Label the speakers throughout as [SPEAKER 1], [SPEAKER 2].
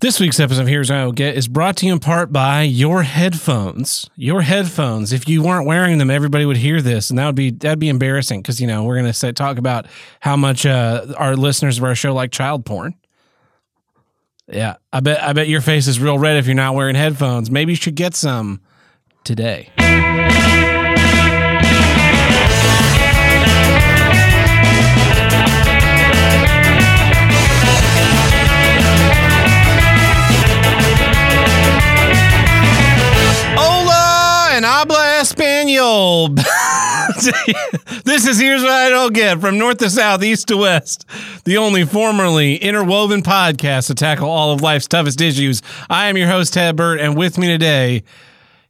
[SPEAKER 1] This week's episode of Here's What I Will Get is brought to you in part by your headphones. Your headphones. If you weren't wearing them, everybody would hear this, and that would be that'd be embarrassing because you know we're gonna say, talk about how much uh, our listeners of our show like child porn. Yeah, I bet I bet your face is real red if you're not wearing headphones. Maybe you should get some today. Hola and habla español. this is Here's What I Don't Get from north to south, east to west, the only formerly interwoven podcast to tackle all of life's toughest issues. I am your host, Ted Burt, and with me today,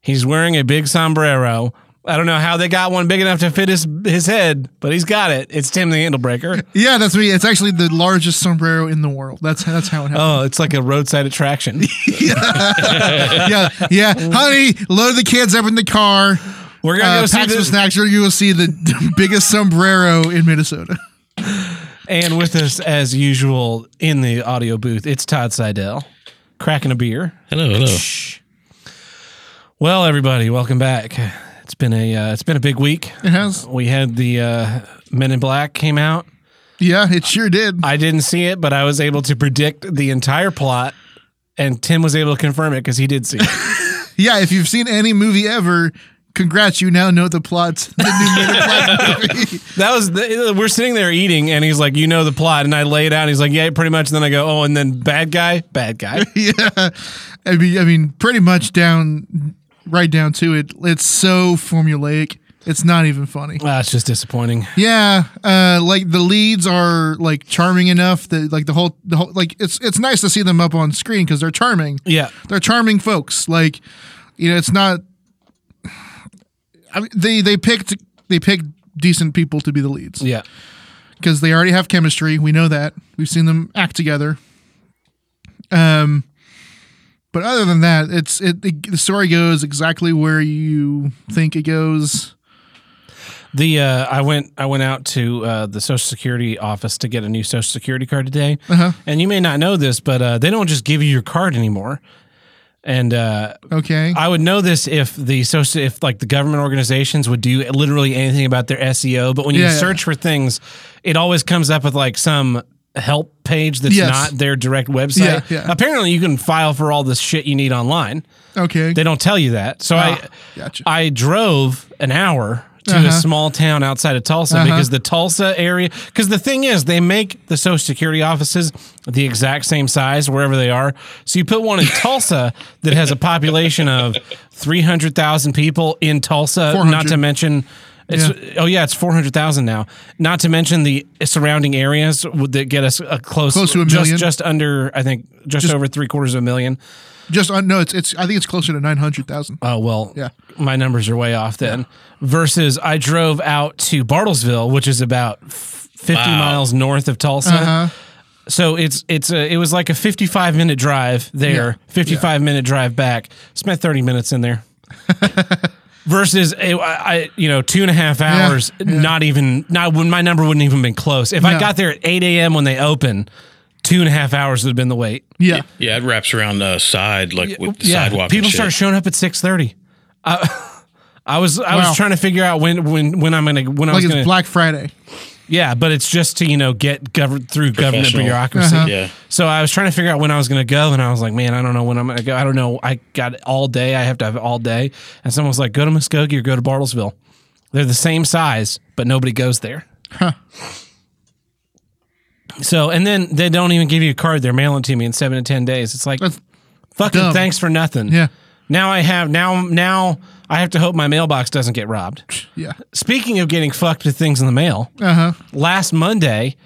[SPEAKER 1] he's wearing a big sombrero. I don't know how they got one big enough to fit his his head, but he's got it. It's Tim the Handlebreaker.
[SPEAKER 2] Yeah, that's me. It's actually the largest sombrero in the world. That's that's how it happened.
[SPEAKER 1] Oh, it's like a roadside attraction. Oh.
[SPEAKER 2] yeah, yeah. Honey, load the kids up in the car.
[SPEAKER 1] We're gonna
[SPEAKER 2] Uh,
[SPEAKER 1] go see
[SPEAKER 2] pack some
[SPEAKER 1] this,
[SPEAKER 2] snacks, or you will see the biggest sombrero in Minnesota.
[SPEAKER 1] and with us as usual in the audio booth, it's Todd Seidel, cracking a beer.
[SPEAKER 3] Hello, hello.
[SPEAKER 1] Well, everybody, welcome back. It's been a uh, it's been a big week.
[SPEAKER 2] It has.
[SPEAKER 1] We had the uh, Men in Black came out.
[SPEAKER 2] Yeah, it sure did.
[SPEAKER 1] I didn't see it, but I was able to predict the entire plot, and Tim was able to confirm it because he did see it.
[SPEAKER 2] Yeah, if you've seen any movie ever, congrats, you now know the plot. to The new Men in Black movie.
[SPEAKER 1] that was the, we're sitting there eating, and he's like, "You know the plot," and I lay it out. And he's like, "Yeah, pretty much." And then I go, "Oh, and then bad guy, bad guy."
[SPEAKER 2] yeah, I mean, I mean, pretty much down, right down to it. It's so formulaic. It's not even funny.
[SPEAKER 1] That's it's just disappointing.
[SPEAKER 2] Yeah, uh, like the leads are like charming enough that like the whole the whole like it's it's nice to see them up on screen because they're charming.
[SPEAKER 1] Yeah,
[SPEAKER 2] They're charming folks. Like you know, it's not. I mean, they they picked they picked decent people to be the leads
[SPEAKER 1] yeah.
[SPEAKER 2] because they already have chemistry. We know that we've seen them act together. Um, but other than that, it's it, it the story goes exactly where you think it goes.
[SPEAKER 1] The uh, I went I went out to uh, the Social Security office to get a new Social Security card today,
[SPEAKER 2] Uh-huh.
[SPEAKER 1] and you may not know this, but uh, they don't just give you your card anymore. And uh,
[SPEAKER 2] Okay.
[SPEAKER 1] I would know this if the social if like the government organizations would do literally anything about their SEO, but when you
[SPEAKER 2] Yeah, yeah.
[SPEAKER 1] search for things, it always comes up with like some help page that's
[SPEAKER 2] Yes.
[SPEAKER 1] not their direct website.
[SPEAKER 2] Yeah, yeah.
[SPEAKER 1] Apparently, you can file for all this shit you need online.
[SPEAKER 2] okay.
[SPEAKER 1] They don't tell you that. So
[SPEAKER 2] Ah,
[SPEAKER 1] I
[SPEAKER 2] gotcha.
[SPEAKER 1] I drove an hour to a
[SPEAKER 2] Uh-huh.
[SPEAKER 1] small town outside of Tulsa
[SPEAKER 2] Uh-huh.
[SPEAKER 1] because the Tulsa area because the thing is they make the social security offices the exact same size wherever they are. So you put one in Tulsa that has a population of 300,000 people in Tulsa, not to
[SPEAKER 2] 400.
[SPEAKER 1] mention it's, Oh yeah, it's four hundred thousand now. Not to mention the surrounding areas would- that get us a close,
[SPEAKER 2] Close to a
[SPEAKER 1] just,
[SPEAKER 2] million.
[SPEAKER 1] just under I think just, over three quarters of a million.
[SPEAKER 2] Just uh, no, it's it's. I think it's closer to nine hundred thousand.
[SPEAKER 1] Oh well,
[SPEAKER 2] Yeah.
[SPEAKER 1] My numbers are way off then. Versus, I drove out to Bartlesville, which is about f- fifty miles north of Tulsa.
[SPEAKER 2] Uh-huh.
[SPEAKER 1] So it's it's a, it was like a fifty-five minute drive there, fifty-five minute drive back. Spent thirty minutes in there. Versus, a, I I- you know two and a half hours. Not even not when my number wouldn't even been close. If I
[SPEAKER 2] No.
[SPEAKER 1] got there at eight a.m. when they open, two and a half hours would have been the wait.
[SPEAKER 2] Yeah,
[SPEAKER 3] Yeah, it wraps around the side, like with the sidewalk.
[SPEAKER 1] People
[SPEAKER 3] and shit.
[SPEAKER 1] start showing up at six thirty. I, I was I
[SPEAKER 2] Wow.
[SPEAKER 1] was trying to figure out when when when I'm gonna when I
[SPEAKER 2] like
[SPEAKER 1] was
[SPEAKER 2] it's
[SPEAKER 1] gonna
[SPEAKER 2] Black Friday.
[SPEAKER 1] yeah, but it's just to you know get governed through government
[SPEAKER 3] Professional.
[SPEAKER 1] bureaucracy.
[SPEAKER 2] Uh-huh.
[SPEAKER 3] Yeah.
[SPEAKER 1] So I was trying to figure out when I was gonna go, and I was like, man, I don't know when I'm gonna go. I don't know. I got all day. I have to have all day. And someone was like, go to Muskogee or go to Bartlesville. They're the same size, but nobody goes there. So and then they don't even give you a card. They're mailing it to me in seven to ten days. It's like
[SPEAKER 2] That's
[SPEAKER 1] fucking
[SPEAKER 2] dumb.
[SPEAKER 1] thanks for nothing.
[SPEAKER 2] yeah,
[SPEAKER 1] Now I have now now I have to hope my mailbox doesn't get robbed.
[SPEAKER 2] yeah.
[SPEAKER 1] Speaking of getting fucked with things in the mail,
[SPEAKER 2] Uh huh.
[SPEAKER 1] last Monday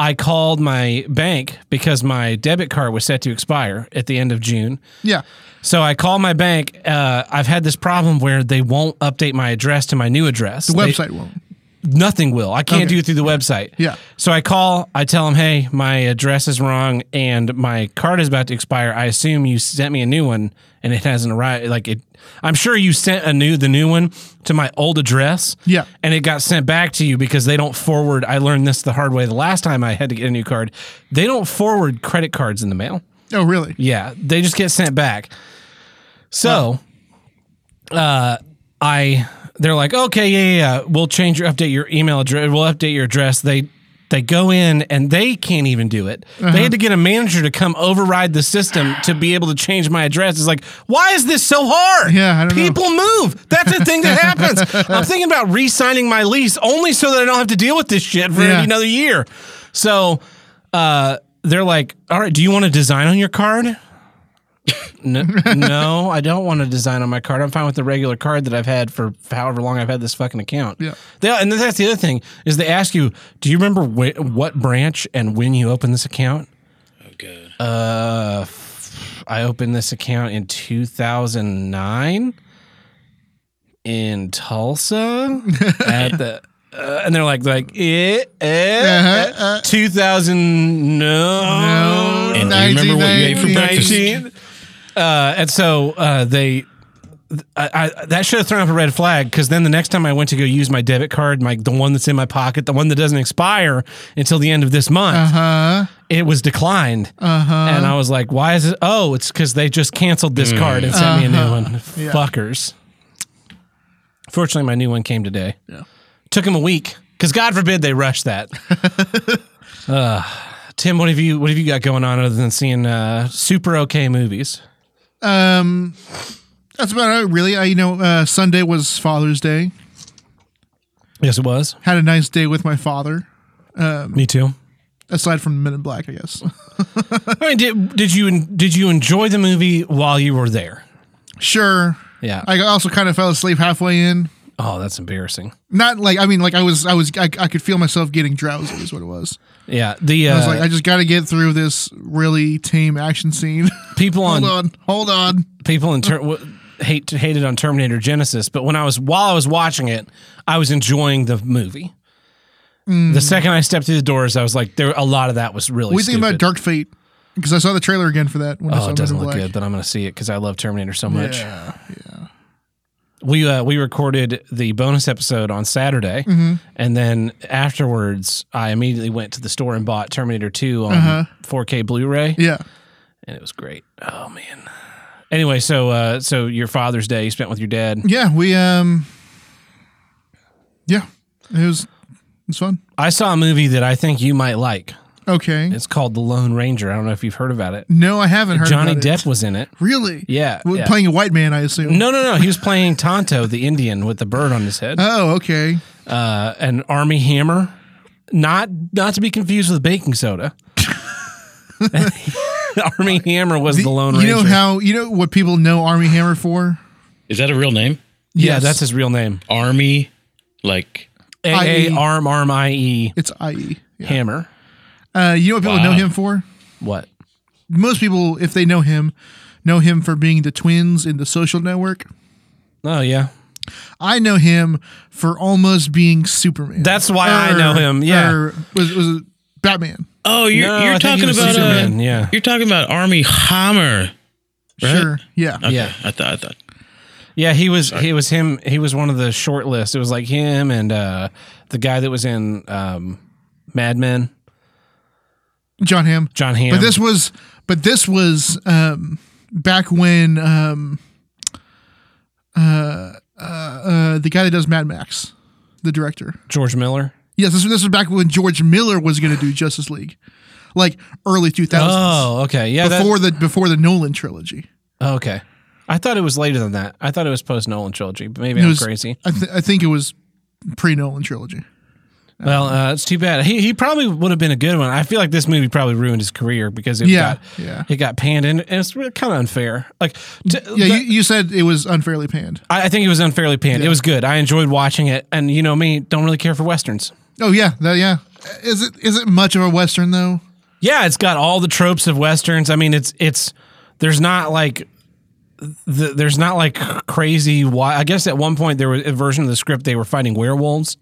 [SPEAKER 1] I called my bank because my debit card was set to expire at the end of June.
[SPEAKER 2] Yeah.
[SPEAKER 1] So I called my bank. Uh, I've had this problem where they won't update my address to my new address.
[SPEAKER 2] The
[SPEAKER 1] They-
[SPEAKER 2] website won't.
[SPEAKER 1] nothing will. I can't
[SPEAKER 2] Okay.
[SPEAKER 1] do it through the website.
[SPEAKER 2] Yeah.
[SPEAKER 1] So I call, I tell them, hey, my address is wrong and my card is about to expire. I assume you sent me a new one and it hasn't arrived. Like it, I'm sure you sent a new, the new one to my old address.
[SPEAKER 2] Yeah.
[SPEAKER 1] And it got sent back to you because they don't forward. I learned this the hard way the last time I had to get a new card. They don't forward credit cards in the mail.
[SPEAKER 2] Oh, really?
[SPEAKER 1] Yeah, they just get sent back. So, uh, I they're like, okay, yeah, yeah, yeah, we'll change your update your email address. We'll update your address. They they go in and they can't even do it.
[SPEAKER 2] Uh-huh.
[SPEAKER 1] They had to get a manager to come override the system to be able to change my address. It's like, why is this so hard?
[SPEAKER 2] Yeah, I don't know.
[SPEAKER 1] people move. That's the thing that happens. I'm thinking about re-signing my lease only so that I don't have to deal with this shit for
[SPEAKER 2] Yeah.
[SPEAKER 1] another year. So uh, they're like, all right, do you want to design on your card? no, no, I don't want to design on my card. I'm fine with the regular card that I've had for however long I've had this fucking account.
[SPEAKER 2] Yeah.
[SPEAKER 1] They, and that's the other thing is they ask you, do you remember wh- what branch and when you opened this account?
[SPEAKER 3] Okay.
[SPEAKER 1] Uh, f- I opened this account in 2009 in Tulsa at the. Uh, and they're like, like, eh, eh, eh, 2000, no,
[SPEAKER 3] and do you remember what you ate for
[SPEAKER 2] 1990.
[SPEAKER 3] breakfast?
[SPEAKER 1] 19. Uh, and so uh, they, I, I, that should have thrown up a red flag because then the next time I went to go use my debit card, my the one that's in my pocket, the one that doesn't expire until the end of this month,
[SPEAKER 2] Uh huh.
[SPEAKER 1] it was declined. And I was like, why is it? Oh, it's because they just canceled this
[SPEAKER 3] Mm.
[SPEAKER 1] card and sent me a new one. Fuckers. Fortunately, my new one came today. Yeah. Took him a week because God forbid they rush that. uh, Tim, what have you what have you got going on other than seeing uh, super okay movies?
[SPEAKER 2] Um, that's about it, really. I, you know, uh, Sunday was Father's Day.
[SPEAKER 1] Yes, it was.
[SPEAKER 2] Had a nice day with my father,
[SPEAKER 1] Me too.
[SPEAKER 2] aside from Men in Black, I guess.
[SPEAKER 1] I mean, did, did you did you enjoy the movie while you were there?
[SPEAKER 2] sure.
[SPEAKER 1] Yeah.
[SPEAKER 2] I also kind of fell asleep halfway in.
[SPEAKER 1] oh, that's embarrassing.
[SPEAKER 2] Not like I mean, like I was, I was, I, I could feel myself getting drowsy. Is what it was.
[SPEAKER 1] Yeah. The uh,
[SPEAKER 2] I was like, I just got to get through this really tame action scene.
[SPEAKER 1] people
[SPEAKER 2] hold
[SPEAKER 1] on
[SPEAKER 2] on, hold on.
[SPEAKER 1] people in ter- w- hate hated on Terminator Genesis, but when I was while I was watching it, I was enjoying the movie. The second I stepped through the doors, I was like, there. A lot of that was really.
[SPEAKER 2] What do you Mm. think about
[SPEAKER 1] stupid.
[SPEAKER 2] Dark Fate? Because I saw the trailer again for that. When I saw
[SPEAKER 1] Oh,
[SPEAKER 2] Men
[SPEAKER 1] it doesn't
[SPEAKER 2] in
[SPEAKER 1] look
[SPEAKER 2] Black.
[SPEAKER 1] good, but I'm going to see it because I love Terminator so
[SPEAKER 2] Yeah,
[SPEAKER 1] much.
[SPEAKER 2] yeah.
[SPEAKER 1] We uh, we recorded the bonus episode on Saturday,
[SPEAKER 2] Mm-hmm.
[SPEAKER 1] and then afterwards, I immediately went to the store and bought Terminator 2 on
[SPEAKER 2] Uh-huh.
[SPEAKER 1] 4K Blu-ray, and it was great. Oh man. Anyway, so uh, so your Father's Day you spent with your dad.
[SPEAKER 2] Yeah, we um Yeah. It was it's fun.
[SPEAKER 1] I saw a movie that I think you might like.
[SPEAKER 2] Okay.
[SPEAKER 1] It's called The Lone Ranger. I don't know if you've heard about it.
[SPEAKER 2] no, I haven't heard
[SPEAKER 1] Johnny
[SPEAKER 2] about
[SPEAKER 1] Depp
[SPEAKER 2] It.
[SPEAKER 1] was in it.
[SPEAKER 2] Really?
[SPEAKER 1] Yeah,
[SPEAKER 2] Well,
[SPEAKER 1] yeah.
[SPEAKER 2] Playing a white man, I assume.
[SPEAKER 1] No, no, no. He was playing Tonto, the Indian with the bird on his head.
[SPEAKER 2] Oh, okay.
[SPEAKER 1] Uh, an army hammer. Not not to be confused with baking soda. army hammer was the, Lone
[SPEAKER 2] you
[SPEAKER 1] Ranger.
[SPEAKER 2] know how you know what people know Army Hammer for?
[SPEAKER 3] Is that a real name?
[SPEAKER 1] yeah,
[SPEAKER 2] Yes.
[SPEAKER 1] that's his real name.
[SPEAKER 3] Army, like
[SPEAKER 1] A A arm arm I E
[SPEAKER 2] It's IE.
[SPEAKER 1] hammer.
[SPEAKER 2] Uh you know what people know
[SPEAKER 3] Wow.
[SPEAKER 2] him for?
[SPEAKER 1] What?
[SPEAKER 2] Most people, if they know him, know him for being the twins in the social network.
[SPEAKER 1] Oh yeah.
[SPEAKER 2] I know him for almost being Superman.
[SPEAKER 1] That's why I know him, yeah.
[SPEAKER 2] Or was was it Batman.
[SPEAKER 3] oh, you're
[SPEAKER 1] No, I
[SPEAKER 3] you're
[SPEAKER 1] think he
[SPEAKER 3] talking
[SPEAKER 1] was
[SPEAKER 3] about uh,
[SPEAKER 1] Superman, yeah.
[SPEAKER 3] you're talking about Army Hammer. Right?
[SPEAKER 2] Sure. Yeah.
[SPEAKER 3] Okay,
[SPEAKER 1] Yeah.
[SPEAKER 3] I thought I thought
[SPEAKER 1] Yeah, he was he was him he was one of the short list. It was like him and uh the guy that was in um Mad Men,
[SPEAKER 2] John Hamm.
[SPEAKER 1] John Hamm.
[SPEAKER 2] But this was, but this was um, back when um, uh, uh, uh, the guy that does Mad Max, the director.
[SPEAKER 1] George Miller.
[SPEAKER 2] Yes, this, this was back when George Miller was going to do Justice League, like early two thousands,
[SPEAKER 1] Oh, okay. Yeah, that-
[SPEAKER 2] before the before the Nolan trilogy.
[SPEAKER 1] okay. I thought it was later than that. I thought it was post Nolan trilogy, but maybe
[SPEAKER 2] It
[SPEAKER 1] I'm
[SPEAKER 2] was-
[SPEAKER 1] crazy.
[SPEAKER 2] I, th- I think it was pre Nolan trilogy.
[SPEAKER 1] Well, uh, it's too bad. He he probably would have been a good one. I feel like this movie probably ruined his career because it
[SPEAKER 2] Yeah,
[SPEAKER 1] got
[SPEAKER 2] yeah.
[SPEAKER 1] it got panned and, and it's really kind of unfair. Like t-
[SPEAKER 2] Yeah,
[SPEAKER 1] the-
[SPEAKER 2] you, you said it was unfairly panned.
[SPEAKER 1] I, I think it was unfairly panned. It was good. I enjoyed watching it, and you know me, don't really care for westerns.
[SPEAKER 2] Oh yeah, that, yeah. Is it is it much of a western though?
[SPEAKER 1] Yeah, it's got all the tropes of westerns. I mean, it's it's there's not like th there's not like crazy. Why? I guess at one point there was a version of the script they were fighting werewolves,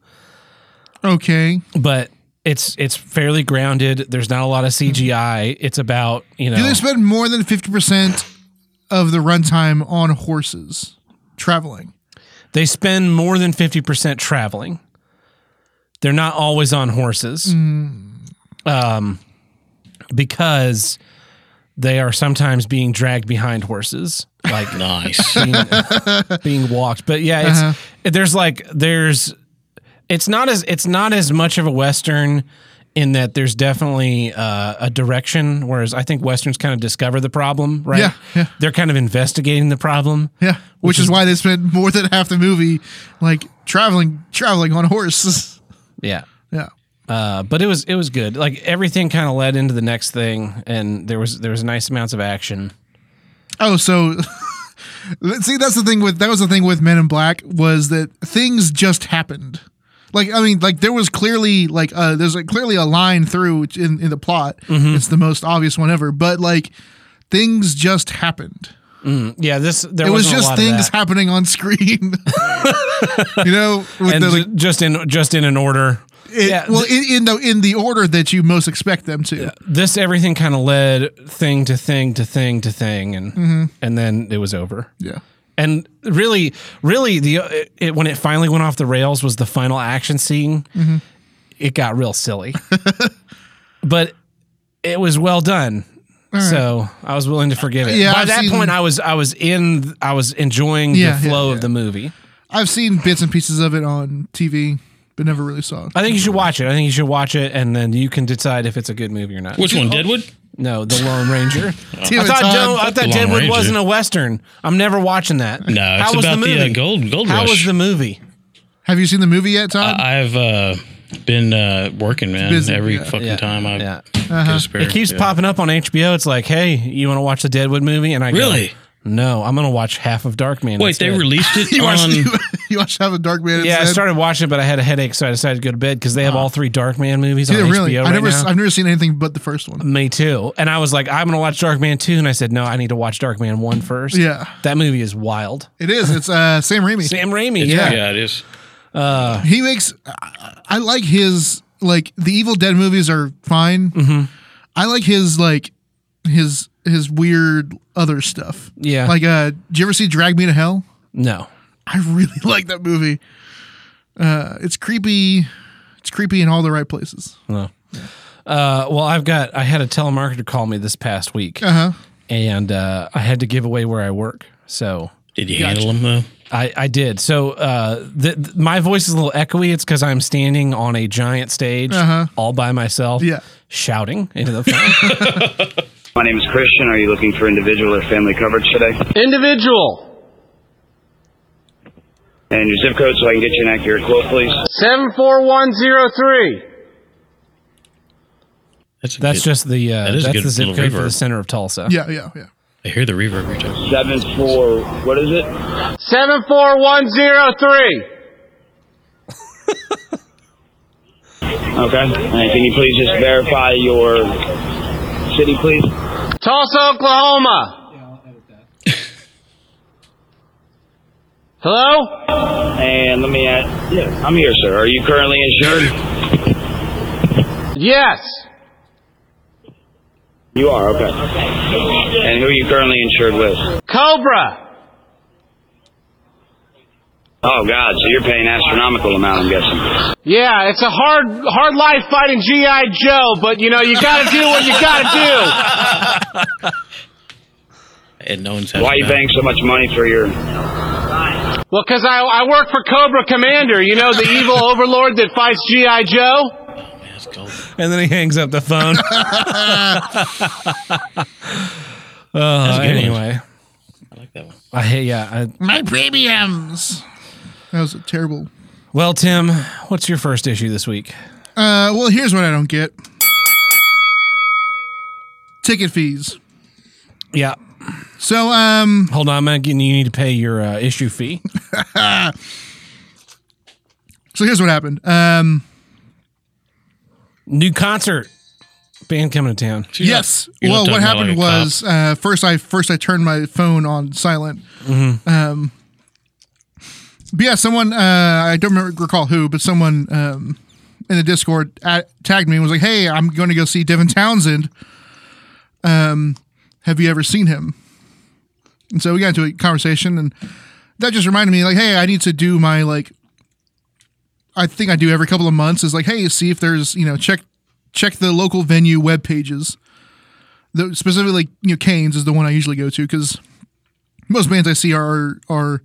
[SPEAKER 2] Okay.
[SPEAKER 1] but it's it's fairly grounded. There's not a lot of CGI. It's about you know.
[SPEAKER 2] Hmm. Do they spend more than 50% of the runtime on horses traveling?
[SPEAKER 1] They spend more than 50% traveling. They're not always on horses. Um, because they are sometimes being dragged behind horses, like
[SPEAKER 3] Nice.
[SPEAKER 1] being, being walked. But yeah, it's
[SPEAKER 2] Uh-huh.
[SPEAKER 1] there's like there's it's not as it's not as much of a western in that there's definitely uh, a direction. Whereas I think westerns kind of discover the problem, right?
[SPEAKER 2] Yeah, yeah.
[SPEAKER 1] They're kind of investigating the problem.
[SPEAKER 2] Yeah, which, is, why they spent more than half the movie like traveling traveling on horses.
[SPEAKER 1] Yeah.
[SPEAKER 2] Yeah.
[SPEAKER 1] Uh, but it was it was good. Like everything kind of led into the next thing, and there was there was nice amounts of action.
[SPEAKER 2] Oh, so let's see. That's the thing with that was the thing with Men in Black was that things just happened. Like I mean, like there was clearly like uh, there's like clearly a line through which in in the plot. It's the most obvious one ever, but like things just happened.
[SPEAKER 1] Yeah, this there
[SPEAKER 2] It was
[SPEAKER 1] wasn't a
[SPEAKER 2] just
[SPEAKER 1] lot of
[SPEAKER 2] things
[SPEAKER 1] that.
[SPEAKER 2] happening on screen. you know, with
[SPEAKER 1] and
[SPEAKER 2] the, like,
[SPEAKER 1] ju- just in just in an order.
[SPEAKER 2] it-
[SPEAKER 1] yeah,
[SPEAKER 2] well,
[SPEAKER 1] th-
[SPEAKER 2] in, in the in the order that you most expect them to.
[SPEAKER 1] this everything kind of led thing to thing to thing to thing, and
[SPEAKER 2] Mm-hmm.
[SPEAKER 1] and then it was over.
[SPEAKER 2] yeah.
[SPEAKER 1] And really, really, the uh, it, when it finally went off the rails was the final action scene. It got real silly, but it was well done. So I was willing to forgive it.
[SPEAKER 2] Yeah,
[SPEAKER 1] By
[SPEAKER 2] I've
[SPEAKER 1] that
[SPEAKER 2] seen-
[SPEAKER 1] point, I was I was in I was enjoying
[SPEAKER 2] Yeah,
[SPEAKER 1] the
[SPEAKER 2] yeah,
[SPEAKER 1] flow
[SPEAKER 2] yeah.
[SPEAKER 1] of the movie.
[SPEAKER 2] I've seen bits and pieces of it on TV, but never really saw it.
[SPEAKER 1] I think you should watch it. I think you should watch it, and then you can decide if it's a good movie or not.
[SPEAKER 3] Which one? Deadwood?
[SPEAKER 1] No, The Lone Ranger. I
[SPEAKER 2] Damn it,
[SPEAKER 1] thought,
[SPEAKER 2] Todd.
[SPEAKER 1] Joe- I thought
[SPEAKER 3] Lone
[SPEAKER 1] Deadwood
[SPEAKER 3] Ranger.
[SPEAKER 1] wasn't a western. I'm never watching that.
[SPEAKER 3] No, it's
[SPEAKER 1] How was
[SPEAKER 3] about
[SPEAKER 1] the
[SPEAKER 3] the,
[SPEAKER 1] movie?
[SPEAKER 3] uh, gold gold
[SPEAKER 1] How
[SPEAKER 3] rush.
[SPEAKER 1] was the movie?
[SPEAKER 2] Have you seen the movie yet, Todd?
[SPEAKER 3] I- I've uh, been uh, working, man.
[SPEAKER 2] Busy,
[SPEAKER 3] every
[SPEAKER 2] yeah.
[SPEAKER 3] fucking
[SPEAKER 1] Yeah,
[SPEAKER 3] time I
[SPEAKER 1] yeah. Uh-huh.
[SPEAKER 3] get a spare.
[SPEAKER 1] It keeps
[SPEAKER 3] yeah.
[SPEAKER 1] popping up on HBO. It's like, hey, you want to watch the Deadwood movie? And I go,
[SPEAKER 3] Really?
[SPEAKER 1] No, I'm gonna watch half of Dark Man.
[SPEAKER 3] Wait, they released it
[SPEAKER 2] you, watched,
[SPEAKER 3] on.
[SPEAKER 2] you, you watched Have a Dark Man.
[SPEAKER 1] Yeah, I
[SPEAKER 2] instead?
[SPEAKER 1] started watching it, but I had a headache, so I decided to go to bed because they have all three Dark Man movies
[SPEAKER 2] Yeah,
[SPEAKER 1] on
[SPEAKER 2] really.
[SPEAKER 1] HBO
[SPEAKER 2] I
[SPEAKER 1] right
[SPEAKER 2] never,
[SPEAKER 1] now.
[SPEAKER 2] I've never seen anything but the first one.
[SPEAKER 1] Me too. And I was like, I'm gonna watch Dark Man two, and I said, no, I need to watch Dark Man one first.
[SPEAKER 2] Yeah.
[SPEAKER 1] that movie is wild.
[SPEAKER 2] It is. It's uh, Sam Raimi.
[SPEAKER 1] Sam Raimi.
[SPEAKER 3] yeah.
[SPEAKER 1] Yeah.
[SPEAKER 3] it is.
[SPEAKER 2] He makes. I, I like his like the Evil Dead movies are fine. I like his like his his weird other stuff.
[SPEAKER 1] Yeah.
[SPEAKER 2] Like, uh, did you ever see Drag Me to Hell?
[SPEAKER 1] No.
[SPEAKER 2] I really like that movie. Uh, it's creepy. It's creepy in all the right places.
[SPEAKER 1] No. Uh, well, I've got. I had a telemarketer call me this past week,
[SPEAKER 2] Uh huh.
[SPEAKER 1] and uh, I had to give away where I work. So
[SPEAKER 3] Did you handle them though?
[SPEAKER 1] I, I did. So uh, the, th my voice is a little echoey. It's because I'm standing on a giant stage all by myself,
[SPEAKER 2] Uh-huh. Yeah.
[SPEAKER 1] shouting into the phone.
[SPEAKER 4] My name is Christian. Are you looking for individual or family coverage today?
[SPEAKER 5] Individual
[SPEAKER 4] And your zip code so I can get you an accurate quote, please.
[SPEAKER 5] 74103.
[SPEAKER 3] That's a
[SPEAKER 1] that's
[SPEAKER 3] good-
[SPEAKER 1] just the uh,
[SPEAKER 3] That is a
[SPEAKER 1] that's
[SPEAKER 3] good
[SPEAKER 1] the zip
[SPEAKER 3] little
[SPEAKER 1] code for the
[SPEAKER 3] reverb.
[SPEAKER 1] center of Tulsa.
[SPEAKER 2] Yeah. Yeah. Yeah.
[SPEAKER 3] I hear the reverb every time.
[SPEAKER 4] Seven four. What is it?
[SPEAKER 5] 74103.
[SPEAKER 4] Okay. And can you please just verify your city, please?
[SPEAKER 5] Tulsa, Oklahoma. Hello?
[SPEAKER 4] And let me add. Yeah, I'm here, sir. Are you currently insured?
[SPEAKER 5] Yes.
[SPEAKER 4] You are. Okay. And who are you currently insured with?
[SPEAKER 5] Cobra.
[SPEAKER 4] Oh God. So you're paying astronomical amount. I'm guessing.
[SPEAKER 5] Yeah, it's a hard, hard life fighting GI Joe, but you know you gotta do what you gotta
[SPEAKER 3] And no one's
[SPEAKER 4] Why are
[SPEAKER 3] having
[SPEAKER 4] you
[SPEAKER 3] that.
[SPEAKER 4] paying so much money for your?
[SPEAKER 5] do. Well, 'cause I, I work for Cobra Commander, you know the evil overlord that fights GI Joe.
[SPEAKER 3] Man, it's gold.
[SPEAKER 1] And then he hangs up the phone. uh,
[SPEAKER 3] a good one.
[SPEAKER 1] anyway,
[SPEAKER 3] I like that one.
[SPEAKER 1] I hate. Yeah. I,
[SPEAKER 2] My premiums. That was a terrible.
[SPEAKER 1] well, Tim, what's your first issue this week?
[SPEAKER 2] Uh, well, here's what I don't get. Ticket fees.
[SPEAKER 1] Yeah.
[SPEAKER 2] So, um,
[SPEAKER 1] Hold on, man. You need to pay your uh, issue fee.
[SPEAKER 2] so here's what happened. Um,
[SPEAKER 1] New concert band coming to town.
[SPEAKER 3] You're not-
[SPEAKER 2] yes.
[SPEAKER 3] you're
[SPEAKER 2] well,
[SPEAKER 3] not talking
[SPEAKER 2] what
[SPEAKER 3] about like
[SPEAKER 2] happened
[SPEAKER 3] a cop.
[SPEAKER 2] was uh, first I first I turned my phone on silent.
[SPEAKER 3] Mm-hmm.
[SPEAKER 2] Um, but yeah, someone uh, I don't remember, recall who, but someone um, in the Discord at, tagged me and was like, "Hey, I'm going to go see Devin Townsend. Um, have you ever seen him?" And so we got into a conversation, and that just reminded me, like, "Hey, I need to do my like." I think I do every couple of months is like, hey, see if there's you know check check the local venue web pages the, specifically, you know, Canes is the one I usually go to because most bands I see are are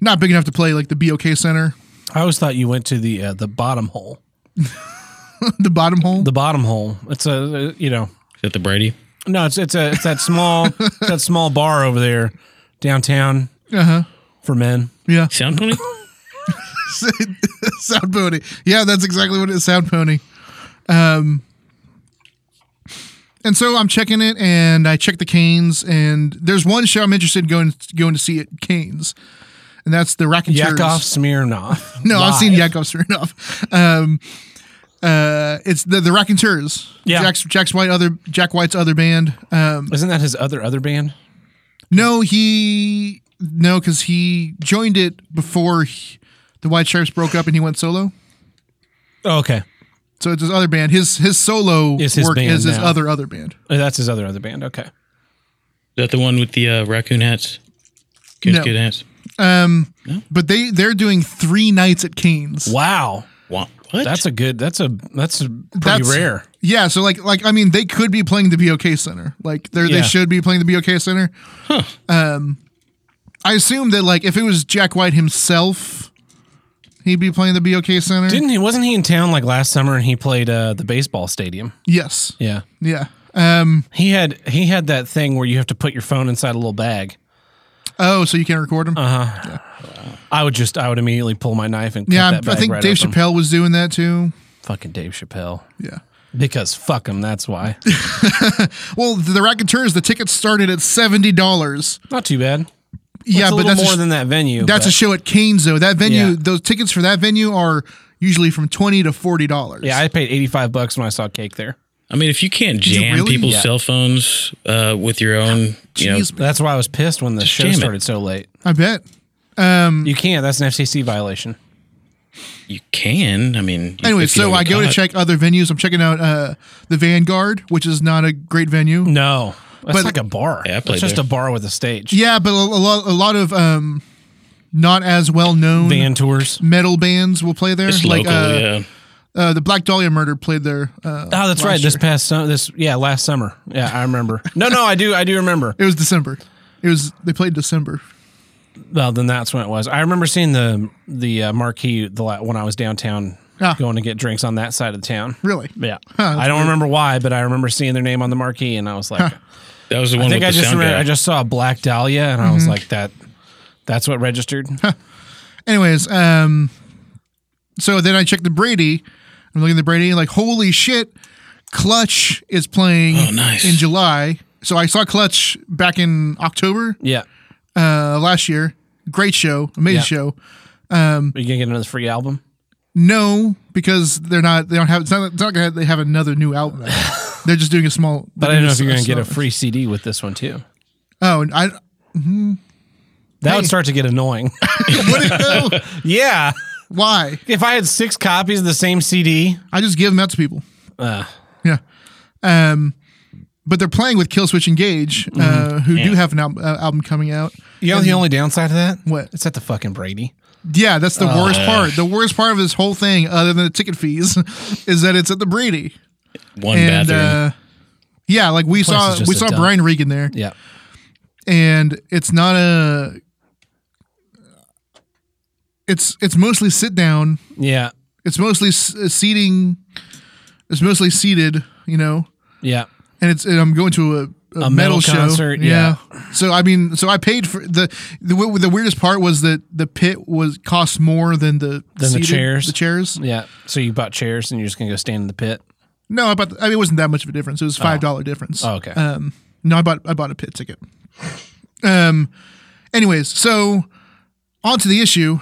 [SPEAKER 2] not big enough to play like the BOK Center,
[SPEAKER 1] I always thought you went to the uh, the bottom hole.
[SPEAKER 2] the bottom hole.
[SPEAKER 1] The bottom hole. It's a uh, you know
[SPEAKER 3] Is that the Brady?
[SPEAKER 1] no. It's it's a it's that small it's that small bar over there downtown
[SPEAKER 2] uh huh.
[SPEAKER 1] for men.
[SPEAKER 2] Yeah.
[SPEAKER 3] Sound Pony?
[SPEAKER 2] sound pony. Yeah, that's exactly what it is. Sound pony. Um, and so I'm checking it, and I check the Canes, and there's one show I'm interested in going going to see at Canes, and that's the Racketeers.
[SPEAKER 1] Yakov Smirnov.
[SPEAKER 2] No, I've
[SPEAKER 1] Live.
[SPEAKER 2] seen Yakov Smirnoff. Um, uh, it's the the Raconteurs.
[SPEAKER 1] Yeah.
[SPEAKER 2] Jack's, Jack's White other Jack White's other band. Um,
[SPEAKER 1] Isn't that his other other band?
[SPEAKER 2] no, he no because he joined it before he- the White Stripes broke up and he went solo.
[SPEAKER 1] Oh, okay,
[SPEAKER 2] So it's his other band. His his solo
[SPEAKER 1] Is his
[SPEAKER 2] work
[SPEAKER 1] band
[SPEAKER 2] is his
[SPEAKER 1] now.
[SPEAKER 2] other other band.
[SPEAKER 1] Uh, that's his other other band. Okay,
[SPEAKER 3] Is that the one with the uh, raccoon hats? Coon
[SPEAKER 2] No.
[SPEAKER 3] skin hats?
[SPEAKER 2] But they they're doing three nights at Kane's.
[SPEAKER 1] wow,
[SPEAKER 3] Wha- What?
[SPEAKER 1] that's a good. That's a that's a pretty
[SPEAKER 2] That's-
[SPEAKER 1] rare.
[SPEAKER 2] Yeah, so like like I mean they could be playing the BOK Center. Like they are
[SPEAKER 1] Yeah.
[SPEAKER 2] they should be playing the BOK Center. Um I assume that like if it was Jack White himself, he'd be playing the BOK Center.
[SPEAKER 1] Didn't he? Wasn't he in town like last summer and he played uh, the baseball stadium?
[SPEAKER 2] yes.
[SPEAKER 1] Yeah,
[SPEAKER 2] Yeah. Um
[SPEAKER 1] he had he had that thing where you have to put your phone inside a little bag.
[SPEAKER 2] oh, so you can't record him?
[SPEAKER 1] Uh-huh. I would just I would immediately pull my knife and cut
[SPEAKER 2] yeah,
[SPEAKER 1] that
[SPEAKER 2] I
[SPEAKER 1] bag
[SPEAKER 2] think
[SPEAKER 1] right
[SPEAKER 2] Dave
[SPEAKER 1] open.
[SPEAKER 2] Chappelle was doing that too.
[SPEAKER 1] Fucking Dave Chappelle.
[SPEAKER 2] Yeah.
[SPEAKER 1] Because fuck him, that's why.
[SPEAKER 2] Well, the Racketeers, the tickets started at seventy dollars.
[SPEAKER 1] Not too bad.
[SPEAKER 2] Yeah,
[SPEAKER 1] it's a
[SPEAKER 2] but
[SPEAKER 1] little
[SPEAKER 2] that's a
[SPEAKER 1] more
[SPEAKER 2] sh-
[SPEAKER 1] than that venue.
[SPEAKER 2] That's a
[SPEAKER 1] but-
[SPEAKER 2] show at Kane's though. That venue,
[SPEAKER 1] Yeah.
[SPEAKER 2] those tickets for that venue are usually from twenty to forty dollars.
[SPEAKER 1] yeah. I paid eighty five bucks when I saw Cake there.
[SPEAKER 3] I mean, if you can't jam
[SPEAKER 2] really?
[SPEAKER 3] people's
[SPEAKER 1] Yeah.
[SPEAKER 3] cell phones uh, with your own, you know,
[SPEAKER 2] Jeez,
[SPEAKER 1] That's why I was pissed when the show
[SPEAKER 3] jam it.
[SPEAKER 1] started so late.
[SPEAKER 2] I bet.
[SPEAKER 1] You can't. That's an FCC violation.
[SPEAKER 3] you can. I mean, you-
[SPEAKER 2] Anyway,
[SPEAKER 3] if you
[SPEAKER 2] so
[SPEAKER 3] don't
[SPEAKER 2] I go to
[SPEAKER 3] caught.
[SPEAKER 2] check other venues. I'm checking out uh, the Vanguard, which is not a great venue.
[SPEAKER 3] Mm.
[SPEAKER 1] No, that's
[SPEAKER 2] But-
[SPEAKER 1] like a bar.
[SPEAKER 3] Yeah, I
[SPEAKER 1] It's
[SPEAKER 3] played
[SPEAKER 1] just
[SPEAKER 3] there.
[SPEAKER 1] a bar with a stage.
[SPEAKER 2] Yeah, but a, a lot, a lot of um, not as well known
[SPEAKER 1] Van tours.
[SPEAKER 2] metal bands will play there.
[SPEAKER 3] It's
[SPEAKER 2] like
[SPEAKER 3] local,
[SPEAKER 2] uh,
[SPEAKER 3] yeah.
[SPEAKER 2] uh, the Black Dahlia Murder played there. Uh,
[SPEAKER 1] Oh, that's
[SPEAKER 2] last
[SPEAKER 1] right. This
[SPEAKER 2] year.
[SPEAKER 1] past summer, this yeah, last summer. Yeah, I remember. No, no, I do, I do remember.
[SPEAKER 2] it was December. It was they played December.
[SPEAKER 1] Well, then that's when it was. I remember seeing the the uh, marquee the la- when I was downtown
[SPEAKER 2] Ah.
[SPEAKER 1] going to get drinks on that side of the town.
[SPEAKER 2] Really?
[SPEAKER 1] Yeah, I don't remember why, but I remember seeing their name on the marquee, and I was like,
[SPEAKER 3] That was the
[SPEAKER 1] I
[SPEAKER 3] one with
[SPEAKER 1] think
[SPEAKER 3] the
[SPEAKER 1] I just
[SPEAKER 3] sound
[SPEAKER 1] remember,
[SPEAKER 3] guy.
[SPEAKER 1] I just saw Black Dahlia, and I was like, that that's what registered.
[SPEAKER 2] Anyways, um, so then I checked the Brady. I'm looking at the Brady, like, holy shit, Clutch is playing
[SPEAKER 3] Oh, nice.
[SPEAKER 2] in July. So I saw Clutch back in October
[SPEAKER 1] yeah,
[SPEAKER 2] uh, last year. Great show, amazing
[SPEAKER 1] Yeah.
[SPEAKER 2] show.
[SPEAKER 1] are you gonna get another free album?
[SPEAKER 2] No, because they're not. They don't have. It's not. It's not like they have another new album. out. they're just doing a small.
[SPEAKER 1] But I don't know if you're gonna
[SPEAKER 2] a
[SPEAKER 1] get a
[SPEAKER 2] small-
[SPEAKER 1] free CD with this one too.
[SPEAKER 2] Oh, and I.
[SPEAKER 1] That
[SPEAKER 2] Hey.
[SPEAKER 1] would start to get annoying.
[SPEAKER 2] What, oh,
[SPEAKER 1] yeah,
[SPEAKER 2] why?
[SPEAKER 1] if I had six copies of the same CD,
[SPEAKER 2] I just give them out to people.
[SPEAKER 1] uh,
[SPEAKER 2] Yeah. Um, but they're playing with Killswitch Engage,
[SPEAKER 1] Mm-hmm.
[SPEAKER 2] uh, who do have an al- uh, album coming out.
[SPEAKER 1] you know the only downside to that?
[SPEAKER 2] What?
[SPEAKER 1] It's at the fucking Brady.
[SPEAKER 2] Yeah, that's
[SPEAKER 1] Oh,
[SPEAKER 2] the worst part. The worst part of this whole thing, other than the ticket fees, is that it's at the Brady.
[SPEAKER 3] one
[SPEAKER 2] and
[SPEAKER 3] bathroom.
[SPEAKER 2] uh, yeah, like we
[SPEAKER 1] place
[SPEAKER 2] saw
[SPEAKER 1] is just
[SPEAKER 2] we
[SPEAKER 1] a
[SPEAKER 2] saw
[SPEAKER 1] dump.
[SPEAKER 2] Brian Regan there,
[SPEAKER 1] Yeah.
[SPEAKER 2] and it's not a. It's it's mostly sit down.
[SPEAKER 1] Yeah.
[SPEAKER 2] It's mostly s- uh, seating. It's mostly seated. You know,
[SPEAKER 1] Yeah.
[SPEAKER 2] and it's and I'm going to a, a,
[SPEAKER 1] A metal
[SPEAKER 2] metal, show.
[SPEAKER 1] concert,
[SPEAKER 2] So I mean, so I paid for the the w- the weirdest part was that the pit was cost more than the
[SPEAKER 1] the chairs?
[SPEAKER 2] The chairs.
[SPEAKER 1] Yeah. So you bought chairs and you're just gonna go stand in the pit.
[SPEAKER 2] No, I bought. I mean, it wasn't that much of a difference. It was five dollar difference.
[SPEAKER 1] Oh, okay.
[SPEAKER 2] Um, no, I bought I bought a pit ticket. Um, anyways, so on to the issue.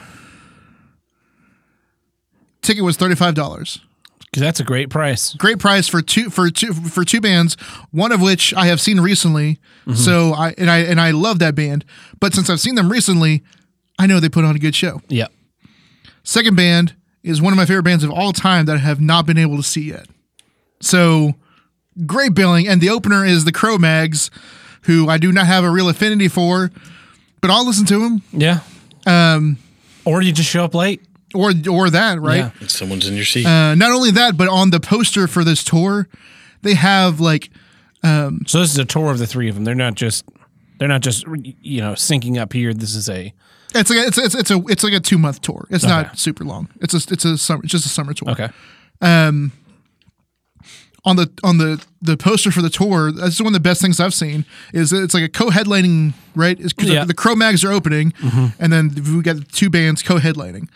[SPEAKER 2] Ticket was thirty five dollars.
[SPEAKER 1] Because that's a great price.
[SPEAKER 2] great price for two for two for two bands, one of which I have seen recently.
[SPEAKER 1] Mm-hmm.
[SPEAKER 2] So I and I and I love that band, but since I've seen them recently, I know they put on a good show.
[SPEAKER 1] Yeah.
[SPEAKER 2] Second band is one of my favorite bands of all time that I have not been able to see yet. So great billing, and the opener is the Crow Mags, who I do not have a real affinity for, but I'll listen to them
[SPEAKER 1] Yeah. Um. Or you just show up late.
[SPEAKER 2] or or that right.
[SPEAKER 1] Yeah.
[SPEAKER 3] and someone's in your seat.
[SPEAKER 2] Uh, not only that, but on the poster for this tour, they have like
[SPEAKER 1] So this is a tour of the three of them. They're not just they're not just you know syncing up here. This is a
[SPEAKER 2] It's like a, it's it's it's a it's like a two month tour. It's not super long. It's a it's a summer it's just a summer tour.
[SPEAKER 1] okay.
[SPEAKER 2] on the on the the poster for the tour. That's one of the best things I've seen. Is that it's like a co-headlining, right? It's 'cause
[SPEAKER 1] Yeah. Mm-hmm.
[SPEAKER 2] the, the Crow Mags are opening, and then we got two bands co-headlining.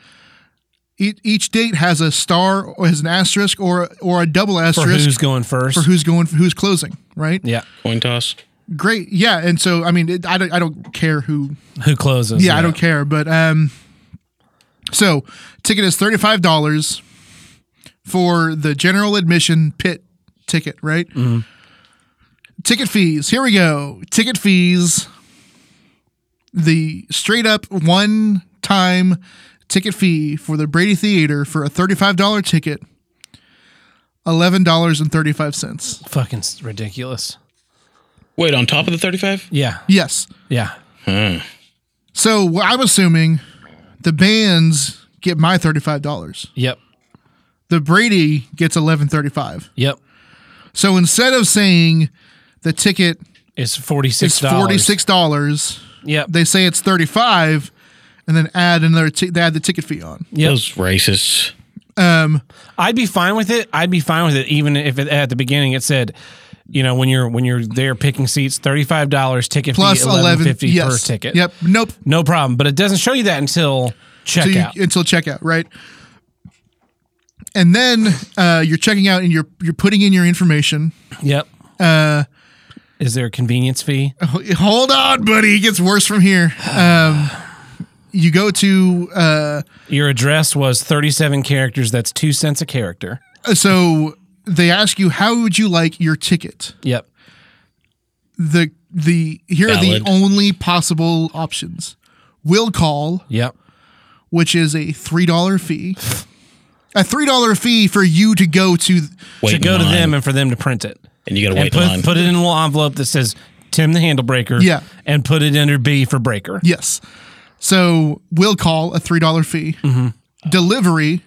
[SPEAKER 2] Each, each date has a star or has an asterisk or or a double
[SPEAKER 1] For
[SPEAKER 2] asterisk
[SPEAKER 1] who's going first?
[SPEAKER 2] for who's going who's closing, right?
[SPEAKER 1] yeah,
[SPEAKER 3] Coin toss.
[SPEAKER 2] Great, yeah. And so I mean, it, I don't I don't care who
[SPEAKER 1] who closes?
[SPEAKER 2] yeah, I don't care. But um, so ticket is thirty five dollars for the general admission pit ticket, right? Ticket fees. Here we go. Ticket fees. The straight up one time ticket fee for the Brady Theater for a thirty five dollar ticket. Eleven dollars and thirty five cents.
[SPEAKER 1] Fucking s- ridiculous.
[SPEAKER 3] Wait, on top of the 35?
[SPEAKER 1] Yeah,
[SPEAKER 2] Yes.
[SPEAKER 1] yeah.
[SPEAKER 2] So what I'm assuming the bands get my thirty five dollars.
[SPEAKER 1] Yep.
[SPEAKER 2] the Brady gets eleven thirty five.
[SPEAKER 1] Yep.
[SPEAKER 2] So instead of saying the ticket
[SPEAKER 1] It's forty
[SPEAKER 2] is
[SPEAKER 1] six.
[SPEAKER 2] forty six dollars,
[SPEAKER 1] Yep.
[SPEAKER 2] they say it's thirty five, and then add another ti- they add the ticket fee on.
[SPEAKER 1] Yep.
[SPEAKER 3] Those racists.
[SPEAKER 1] I'd be fine with it. I'd be fine with it, even if it, at the beginning it said, you know, when you're when you're there picking seats, thirty five dollars ticket
[SPEAKER 2] Plus
[SPEAKER 1] fee,
[SPEAKER 2] eleven
[SPEAKER 1] fifty
[SPEAKER 2] yes.
[SPEAKER 1] per ticket.
[SPEAKER 2] Yep. Nope.
[SPEAKER 1] no problem. But it doesn't show you that until
[SPEAKER 2] So you,
[SPEAKER 1] checkout.
[SPEAKER 2] until checkout, right? And then uh, you're checking out and you're you're putting in your information.
[SPEAKER 1] yep. Uh, is there a convenience fee?
[SPEAKER 2] Uh, Hold on, buddy. It gets worse from here. Um, you go to uh,
[SPEAKER 1] Your address was thirty seven characters. That's two cents a character.
[SPEAKER 2] so they ask you how would you like your ticket.
[SPEAKER 1] Yep.
[SPEAKER 2] the the here are the
[SPEAKER 3] Valid.
[SPEAKER 2] only possible options. Will call,
[SPEAKER 1] Yep.
[SPEAKER 2] which is a three dollar fee, a three dollar fee for you to go to.
[SPEAKER 3] Wait
[SPEAKER 1] to
[SPEAKER 3] in
[SPEAKER 1] go to
[SPEAKER 3] line.
[SPEAKER 1] them and for them to print it
[SPEAKER 3] And you got to
[SPEAKER 1] and
[SPEAKER 3] wait in line.
[SPEAKER 1] put, put it in a little envelope that says Tim the handle breaker.
[SPEAKER 2] Yeah.
[SPEAKER 1] And put it under B for breaker.
[SPEAKER 2] Yes, so will call a three dollar fee. Delivery,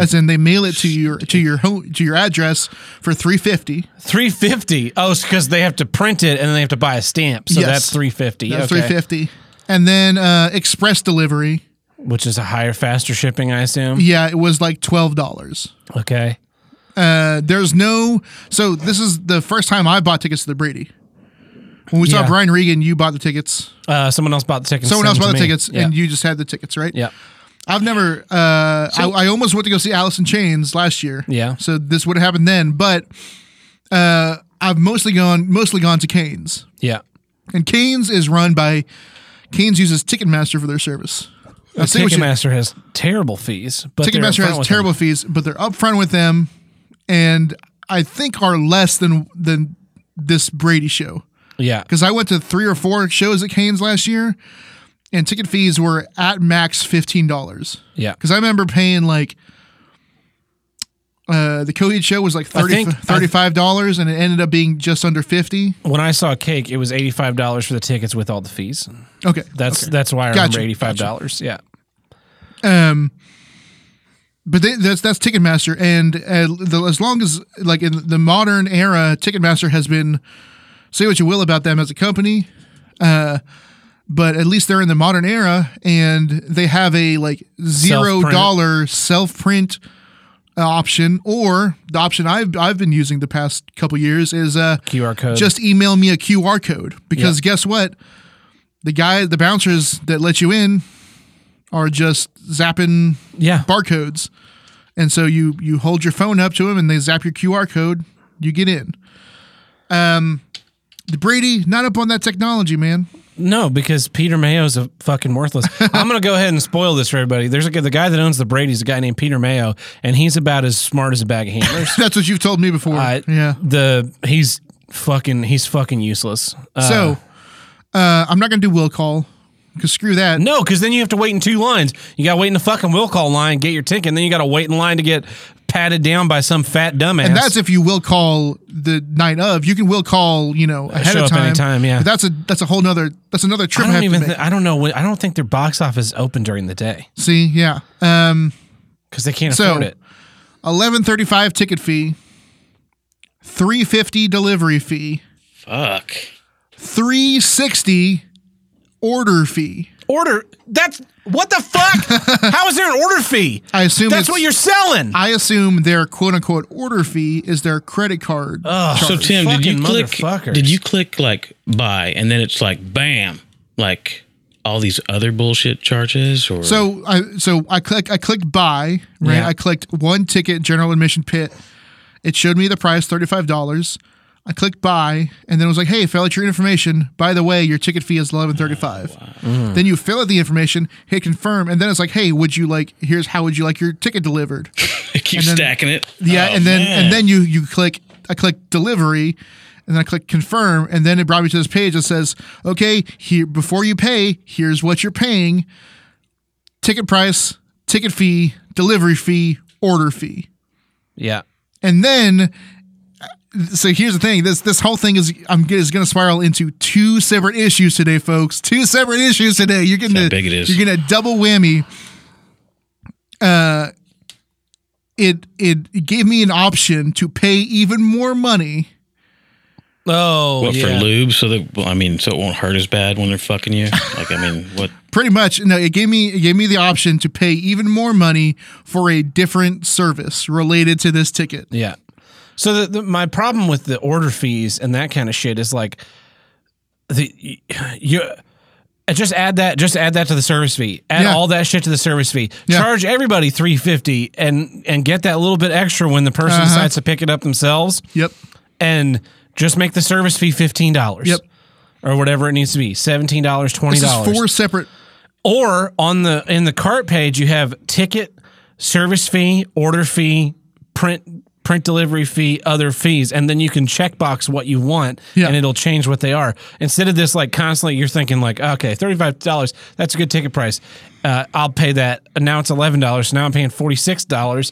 [SPEAKER 2] as in they mail it to your to your home to your address for three fifty.
[SPEAKER 1] 350. Oh, it's because they have to print it and then they have to buy a stamp. So
[SPEAKER 2] Yes.
[SPEAKER 1] that's 350.
[SPEAKER 2] That's
[SPEAKER 1] Okay.
[SPEAKER 2] three fifty, and then uh, express delivery.
[SPEAKER 1] Which is a higher, faster shipping, I assume.
[SPEAKER 2] Yeah, it was like twelve dollars.
[SPEAKER 1] Okay.
[SPEAKER 2] Uh, there's no so this is the first time I bought tickets to the Brady. When we
[SPEAKER 1] Yeah.
[SPEAKER 2] saw Brian Regan, you bought the tickets.
[SPEAKER 1] Uh, someone else bought the tickets.
[SPEAKER 2] Someone
[SPEAKER 1] and
[SPEAKER 2] else
[SPEAKER 1] sent
[SPEAKER 2] bought the
[SPEAKER 1] them to me.
[SPEAKER 2] tickets,
[SPEAKER 1] yeah.
[SPEAKER 2] and you just had the tickets, right?
[SPEAKER 1] Yeah.
[SPEAKER 2] I've never. Uh, I, I almost went to go see Alice in Chains last year.
[SPEAKER 1] Yeah.
[SPEAKER 2] So this would have happened then, but uh, I've mostly gone mostly gone to Canes,
[SPEAKER 1] Yeah.
[SPEAKER 2] and Canes is run by Canes uses Ticketmaster for their service. I say what you-
[SPEAKER 1] Ticketmaster has terrible fees. But they're
[SPEAKER 2] Ticketmaster
[SPEAKER 1] upfront
[SPEAKER 2] has
[SPEAKER 1] with
[SPEAKER 2] terrible
[SPEAKER 1] them.
[SPEAKER 2] fees, but they're upfront with them, and I think are less than than this Brady show.
[SPEAKER 1] Yeah.
[SPEAKER 2] Because I went to three or four shows at Canes last year, and ticket fees were at max fifteen dollars.
[SPEAKER 1] Yeah.
[SPEAKER 2] Because I remember paying like uh, the Coheed show was like 30,
[SPEAKER 1] think- I-
[SPEAKER 2] $35 dollars, and it ended up being just under fifty.
[SPEAKER 1] When I saw Cake, it was $85 for the tickets with all the fees.
[SPEAKER 2] Okay,
[SPEAKER 1] That's that's why I
[SPEAKER 2] Gotcha,
[SPEAKER 1] remember $85. Yeah.
[SPEAKER 2] Um, but they, that's that's Ticketmaster, and uh, the, as long as like in the modern era, Ticketmaster has been say what you will about them as a company, uh, but at least they're in the modern era, and they have a like zero
[SPEAKER 1] Self-print.
[SPEAKER 2] dollar self print option, or the option I've I've been using the past couple years is uh,
[SPEAKER 1] QR code.
[SPEAKER 2] just email me a QR code because guess what? The guy, the bouncers that let you in are just zapping
[SPEAKER 1] Yeah.
[SPEAKER 2] barcodes. And so you you hold your phone up to them and they zap your QR code, you get in. Um the Brady, not up on that technology, man.
[SPEAKER 1] No, because Peter Mayo's a fucking worthless. I'm gonna go ahead and spoil this for everybody. There's a guy- the guy that owns the Brady's a guy named Peter Mayo, and he's about as smart as a bag of handlers.
[SPEAKER 2] That's what you've told me before.
[SPEAKER 1] Uh,
[SPEAKER 2] yeah.
[SPEAKER 1] The he's fucking he's fucking useless. Uh,
[SPEAKER 2] so uh I'm not gonna do will call because screw that.
[SPEAKER 1] no, because then you have to wait in two lines. You gotta wait in the fucking will call line, get your ticket, and then you gotta wait in line to get patted down by some fat dumbass.
[SPEAKER 2] And that's if you will call the night of. You can will call, you know, ahead
[SPEAKER 1] Uh, show
[SPEAKER 2] of
[SPEAKER 1] up
[SPEAKER 2] time.
[SPEAKER 1] anytime, yeah.
[SPEAKER 2] But that's a that's a whole nother that's another trip
[SPEAKER 1] I
[SPEAKER 2] have
[SPEAKER 1] don't
[SPEAKER 2] to
[SPEAKER 1] even.
[SPEAKER 2] make.
[SPEAKER 1] Th- I don't know. When, I don't think their box office is open during the day
[SPEAKER 2] See, yeah. Um
[SPEAKER 1] because they can't
[SPEAKER 2] So-
[SPEAKER 1] afford it.
[SPEAKER 2] eleven thirty five ticket fee, three fifty delivery fee,
[SPEAKER 3] Fuck.
[SPEAKER 2] 360 order fee.
[SPEAKER 1] Order. That's what the fuck? How is there an order fee?
[SPEAKER 2] I assume
[SPEAKER 1] That's
[SPEAKER 2] it's-
[SPEAKER 1] what you're selling.
[SPEAKER 2] I assume their quote unquote order fee is their credit card.
[SPEAKER 3] So Tim, did you
[SPEAKER 1] fucking
[SPEAKER 3] click?
[SPEAKER 1] motherfuckers.
[SPEAKER 3] Did you click like buy, and then it's like bam, like all these other bullshit charges? Or
[SPEAKER 2] So I so I click I clicked buy right.
[SPEAKER 1] Yeah.
[SPEAKER 2] I clicked one ticket general admission pit. It showed me the price thirty five dollars. I clicked buy and then it was like, hey, fill out your information. By the way, your ticket fee is eleven thirty five.
[SPEAKER 1] Mm.
[SPEAKER 2] Then you fill out the information, hit confirm, and then it's like, hey, would you like? Here's how would you like your ticket delivered?
[SPEAKER 3] I keep
[SPEAKER 2] then-
[SPEAKER 3] stacking it.
[SPEAKER 2] Yeah,
[SPEAKER 3] Oh,
[SPEAKER 2] and then
[SPEAKER 3] man.
[SPEAKER 2] and then you you click I click delivery and then I click confirm and then it brought me to this page that says, "Okay, here before you pay, here's what you're paying. Ticket price, ticket fee, delivery fee, order fee."
[SPEAKER 1] yeah.
[SPEAKER 2] And then uh, so here's the thing. This this whole thing is I'm g- is going to spiral into two separate issues today, folks. Two separate issues today. You're getting
[SPEAKER 3] how
[SPEAKER 2] a,
[SPEAKER 3] big it is.
[SPEAKER 2] You're getting a double whammy. Uh, it it gave me an option to pay even more money.
[SPEAKER 1] Oh,
[SPEAKER 3] What
[SPEAKER 1] yeah.
[SPEAKER 3] for lube? So that well, I mean, so it won't hurt as bad when they're fucking you. Like I mean, what?
[SPEAKER 2] Pretty much, no. It gave me it gave me the option to pay even more money for a different service related to this ticket.
[SPEAKER 1] Yeah. So the, the, my problem with the order fees and that kind of shit is like the you uh, just add that just add that to the service fee. Add
[SPEAKER 2] Yeah.
[SPEAKER 1] all that shit to the service fee.
[SPEAKER 2] Yeah.
[SPEAKER 1] Charge everybody 350 and and get that little bit extra when the person
[SPEAKER 2] Uh-huh.
[SPEAKER 1] decides to pick it up themselves
[SPEAKER 2] Yep.
[SPEAKER 1] and just make the service fee $15.
[SPEAKER 2] Yep.
[SPEAKER 1] Or whatever it needs to be, seventeen dollars, twenty
[SPEAKER 2] This is
[SPEAKER 1] dollars,
[SPEAKER 2] four separate.
[SPEAKER 1] or on the in the cart page you have ticket service fee order fee print print delivery fee other fees and then you can checkbox what you want
[SPEAKER 2] Yeah.
[SPEAKER 1] and it'll change what they are instead of this like constantly you're thinking like okay $35 that's a good ticket price uh, i'll pay that and now it's $11 so now i'm paying $46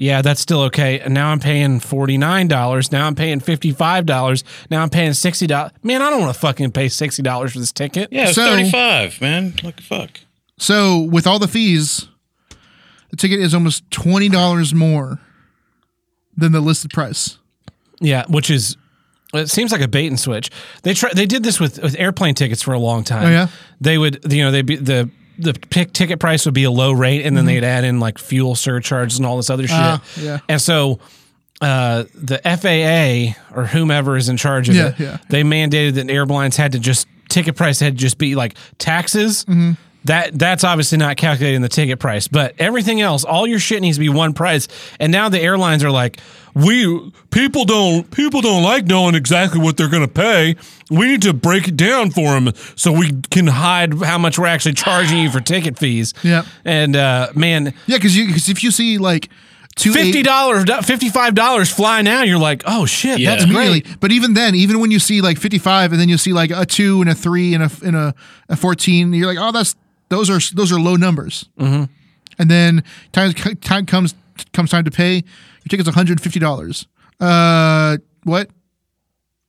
[SPEAKER 1] yeah, that's still okay. And now I'm paying $49. Now I'm paying $55. Now I'm paying $60. Man, I don't want to fucking pay $60 for this ticket.
[SPEAKER 3] Yeah, it's
[SPEAKER 2] So-
[SPEAKER 3] thirty-five, man. Like fuck.
[SPEAKER 2] So with all the fees, the ticket is almost twenty dollars more than the listed price.
[SPEAKER 1] Yeah, which is it seems like a bait and switch. They try they did this with, with airplane tickets for a long time.
[SPEAKER 2] Oh, yeah?
[SPEAKER 1] They would you know, they'd be the the pick ticket price would be a low rate and then they'd add in like fuel surcharges and all this other shit.
[SPEAKER 2] Mm-hmm. Ah, yeah.
[SPEAKER 1] And so uh, the FAA or whomever is in charge of
[SPEAKER 2] Yeah,
[SPEAKER 1] it,
[SPEAKER 2] yeah.
[SPEAKER 1] they mandated that airlines had to just ticket price had to just be like taxes.
[SPEAKER 2] Mm-hmm.
[SPEAKER 1] That that's obviously not calculating the ticket price, but everything else, all your shit needs to be one price. And now the airlines are like, we people don't people don't like knowing exactly what they're going to pay. We need to break it down for them so we can hide how much we're actually charging you for ticket fees.
[SPEAKER 2] Yeah.
[SPEAKER 1] and uh, man,
[SPEAKER 2] Yeah, because you because if you see like two
[SPEAKER 1] fifty
[SPEAKER 2] eight-
[SPEAKER 1] dollars, fifty five dollars fly now. You're like, oh shit,
[SPEAKER 3] Yeah.
[SPEAKER 1] that's
[SPEAKER 2] immediately,
[SPEAKER 1] great.
[SPEAKER 2] but even then, even when you see like fifty five, and then you see like a two and a three and a and a, a fourteen, you're like, oh, that's those are those are low numbers. Mm-hmm. And then time time comes comes time to pay. Your ticket's one hundred fifty dollars. Uh, what?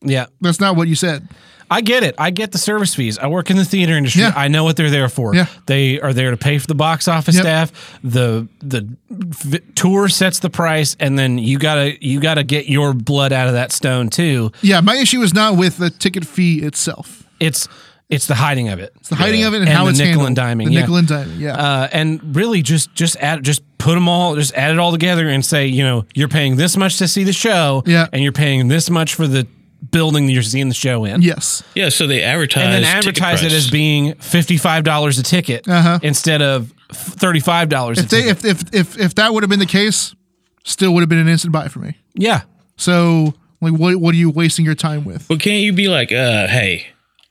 [SPEAKER 1] Yeah,
[SPEAKER 2] That's not what you said.
[SPEAKER 1] I get it. I get the service fees. I work in the theater industry.
[SPEAKER 2] Yeah.
[SPEAKER 1] I know what they're there for.
[SPEAKER 2] Yeah.
[SPEAKER 1] They are there to pay for the box office
[SPEAKER 2] Yep.
[SPEAKER 1] staff. The the v- tour sets the price, and then you gotta you gotta get your blood out of that stone too.
[SPEAKER 2] Yeah, my issue is not with the ticket fee itself.
[SPEAKER 1] It's it's the hiding of it.
[SPEAKER 2] It's the hiding of it and,
[SPEAKER 1] And
[SPEAKER 2] how
[SPEAKER 1] the
[SPEAKER 2] it's
[SPEAKER 1] nickel and
[SPEAKER 2] handled.
[SPEAKER 1] diming,
[SPEAKER 2] The
[SPEAKER 1] yeah.
[SPEAKER 2] nickel and diming. Yeah.
[SPEAKER 1] uh, and really just just add just put them all just add it all together and say you know you're paying this much to see the show
[SPEAKER 2] Yeah.
[SPEAKER 1] and you're paying this much for the building that you're seeing the show in
[SPEAKER 2] yes.
[SPEAKER 3] Yeah, so they advertise
[SPEAKER 1] and then
[SPEAKER 3] Uh, ticket
[SPEAKER 1] advertise it
[SPEAKER 3] price.
[SPEAKER 1] as being $55 a ticket instead of $35 a
[SPEAKER 2] Uh-huh. If they
[SPEAKER 1] ticket
[SPEAKER 2] if if if if that would have been the case, still would have been an instant buy for me.
[SPEAKER 1] yeah
[SPEAKER 2] So like what what are you wasting your time with?
[SPEAKER 3] But can't you be like, uh, hey,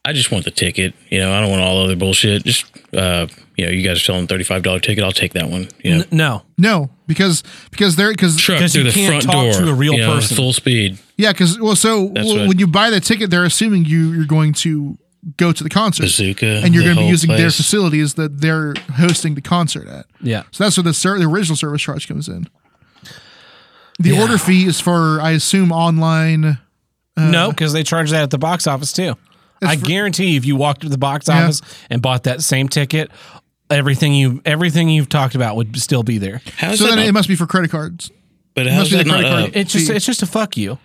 [SPEAKER 3] I just want the ticket. You know, I don't want all other bullshit. Just, uh, you know, you guys are selling thirty five dollar ticket. I'll take that one. You know,
[SPEAKER 1] no
[SPEAKER 2] No, because because they're because
[SPEAKER 3] truck
[SPEAKER 1] Because
[SPEAKER 3] through
[SPEAKER 1] you
[SPEAKER 3] the
[SPEAKER 1] can't
[SPEAKER 3] front
[SPEAKER 1] talk
[SPEAKER 3] door
[SPEAKER 1] to a real
[SPEAKER 3] you know,
[SPEAKER 1] person.
[SPEAKER 3] full speed.
[SPEAKER 2] yeah because well so well,
[SPEAKER 3] what-
[SPEAKER 2] when you buy the ticket they're assuming you you're going to go to the concert
[SPEAKER 3] Bazooka,
[SPEAKER 2] and you're
[SPEAKER 3] the
[SPEAKER 2] going to be
[SPEAKER 3] whole
[SPEAKER 2] using their
[SPEAKER 3] place.
[SPEAKER 2] facilities that they're hosting the concert at.
[SPEAKER 1] yeah
[SPEAKER 2] So that's where the ser- the original service charge comes in. The
[SPEAKER 1] Yeah.
[SPEAKER 2] order fee is for I assume online. Uh-huh.
[SPEAKER 1] no because they charge that at the box office too i
[SPEAKER 2] for-
[SPEAKER 1] guarantee if you walked to the box
[SPEAKER 2] Yeah.
[SPEAKER 1] office and bought that same ticket everything you everything you've talked about would still be there
[SPEAKER 3] How's
[SPEAKER 2] So
[SPEAKER 3] that
[SPEAKER 2] then
[SPEAKER 3] not-
[SPEAKER 2] it must be for credit cards.
[SPEAKER 3] but how's
[SPEAKER 2] be the
[SPEAKER 3] that not
[SPEAKER 2] credit card.
[SPEAKER 3] up?
[SPEAKER 1] it's just
[SPEAKER 2] See.
[SPEAKER 1] it's just a fuck you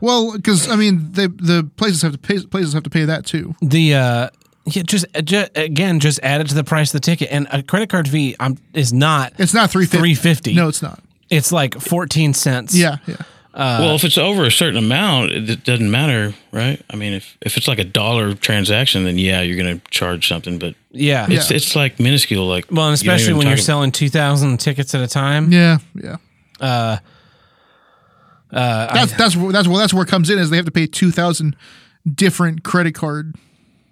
[SPEAKER 2] Well, because I mean, they, the places have to pay, places have to pay that too.
[SPEAKER 1] the uh yeah just, just again just add it to the price of the ticket and a credit card fee um, is not
[SPEAKER 2] It's not three
[SPEAKER 1] three fifty
[SPEAKER 2] No, it's not.
[SPEAKER 1] it's like 14 cents
[SPEAKER 2] Yeah, yeah.
[SPEAKER 3] well, if it's over a certain amount, it it doesn't matter, right? I mean, if, if it's like a dollar transaction, then yeah, you're going to charge something, but
[SPEAKER 1] yeah,
[SPEAKER 3] it's it's like minuscule. Like,
[SPEAKER 1] well and
[SPEAKER 3] you don't
[SPEAKER 1] especially
[SPEAKER 3] even
[SPEAKER 1] when you're
[SPEAKER 3] talk
[SPEAKER 1] selling 2000 tickets at a time
[SPEAKER 2] Yeah, yeah. Uh, that's that's where- that's well that's where it comes in is they have to pay two thousand different credit card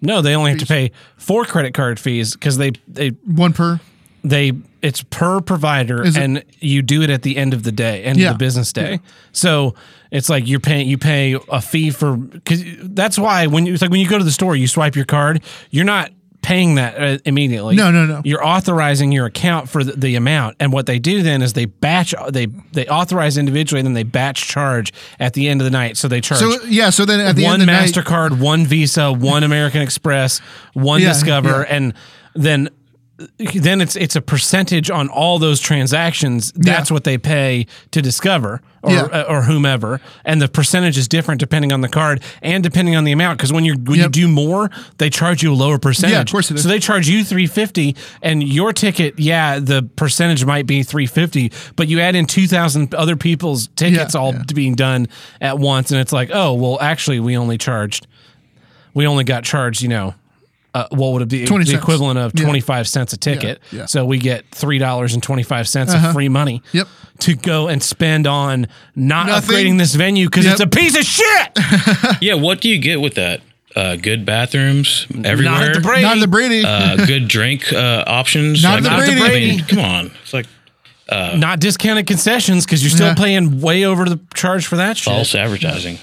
[SPEAKER 1] no they only have to pay four credit card fees because they they
[SPEAKER 2] one per
[SPEAKER 1] they it's per provider
[SPEAKER 2] Is it-
[SPEAKER 1] and you do it at the end of the day end
[SPEAKER 2] Yeah.
[SPEAKER 1] of the business day so it's like you're paying you pay a fee for because that's why when you it's like when you go to the store you swipe your card you're not paying that uh, immediately
[SPEAKER 2] No, no, no.
[SPEAKER 1] you're authorizing your account for the, the amount and what they do then is they batch they they authorize individually and then they batch charge at the end of the night so they charge
[SPEAKER 2] so yeah so then at the
[SPEAKER 1] one
[SPEAKER 2] end of the night,
[SPEAKER 1] MasterCard, one Visa, one American Express, one
[SPEAKER 2] Yeah,
[SPEAKER 1] Discover,
[SPEAKER 2] yeah.
[SPEAKER 1] and then then it's it's a percentage on all those transactions. That's
[SPEAKER 2] Yeah.
[SPEAKER 1] what they pay to Discover or
[SPEAKER 2] Yeah.
[SPEAKER 1] uh, or whomever, and the percentage is different depending on the card and depending on the amount. Because when you when
[SPEAKER 2] Yep.
[SPEAKER 1] you do more, they charge you a lower percentage.
[SPEAKER 2] course it is.
[SPEAKER 1] So they charge you three fifty, and your ticket, yeah, the percentage might be three fifty, but you add in two thousand other people's tickets
[SPEAKER 2] Yeah,
[SPEAKER 1] all
[SPEAKER 2] yeah.
[SPEAKER 1] being done at once, and it's like, oh, well, actually, we only charged, we only got charged, you know, uh, what would it be?
[SPEAKER 2] 20
[SPEAKER 1] the
[SPEAKER 2] cents.
[SPEAKER 1] equivalent of
[SPEAKER 2] Yeah.
[SPEAKER 1] twenty five cents a ticket.
[SPEAKER 2] Yeah, yeah.
[SPEAKER 1] So we get three dollars and twenty five cents of free money.
[SPEAKER 2] Yep.
[SPEAKER 1] To go and spend on not
[SPEAKER 2] Nothing.
[SPEAKER 1] upgrading this venue because
[SPEAKER 2] Yep.
[SPEAKER 1] it's a piece of shit.
[SPEAKER 3] about- yeah, what do you get with that? Uh, good bathrooms everywhere.
[SPEAKER 1] Not at the Brady.
[SPEAKER 2] not the Brady
[SPEAKER 3] uh, good drink uh, options.
[SPEAKER 2] Not the
[SPEAKER 3] I mean,
[SPEAKER 1] Brady.
[SPEAKER 3] come on, it's like
[SPEAKER 1] not discounted concessions because you're still
[SPEAKER 2] Yeah.
[SPEAKER 1] paying way over the charge for that shit.
[SPEAKER 3] false advertising.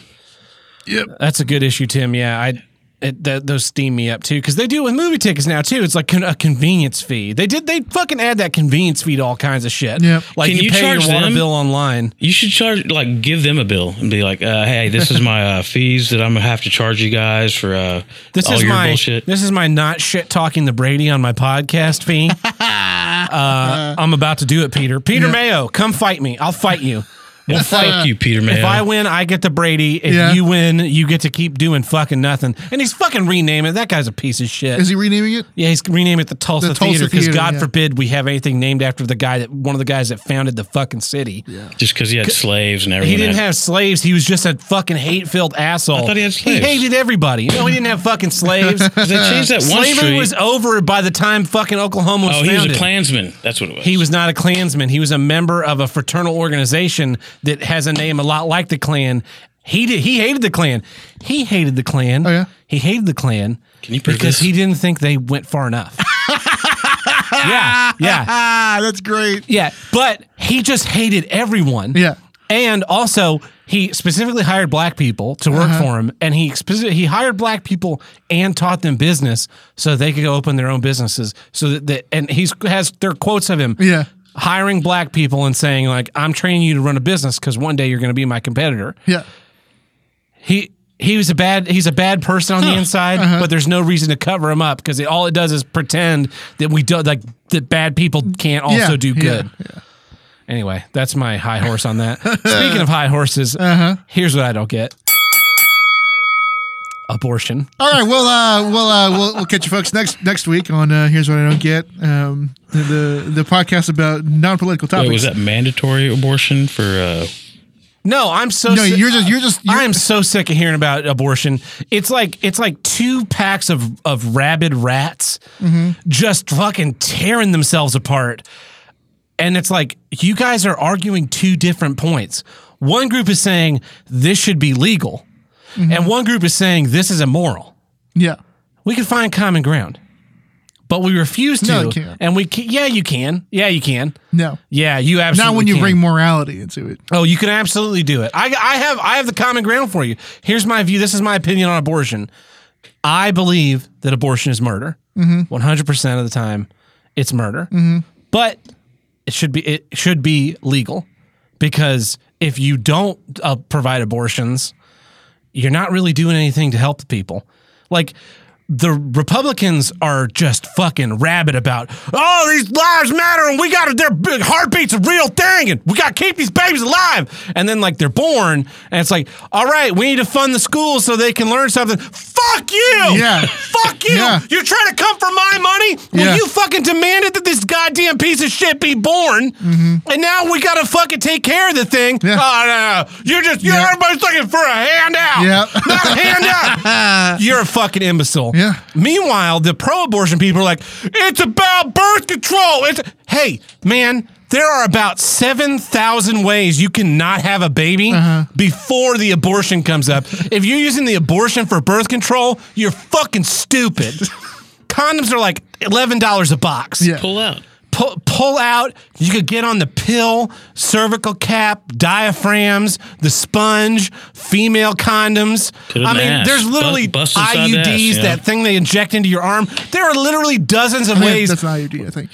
[SPEAKER 1] That's a good issue, Tim. Yeah, I it, th- those steam me up too because they do it with movie tickets now too. It's like con- a convenience fee. They did they fucking add that convenience fee to all kinds of shit.
[SPEAKER 2] Yep.
[SPEAKER 1] like
[SPEAKER 3] Can
[SPEAKER 1] you,
[SPEAKER 3] you
[SPEAKER 1] pay your
[SPEAKER 3] charge
[SPEAKER 1] water
[SPEAKER 3] them?
[SPEAKER 1] bill online.
[SPEAKER 3] You should charge like give them a bill and be like, uh, hey, this is my uh, fees that I'm gonna have to charge you guys for uh,
[SPEAKER 1] This
[SPEAKER 3] all
[SPEAKER 1] is
[SPEAKER 3] your
[SPEAKER 1] my
[SPEAKER 3] bullshit.
[SPEAKER 1] this is my not shit talking the Brady on my podcast fee. uh, I'm about to do it, Peter. Peter Mayo, come fight me. I'll fight you.
[SPEAKER 3] well, fuck you, Peter Mayo.
[SPEAKER 1] Uh, If I win, I get the Brady. If
[SPEAKER 2] Yeah.
[SPEAKER 1] you win, you get to keep doing fucking nothing. And he's fucking renaming it. That guy's a piece of shit.
[SPEAKER 2] is he renaming it
[SPEAKER 1] Yeah, he's renaming it the Tulsa,
[SPEAKER 2] The Tulsa
[SPEAKER 1] Theater because
[SPEAKER 2] Theater,
[SPEAKER 1] God
[SPEAKER 2] yeah.
[SPEAKER 1] forbid we have anything named after the guy that one of the guys that founded the fucking city.
[SPEAKER 3] just because he had slaves and everything.
[SPEAKER 1] He didn't have slaves. He was just a fucking hate-filled asshole.
[SPEAKER 3] I thought he had slaves.
[SPEAKER 1] hated everybody. No, he didn't have fucking slaves.
[SPEAKER 3] They changed that one
[SPEAKER 1] uh, Slavery
[SPEAKER 3] street.
[SPEAKER 1] was over by the time fucking Oklahoma was
[SPEAKER 3] oh,
[SPEAKER 1] founded.
[SPEAKER 3] he was a Klansman. That's what it was.
[SPEAKER 1] He was not a Klansman. He was a member of a fraternal organization that has a name a lot like the Klan. He did. He hated the Klan. He hated the Klan.
[SPEAKER 2] Oh, yeah?
[SPEAKER 1] He hated the Klan.
[SPEAKER 3] Can you prove
[SPEAKER 1] because
[SPEAKER 3] this?
[SPEAKER 1] he didn't think they went far enough. yeah, yeah,
[SPEAKER 2] ah that's great
[SPEAKER 1] yeah. But he just hated everyone.
[SPEAKER 2] yeah
[SPEAKER 1] And also, he specifically hired black people to work
[SPEAKER 2] Uh-huh.
[SPEAKER 1] for him, and he specific- he hired black people and taught them business so they could go open their own businesses. So that, that and he's has their quotes of him
[SPEAKER 2] yeah
[SPEAKER 1] hiring black people and saying like I'm training you to run a business because one day you're going to be my competitor.
[SPEAKER 2] yeah
[SPEAKER 1] He he was a bad he's a bad person on the inside,
[SPEAKER 2] Uh-huh.
[SPEAKER 1] but there's no reason to cover him up because all it does is pretend that we do like that bad people can't also
[SPEAKER 2] Yeah,
[SPEAKER 1] do
[SPEAKER 2] yeah,
[SPEAKER 1] good. Anyway, that's my high horse on that. Speaking of high horses,
[SPEAKER 2] Uh-huh.
[SPEAKER 1] here's what I don't get: abortion.
[SPEAKER 2] all right well uh well uh we'll, we'll catch you folks next next week on uh, here's what I don't get um the the, the podcast about non political topics
[SPEAKER 3] Wait, was that mandatory abortion for? Uh,
[SPEAKER 1] No, I'm so
[SPEAKER 2] no
[SPEAKER 1] si-
[SPEAKER 2] you're just you're just you're,
[SPEAKER 1] I am so sick of hearing about abortion. It's like it's like two packs of of rabid rats just fucking tearing themselves apart. And it's like you guys are arguing two different points. One group is saying this should be legal, and one group is saying this is immoral.
[SPEAKER 2] yeah
[SPEAKER 1] We can find common ground, but we refuse to.
[SPEAKER 2] No, you can't.
[SPEAKER 1] And we can, yeah, you can. Yeah, you can.
[SPEAKER 2] no
[SPEAKER 1] Yeah, you absolutely
[SPEAKER 2] not when you
[SPEAKER 1] can.
[SPEAKER 2] bring morality into it
[SPEAKER 1] Oh, you can absolutely do it. I, I have I have the common ground for you. Here's my view. This is my opinion on abortion. I believe that abortion is murder. One hundred percent of the time, it's murder. But it should be it should be legal because if you don't uh, provide abortions, you're not really doing anything to help the people. Like the Republicans are just fucking rabid about, oh, these lives matter and we got to, their big heartbeat's a real thing and we got to keep these babies alive. And then, like, they're born and it's like, all right, we need to fund the schools so they can learn something. Fuck you.
[SPEAKER 2] Yeah.
[SPEAKER 1] Fuck you.
[SPEAKER 2] Yeah.
[SPEAKER 1] You're trying to come for my money? Well,
[SPEAKER 2] Yeah.
[SPEAKER 1] you fucking demanded that this goddamn piece of shit be born. And now we got to fucking take care of the thing.
[SPEAKER 2] Mm-hmm. Yeah.
[SPEAKER 1] Oh, no, no. You're just, you're
[SPEAKER 2] Yeah.
[SPEAKER 1] everybody's looking for a handout.
[SPEAKER 2] Yeah.
[SPEAKER 1] Not a handout. You're a fucking imbecile.
[SPEAKER 2] Yeah.
[SPEAKER 1] Meanwhile, the pro abortion people are like, it's about birth control. It's, hey, man. There are about 7,000 ways you cannot have a baby
[SPEAKER 2] Uh-huh.
[SPEAKER 1] before the abortion comes up. if you're using the abortion for birth control, you're fucking stupid. Condoms are like $11 a box
[SPEAKER 2] Yeah.
[SPEAKER 3] Pull out.
[SPEAKER 1] pull, pull out. You could get on the pill, cervical cap, diaphragms, the sponge, female condoms.
[SPEAKER 3] To the
[SPEAKER 1] I mean,
[SPEAKER 3] mass.
[SPEAKER 1] there's literally
[SPEAKER 3] Bu- bust inside the
[SPEAKER 1] IUDs,
[SPEAKER 3] ass, yeah.
[SPEAKER 1] that thing they inject into your arm. There are literally dozens of
[SPEAKER 2] I think
[SPEAKER 1] ways.
[SPEAKER 2] That's an IUD, I think.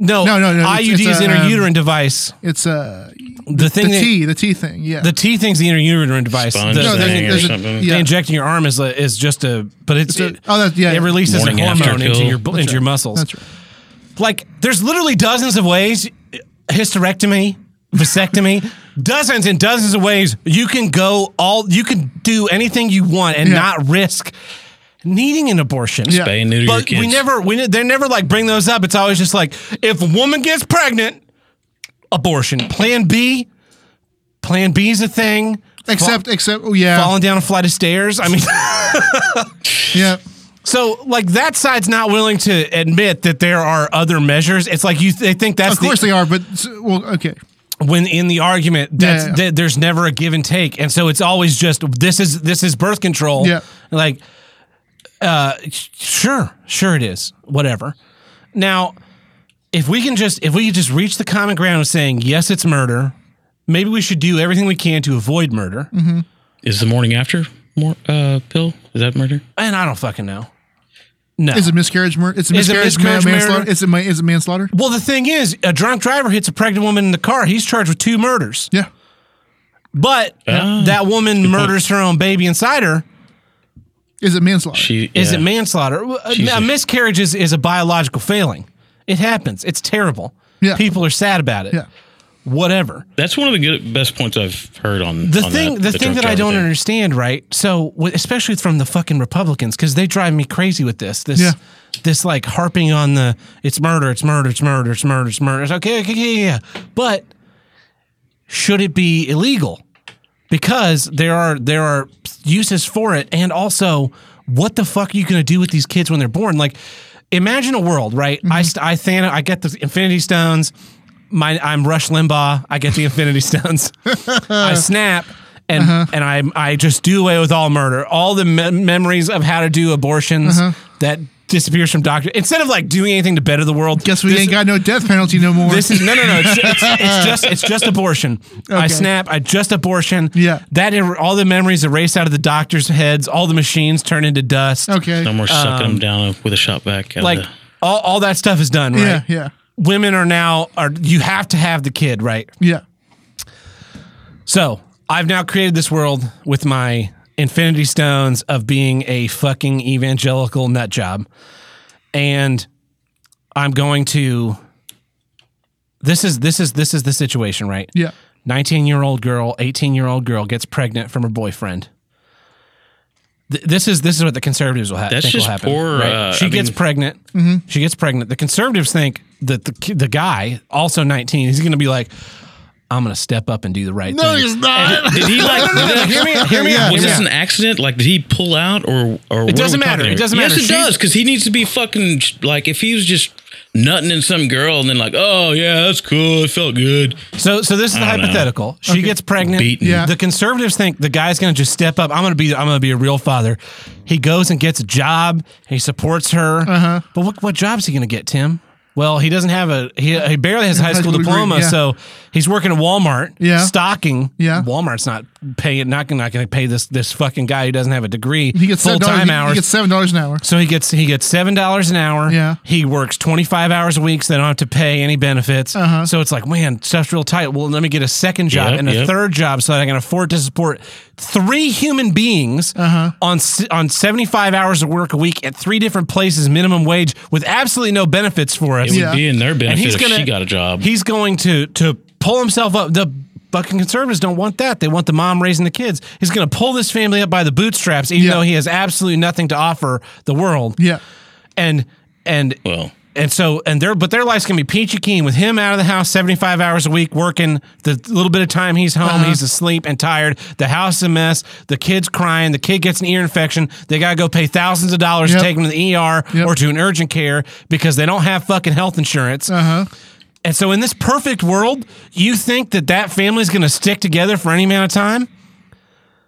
[SPEAKER 1] no,
[SPEAKER 2] No, no, no, it's-
[SPEAKER 1] IUD is
[SPEAKER 2] it's a,
[SPEAKER 1] intrauterine device.
[SPEAKER 2] It's uh,
[SPEAKER 1] The thing
[SPEAKER 2] the
[SPEAKER 1] that,
[SPEAKER 2] T, the T thing. Yeah.
[SPEAKER 1] the T thing's the intrauterine device.
[SPEAKER 3] Sponge
[SPEAKER 1] The-
[SPEAKER 2] No,
[SPEAKER 1] the-
[SPEAKER 2] there's-
[SPEAKER 3] thing or
[SPEAKER 2] there's a-
[SPEAKER 3] something.
[SPEAKER 2] yeah.
[SPEAKER 1] the Injecting your arm is a, is just a, but it's,
[SPEAKER 2] a-
[SPEAKER 1] it,
[SPEAKER 2] oh, that's- yeah,
[SPEAKER 1] it
[SPEAKER 2] yeah.
[SPEAKER 1] releases
[SPEAKER 3] Morning
[SPEAKER 1] a
[SPEAKER 3] after
[SPEAKER 1] hormone into
[SPEAKER 3] pill.
[SPEAKER 1] your into your muscles.
[SPEAKER 2] That's right.
[SPEAKER 1] like there's literally dozens of ways hysterectomy vasectomy dozens and dozens of ways you can go all you can do anything you want and
[SPEAKER 2] Yeah.
[SPEAKER 1] not risk needing an abortion
[SPEAKER 2] Yeah.
[SPEAKER 3] Spay and neuter your
[SPEAKER 1] but
[SPEAKER 3] kids.
[SPEAKER 1] we never we ne- they never like bring those up it's always just like if a woman gets pregnant abortion plan b plan b is a thing
[SPEAKER 2] Except, except, oh, yeah.
[SPEAKER 1] falling down a flight of stairs i mean
[SPEAKER 2] Yeah.
[SPEAKER 1] So, like that side's not willing to admit that there are other measures. It's like you they think that's
[SPEAKER 2] Of course
[SPEAKER 1] the,
[SPEAKER 2] they are, but, s- well, okay.
[SPEAKER 1] when in the argument that's
[SPEAKER 2] Yeah, yeah.
[SPEAKER 1] that there's never a give and take, and so it's always just this is this is birth control.
[SPEAKER 2] Yeah.
[SPEAKER 1] like uh, sure, sure it is. Whatever. Now, if we can just if we could just reach the common ground of saying yes, it's murder. Maybe we should do everything we can to avoid murder.
[SPEAKER 2] Mm-hmm.
[SPEAKER 3] Is the morning after more uh, pill? Is that murder?
[SPEAKER 1] And I don't fucking know. No,
[SPEAKER 2] Is it miscarriage murder? It's a
[SPEAKER 1] Is it
[SPEAKER 2] miscarriage, ma-
[SPEAKER 1] miscarriage
[SPEAKER 2] manslaughter.
[SPEAKER 1] murder?
[SPEAKER 2] Is it, ma- is it manslaughter?
[SPEAKER 1] Well, the thing is, a drunk driver hits a pregnant woman in the car. He's charged with two murders.
[SPEAKER 2] Yeah.
[SPEAKER 1] But
[SPEAKER 3] Ah.
[SPEAKER 1] that woman murders her own baby inside her.
[SPEAKER 2] Is it manslaughter?
[SPEAKER 3] She
[SPEAKER 1] Is
[SPEAKER 3] yeah.
[SPEAKER 1] it manslaughter? A,
[SPEAKER 3] Jesus.
[SPEAKER 1] a miscarriage is, is a biological failing. It happens. It's terrible.
[SPEAKER 2] Yeah.
[SPEAKER 1] People are sad about it.
[SPEAKER 2] yeah.
[SPEAKER 1] Whatever.
[SPEAKER 3] That's one of the good, best points I've heard on
[SPEAKER 1] The
[SPEAKER 3] on
[SPEAKER 1] thing,
[SPEAKER 3] that,
[SPEAKER 1] the, thing
[SPEAKER 3] drunk
[SPEAKER 1] that I
[SPEAKER 3] driver
[SPEAKER 1] don't
[SPEAKER 3] thing.
[SPEAKER 1] understand, right? So, wh- especially from the fucking Republicans, because they drive me crazy with this. This,
[SPEAKER 2] Yeah.
[SPEAKER 1] this like harping on the it's murder, it's murder, it's murder, it's murder, it's murder. It's okay, okay, okay, yeah, yeah. But should it be illegal? Because there are there are uses for it, and also, what the fuck are you going to do with these kids when they're born? Like, imagine a world, right?
[SPEAKER 2] Mm-hmm.
[SPEAKER 1] I st- I Thanos, I get the Infinity Stones. My, I'm Rush Limbaugh. I get the Infinity Stones. I snap and
[SPEAKER 2] Uh-huh.
[SPEAKER 1] and I I just do away with all murder, all the me- memories of how to do abortions
[SPEAKER 2] Uh-huh.
[SPEAKER 1] that disappears from doctor. Instead of like doing anything to better the world,
[SPEAKER 2] Guess we
[SPEAKER 1] this-
[SPEAKER 2] ain't got no death penalty no more.
[SPEAKER 1] This is no, no, no. It's, it's, it's just, it's just abortion. I
[SPEAKER 2] Okay.
[SPEAKER 1] snap. I just abortion.
[SPEAKER 2] Yeah.
[SPEAKER 1] That er- all the memories erased out of the doctor's heads. All the machines turn into dust.
[SPEAKER 2] okay.
[SPEAKER 3] No more sucking them down with a shot back.
[SPEAKER 1] Um, Like
[SPEAKER 3] the,
[SPEAKER 1] all, all that stuff is done. Right.
[SPEAKER 2] Yeah. Yeah.
[SPEAKER 1] Women are now are you have to have the kid right.
[SPEAKER 2] Yeah.
[SPEAKER 1] So I've now created this world with my infinity stones of being a fucking evangelical nut job. And I'm going to this is this is this is the situation, right?
[SPEAKER 2] Yeah.
[SPEAKER 1] 19 year old girl, 18 year old girl gets pregnant from her boyfriend. Th- This is this is what the conservatives will have.
[SPEAKER 3] That's
[SPEAKER 1] think
[SPEAKER 3] just
[SPEAKER 1] will happen,
[SPEAKER 3] poor,
[SPEAKER 1] right?
[SPEAKER 3] uh,
[SPEAKER 1] she
[SPEAKER 3] I
[SPEAKER 1] gets
[SPEAKER 3] mean-
[SPEAKER 1] pregnant. She gets pregnant. The conservatives think that the ki- the guy, also 19, he's going to be like, "I'm going to step up and do the right thing." uh,
[SPEAKER 2] not.
[SPEAKER 3] did he like?
[SPEAKER 1] hear me, hear me out. hear me
[SPEAKER 3] Was this
[SPEAKER 1] out.
[SPEAKER 3] an accident? Like, did he pull out or or? It
[SPEAKER 1] doesn't matter. It doesn't matter.
[SPEAKER 3] Yes, it
[SPEAKER 1] She's-
[SPEAKER 3] does because he needs to be fucking like if he was just nutting in some girl and then like, oh yeah, that's cool. It felt good.
[SPEAKER 1] So, so this is the
[SPEAKER 3] don't know.
[SPEAKER 1] hypothetical. She gets pregnant.
[SPEAKER 3] Beaten.
[SPEAKER 2] Yeah.
[SPEAKER 1] The conservatives think the guy's going to just step up. I'm going to be. I'm going to be a real father. He goes and gets a job. He supports her. Uh-huh. But what what job's he going to get, Tim? Well, he doesn't have a. He, he barely has a high,
[SPEAKER 2] High
[SPEAKER 1] school,
[SPEAKER 2] school degree,
[SPEAKER 1] diploma,
[SPEAKER 2] yeah.
[SPEAKER 1] so he's working at Walmart.
[SPEAKER 2] Yeah.
[SPEAKER 1] Stocking.
[SPEAKER 2] Yeah.
[SPEAKER 1] Walmart's not pay it. Not not going to pay this this fucking guy who doesn't have a degree
[SPEAKER 2] He gets
[SPEAKER 1] full
[SPEAKER 2] seven dollars.
[SPEAKER 1] time
[SPEAKER 2] He,
[SPEAKER 1] hours.
[SPEAKER 2] he gets seven dollars an hour.
[SPEAKER 1] so he gets he gets seven dollars an hour.
[SPEAKER 2] Yeah.
[SPEAKER 1] he works twenty five hours a week, so they don't have to pay any benefits.
[SPEAKER 2] Uh-huh.
[SPEAKER 1] So it's like, man, stuff's real tight. Well, let me get a second job
[SPEAKER 3] Yep,
[SPEAKER 1] and a
[SPEAKER 3] yep.
[SPEAKER 1] third job so that I can afford to support three human beings
[SPEAKER 2] Uh-huh.
[SPEAKER 1] uh on s- on seventy five hours of work a week at three different places, minimum wage, with absolutely no benefits for us.
[SPEAKER 3] It
[SPEAKER 2] Yeah.
[SPEAKER 3] would be in their
[SPEAKER 1] And
[SPEAKER 3] benefit
[SPEAKER 1] he's
[SPEAKER 3] if
[SPEAKER 1] gonna
[SPEAKER 3] she got a job.
[SPEAKER 1] He's going to to pull himself up. The fucking conservatives don't want that. They want the mom raising the kids. He's going to pull this family up by the bootstraps, even
[SPEAKER 2] Yeah.
[SPEAKER 1] though he has absolutely nothing to offer the world.
[SPEAKER 2] Yeah.
[SPEAKER 1] And and
[SPEAKER 3] well,
[SPEAKER 1] and so and their but their life's gonna be peachy keen with him out of the house 75 hours a week working the little bit of time he's home
[SPEAKER 2] Uh-huh.
[SPEAKER 1] he's asleep and tired the house is a mess the kid's crying the kid gets an ear infection they gotta go pay thousands of dollars
[SPEAKER 2] Yep.
[SPEAKER 1] to take him to the ER
[SPEAKER 2] Yep.
[SPEAKER 1] or to an urgent care because they don't have fucking health insurance
[SPEAKER 2] Uh huh.
[SPEAKER 1] and so in this perfect world you think that that family's gonna stick together for any amount of time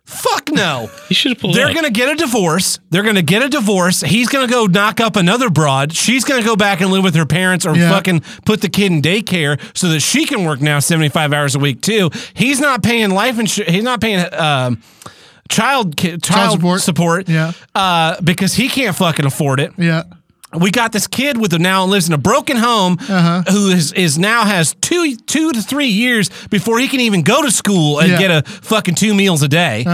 [SPEAKER 1] fuck no
[SPEAKER 3] he should have pulled
[SPEAKER 1] they're
[SPEAKER 3] up.
[SPEAKER 1] going to get a divorce. They're going to get a divorce. He's going to go knock up another broad. She's going to go back and live with her parents or
[SPEAKER 2] Yeah.
[SPEAKER 1] fucking put the kid in daycare so that she can work now 75 hours a week too. He's not paying life insurance. He's not paying um, child, ki- child
[SPEAKER 2] support.
[SPEAKER 1] support,
[SPEAKER 2] Yeah.
[SPEAKER 1] uh, because he can't fucking afford it
[SPEAKER 2] Yeah.
[SPEAKER 1] we got this kid with who now lives in a broken home
[SPEAKER 2] Uh-huh.
[SPEAKER 1] who is, is now has two two to three years before he can even go to school and
[SPEAKER 2] Yeah. Uh-huh.
[SPEAKER 1] get a fucking two meals a day.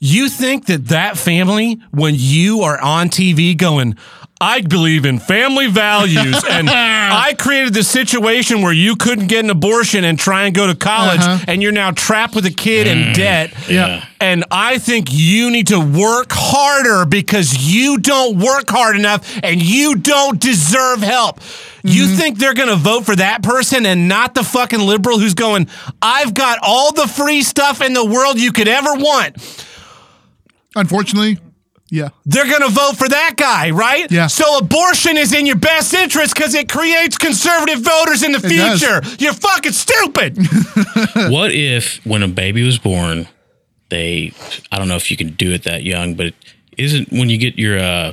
[SPEAKER 1] You think that that family, when you are on TV going, I believe in family values, and I created this situation where you couldn't get an abortion and try and go to college, and you're now trapped with a kid in debt.
[SPEAKER 3] Yeah.
[SPEAKER 1] And I think you need to work harder because you don't work hard enough and you don't deserve help. You think they're going to vote for that person and not the fucking liberal who's going, I've got all the free stuff in the world you could ever want.
[SPEAKER 2] Unfortunately. Yeah.
[SPEAKER 1] They're going to vote for that guy, right?
[SPEAKER 2] Yeah.
[SPEAKER 1] So abortion is in your best interest because it creates conservative voters in the
[SPEAKER 2] It does.
[SPEAKER 1] future. You're fucking stupid.
[SPEAKER 3] What if when a baby was born, they I don't know if you can do it that young, but isn't when you get your uh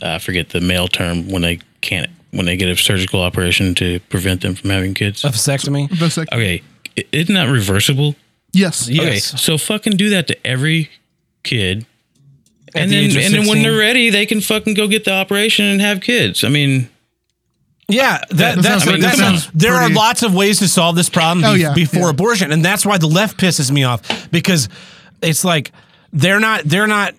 [SPEAKER 3] I forget the male term when they can't when they get a surgical operation to prevent them from having kids.
[SPEAKER 1] Vasectomy?
[SPEAKER 2] That's like,
[SPEAKER 3] Okay, i- isn't that reversible?
[SPEAKER 2] yes.
[SPEAKER 3] Okay, so fucking do that to every kid. And
[SPEAKER 1] the
[SPEAKER 3] then,
[SPEAKER 1] age of
[SPEAKER 3] and then when
[SPEAKER 1] 16.
[SPEAKER 3] they're ready, they can fucking go get the operation and have kids. I mean,
[SPEAKER 1] Yeah, that,
[SPEAKER 2] sounds-
[SPEAKER 1] that's,
[SPEAKER 2] I mean,
[SPEAKER 1] that's-
[SPEAKER 2] that sounds
[SPEAKER 1] there are
[SPEAKER 2] pretty-
[SPEAKER 1] lots of ways to solve this problem
[SPEAKER 2] Oh,
[SPEAKER 1] be-
[SPEAKER 2] yeah,
[SPEAKER 1] before
[SPEAKER 2] yeah.
[SPEAKER 1] abortion, and that's why the left pisses me off because it's like they're not they're not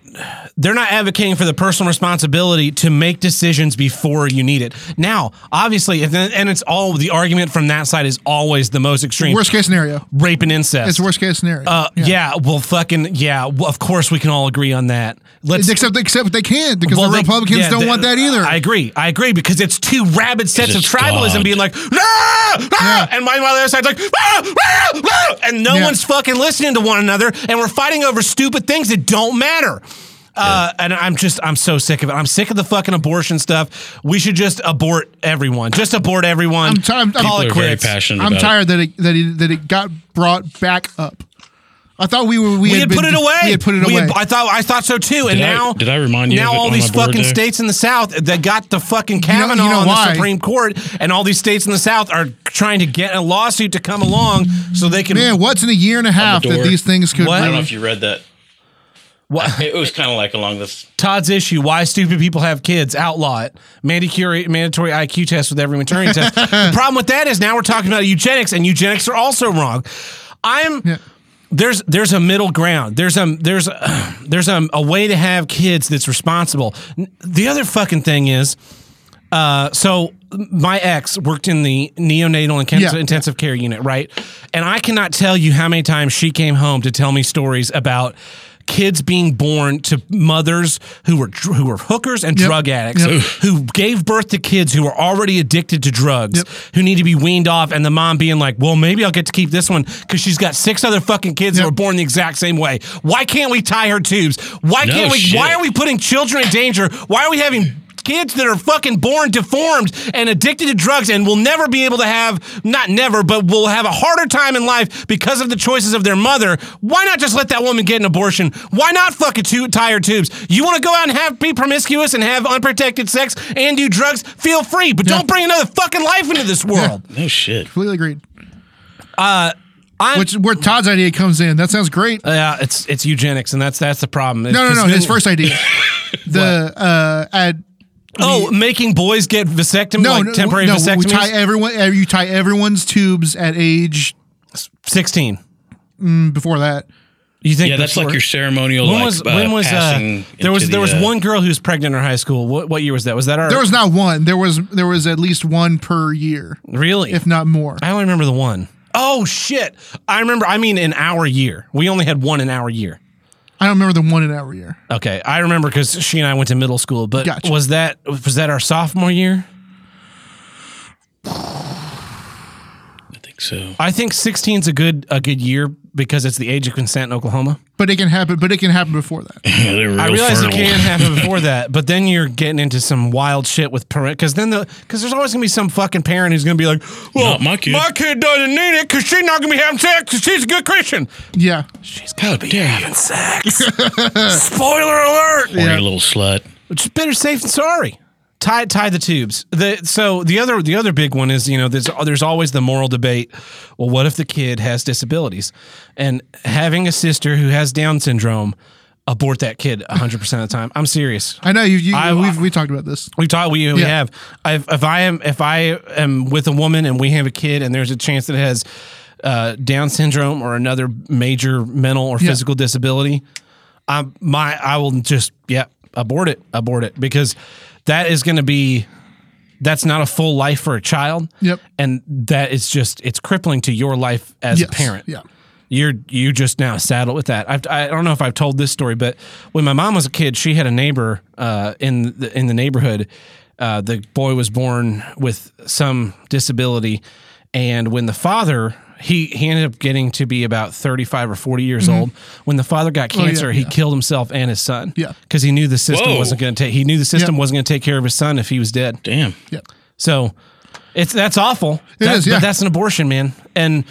[SPEAKER 1] they're not advocating for the personal responsibility to make decisions before you need it. Now, obviously, if, and it's all the argument from that side is always the most extreme:
[SPEAKER 2] Worst case scenario.
[SPEAKER 1] rape and incest.
[SPEAKER 2] It's worst case scenario.
[SPEAKER 1] Uh, yeah. well, fucking yeah. Well, of course, we can all agree on that. Let's
[SPEAKER 2] except except they can't because
[SPEAKER 1] well,
[SPEAKER 2] the
[SPEAKER 1] they-
[SPEAKER 2] Republicans
[SPEAKER 1] yeah,
[SPEAKER 2] don't
[SPEAKER 1] they-
[SPEAKER 2] want that either.
[SPEAKER 1] I agree. I agree because it's two rabid sets
[SPEAKER 3] It's
[SPEAKER 1] of tribalism
[SPEAKER 3] God.
[SPEAKER 1] being like, no, ah!
[SPEAKER 2] Yeah.
[SPEAKER 1] and my, my other side's like, ah, ah, ah," and no
[SPEAKER 2] Yeah.
[SPEAKER 1] one's fucking listening to one another, and we're fighting over stupid things that don't matter. Uh, and I'm just, I'm so sick of it. I'm sick of the fucking abortion stuff. We should just abort everyone. Just abort everyone.
[SPEAKER 2] I'm ti- I'm- I'm-
[SPEAKER 1] Call it
[SPEAKER 3] people are very
[SPEAKER 1] quits.
[SPEAKER 3] passionate.
[SPEAKER 2] I'm
[SPEAKER 3] about it.
[SPEAKER 2] tired that it that it, that it got brought back up. I thought we were we,
[SPEAKER 1] We had
[SPEAKER 2] been-
[SPEAKER 1] put it away.
[SPEAKER 2] We had put it
[SPEAKER 1] We
[SPEAKER 2] away.
[SPEAKER 1] had- I thought I thought so too. And
[SPEAKER 3] Did I-
[SPEAKER 1] now
[SPEAKER 3] did I remind you
[SPEAKER 1] Now
[SPEAKER 3] of it
[SPEAKER 1] all
[SPEAKER 3] on
[SPEAKER 1] these
[SPEAKER 3] my board
[SPEAKER 1] fucking
[SPEAKER 3] there?
[SPEAKER 1] states in the South that got the fucking
[SPEAKER 2] know- you
[SPEAKER 1] Kavanaugh
[SPEAKER 2] know
[SPEAKER 1] on
[SPEAKER 2] why?
[SPEAKER 1] the Supreme Court, and all these states in the South are trying to get a lawsuit to come along so they can.
[SPEAKER 2] Man, what's in a year and a half that
[SPEAKER 3] door.
[SPEAKER 2] these things could?
[SPEAKER 1] What?
[SPEAKER 3] I don't know
[SPEAKER 2] really-
[SPEAKER 3] if you read that.
[SPEAKER 1] What-
[SPEAKER 3] It was kind of like along this.
[SPEAKER 1] Todd's issue: Why stupid people have kids? Outlaw it. Mandatory mandatory IQ test with every maternity test. The problem with that is now we're talking about eugenics, and eugenics are also wrong. I'm.
[SPEAKER 2] Yeah.
[SPEAKER 1] there's there's a middle ground. There's um there's a, there's um a way to have kids that's responsible. N- The other fucking thing is, uh, so my ex worked in the neonatal and
[SPEAKER 2] Yeah.
[SPEAKER 1] intensive care unit, right? And I cannot tell you how many times she came home to tell me stories about kids being born to mothers who were dr- who were hookers and
[SPEAKER 2] Yep.
[SPEAKER 1] drug addicts
[SPEAKER 2] Yep.
[SPEAKER 1] who gave birth to kids who are already addicted to drugs
[SPEAKER 2] Yep.
[SPEAKER 1] who need to be weaned off and the mom being like well maybe i'll get to keep this one because she's got six other fucking kids
[SPEAKER 2] Yep.
[SPEAKER 1] that were born the exact same way why can't we tie her tubes why
[SPEAKER 3] No
[SPEAKER 1] can't we
[SPEAKER 3] shit.
[SPEAKER 1] why are we putting children in danger why are we having kids that are fucking born deformed and addicted to drugs and will never be able to have not never but will have a harder time in life because of the choices of their mother why not just let that woman get an abortion why not fucking two tire tubes you want to go out and have be promiscuous and have unprotected sex and do drugs feel free but don't bring another fucking life into this world
[SPEAKER 3] No shit.
[SPEAKER 2] Completely agreed.
[SPEAKER 1] Uh, I'm,
[SPEAKER 2] Which where Todd's idea comes in. That sounds great.
[SPEAKER 1] yeah, it's it's eugenics, and that's that's the problem.
[SPEAKER 2] No, no,
[SPEAKER 1] It's-
[SPEAKER 2] no.
[SPEAKER 1] 'cause
[SPEAKER 2] His
[SPEAKER 1] then-
[SPEAKER 2] first idea. The uh, ad.
[SPEAKER 1] Oh, making boys get vasectomy,
[SPEAKER 2] No,
[SPEAKER 1] like
[SPEAKER 2] no,
[SPEAKER 1] temporary
[SPEAKER 2] no. We
[SPEAKER 1] vasectomy.
[SPEAKER 2] tie everyone. uh, You tie everyone's tubes at age
[SPEAKER 1] Sixteen.
[SPEAKER 2] before that.
[SPEAKER 1] You think?
[SPEAKER 3] Yeah, that's like
[SPEAKER 1] before-
[SPEAKER 3] your ceremonial.
[SPEAKER 1] When
[SPEAKER 3] like,
[SPEAKER 1] was
[SPEAKER 3] uh,
[SPEAKER 1] when was uh,
[SPEAKER 3] passing
[SPEAKER 1] there was
[SPEAKER 3] into
[SPEAKER 1] there was
[SPEAKER 3] the, uh,
[SPEAKER 1] one girl who was pregnant in high school. What what year was that? Was that our
[SPEAKER 2] There was not one. There was there was at least one per year,
[SPEAKER 1] really?
[SPEAKER 2] if not more.
[SPEAKER 1] I only remember the one. Oh shit! I remember. I mean, in our year, we only had one in our year.
[SPEAKER 2] I don't remember the one in our year.
[SPEAKER 1] Okay, I remember because she and I went to middle school. But
[SPEAKER 2] Gotcha.
[SPEAKER 1] was that was that our sophomore year?
[SPEAKER 3] I think so.
[SPEAKER 1] I think 16 is a good a good year because it's the age of consent in Oklahoma.
[SPEAKER 2] But it can happen. But it can happen before that.
[SPEAKER 3] Yeah, they're real
[SPEAKER 1] I realize
[SPEAKER 3] fertile.
[SPEAKER 1] it can happen before that, but then you're getting into some wild shit with parent because then the because there's always gonna be some fucking parent who's gonna be like, well,
[SPEAKER 3] Not my kid."
[SPEAKER 1] my kid doesn't need it because she's not gonna be having sex 'cause she's a good Christian.
[SPEAKER 2] Yeah.
[SPEAKER 1] She's gonna be having sex. Spoiler alert.
[SPEAKER 3] Horny little slut.
[SPEAKER 1] It's better safe than sorry. Tie tie the tubes. The so the other the other big one is you know there's there's always the moral debate. Well, what if the kid has disabilities, and having a sister who has Down syndrome, abort that kid 100 percent of the time. I'm serious.
[SPEAKER 2] I know you. you
[SPEAKER 1] I-
[SPEAKER 2] we've we talked about this.
[SPEAKER 1] We talk. We, we
[SPEAKER 2] Yeah.
[SPEAKER 1] have. If, if I am if I am with a woman and we have a kid and there's a chance that it has uh, Down syndrome or another major mental or
[SPEAKER 2] Yeah.
[SPEAKER 1] physical disability, I'm my I will just yeah abort it abort it because that is going to be that's not a full life for a child.
[SPEAKER 2] Yep.
[SPEAKER 1] and that is just it's crippling to your life as
[SPEAKER 2] Yes.
[SPEAKER 1] a parent
[SPEAKER 2] Yeah.
[SPEAKER 1] you're you just now saddled with that. I've, I don't know if I've told this story, but when my mom was a kid, she had a neighbor uh, in the, in the neighborhood. Uh, the boy was born with some disability, and when the father he he ended up getting to be about thirty five or forty years old. When the father got
[SPEAKER 2] Mm-hmm. Oh, yeah,
[SPEAKER 1] cancer, he
[SPEAKER 2] yeah.
[SPEAKER 1] killed himself and his son.
[SPEAKER 2] Yeah.
[SPEAKER 1] because he knew the system
[SPEAKER 3] Whoa.
[SPEAKER 1] wasn't going to take he knew the system
[SPEAKER 2] Yeah.
[SPEAKER 1] wasn't going to take care of his son if he was dead.
[SPEAKER 3] Damn.
[SPEAKER 2] Yeah.
[SPEAKER 1] So it's that's awful. It
[SPEAKER 2] is, yeah.
[SPEAKER 1] But that's an abortion, man. And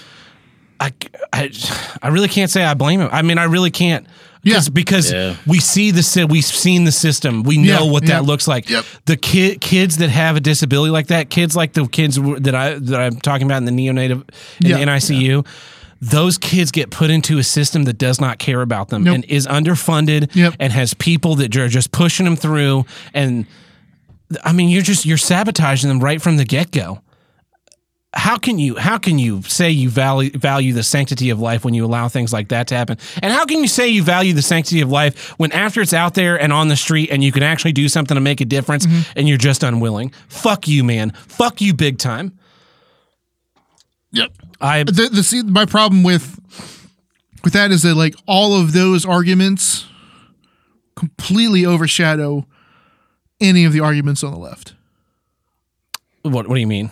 [SPEAKER 1] I, I, I really can't say I blame him. I mean, I really can't.
[SPEAKER 2] Yeah.
[SPEAKER 1] Because- Because
[SPEAKER 3] Yeah.
[SPEAKER 1] we see the si- we've seen the system. We know
[SPEAKER 2] Yeah,
[SPEAKER 1] what
[SPEAKER 2] yeah.
[SPEAKER 1] that looks like.
[SPEAKER 2] Yep.
[SPEAKER 1] The kid kids that have a disability like that, kids like the kids w- that I that I'm talking about in the neonatal in
[SPEAKER 2] Yeah,
[SPEAKER 1] the NICU. Those kids get put into a system that does not care about them
[SPEAKER 2] Nope.
[SPEAKER 1] and is underfunded
[SPEAKER 2] Yep.
[SPEAKER 1] and has people that are just pushing them through and I mean, you're just you're sabotaging them right from the get go. How can you how can you say you value value the sanctity of life when you allow things like that to happen? And how can you say you value the sanctity of life when after it's out there and on the street and you can actually do something to make a difference
[SPEAKER 2] Mm-hmm.
[SPEAKER 1] and you're just unwilling? Fuck you, man. Fuck you big time.
[SPEAKER 2] Yep.
[SPEAKER 1] I
[SPEAKER 2] The the see, my problem with with that is that like all of those arguments completely overshadow any of the arguments on the left.
[SPEAKER 1] what what do you mean?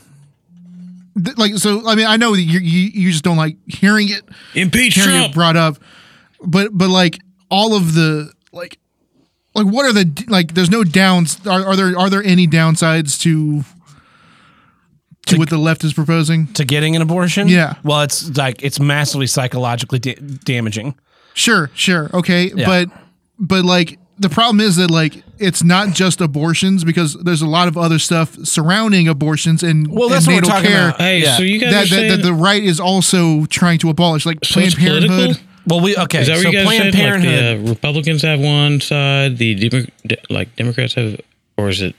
[SPEAKER 2] Th- Like so, I mean, I know that you you, you just don't like hearing it.
[SPEAKER 3] Impeach
[SPEAKER 2] Karen
[SPEAKER 3] Trump.
[SPEAKER 2] brought up, but but like all of the like like what are the like? There's no downs. Are, are there are there any downsides to to what the left is proposing?
[SPEAKER 1] To getting an abortion?
[SPEAKER 2] Yeah.
[SPEAKER 1] Well, it's like it's massively psychologically da- damaging.
[SPEAKER 2] Sure, sure, okay, but but like the problem is that like it's not just abortions because there's a lot of other stuff surrounding abortions and
[SPEAKER 1] Well, that's
[SPEAKER 2] and
[SPEAKER 1] what we're
[SPEAKER 2] natal
[SPEAKER 1] talking
[SPEAKER 2] care
[SPEAKER 1] about.
[SPEAKER 3] Hey,
[SPEAKER 1] Yeah.
[SPEAKER 3] so you guys
[SPEAKER 2] That, that,
[SPEAKER 3] are saying,
[SPEAKER 2] that the right is also trying to abolish, like
[SPEAKER 3] so it's
[SPEAKER 2] Planned
[SPEAKER 3] political?
[SPEAKER 2] Parenthood.
[SPEAKER 1] Well, we okay.
[SPEAKER 3] Is that what
[SPEAKER 1] so
[SPEAKER 3] you guys
[SPEAKER 1] Planned
[SPEAKER 3] said? Like
[SPEAKER 1] Parenthood.
[SPEAKER 3] the uh, Republicans have one side, the Demo- de- like Democrats have, or is it?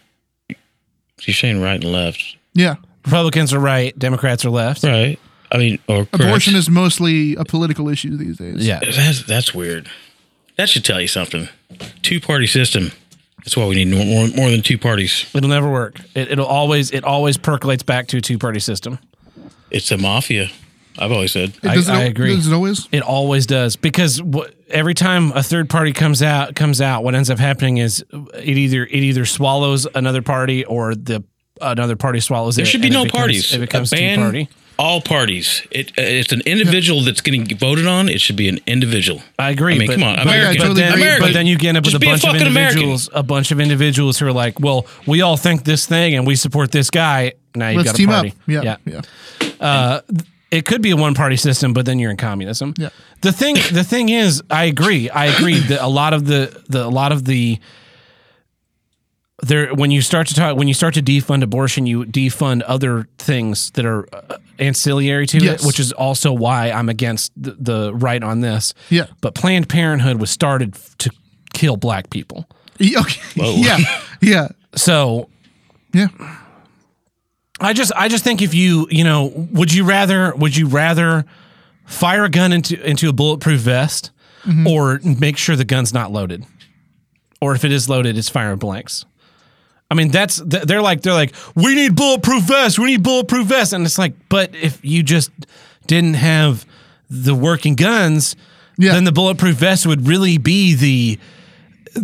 [SPEAKER 3] You're saying right and left,
[SPEAKER 2] Yeah,
[SPEAKER 1] Republicans are right, Democrats are left.
[SPEAKER 3] right? I mean, or correct.
[SPEAKER 2] abortion is mostly a political issue these days.
[SPEAKER 1] Yeah.
[SPEAKER 3] That's that's weird. That should tell you something. Two party system. That's why we need more more, more than two parties.
[SPEAKER 1] It'll never work. It, it'll always it always percolates back to a two party system.
[SPEAKER 3] It's a mafia. I've always said.
[SPEAKER 1] I-
[SPEAKER 2] Does it
[SPEAKER 1] I
[SPEAKER 2] al-
[SPEAKER 1] agree.
[SPEAKER 2] Does it always?
[SPEAKER 1] It always does because wh- every time a third party comes out comes out, what ends up happening is it either it either swallows another party or the another party swallows
[SPEAKER 3] There
[SPEAKER 1] it.
[SPEAKER 3] should be
[SPEAKER 1] and it
[SPEAKER 3] no
[SPEAKER 1] becomes-
[SPEAKER 3] parties.
[SPEAKER 1] It becomes
[SPEAKER 3] A
[SPEAKER 1] two
[SPEAKER 3] ban,
[SPEAKER 1] party.
[SPEAKER 3] All parties. It, uh, it's an individual that's getting voted on. It should be an individual.
[SPEAKER 1] I agree.
[SPEAKER 3] I mean,
[SPEAKER 1] but,
[SPEAKER 3] come on,
[SPEAKER 1] but-
[SPEAKER 3] American.
[SPEAKER 1] But, then,
[SPEAKER 3] American.
[SPEAKER 1] but then you get up with
[SPEAKER 3] Just
[SPEAKER 1] a
[SPEAKER 3] be a
[SPEAKER 1] bunch of
[SPEAKER 3] fucking American.
[SPEAKER 1] individuals, a bunch of individuals who are like, "Well, we all think this thing, and we support this guy." Now you've
[SPEAKER 2] Let's
[SPEAKER 1] got a
[SPEAKER 2] team
[SPEAKER 1] party.
[SPEAKER 2] up. Yeah, yeah,
[SPEAKER 1] it could be a one party system, but then you're in communism.
[SPEAKER 2] Yeah.
[SPEAKER 1] The thing the thing is, I agree. I agree that a lot of the the a lot of the there when you start to talk when you start to defund abortion, you defund other things that are uh, ancillary to
[SPEAKER 2] Yes.
[SPEAKER 1] it, which is also why I'm against the, the right on this.
[SPEAKER 2] Yeah.
[SPEAKER 1] But Planned Parenthood was started f- to kill black people.
[SPEAKER 2] Yeah, E, okay. Yeah. Yeah.
[SPEAKER 1] So
[SPEAKER 2] Yeah.
[SPEAKER 1] I just I just think if you you know would you rather would you rather fire a gun into into a bulletproof vest
[SPEAKER 2] Mm-hmm.
[SPEAKER 1] or make sure the gun's not loaded or if it is loaded it's firing blanks. I mean that's th- they're like they're like we need bulletproof vests we need bulletproof vests and it's like but if you just didn't have the working guns
[SPEAKER 2] Yeah.
[SPEAKER 1] then the bulletproof vest would really be the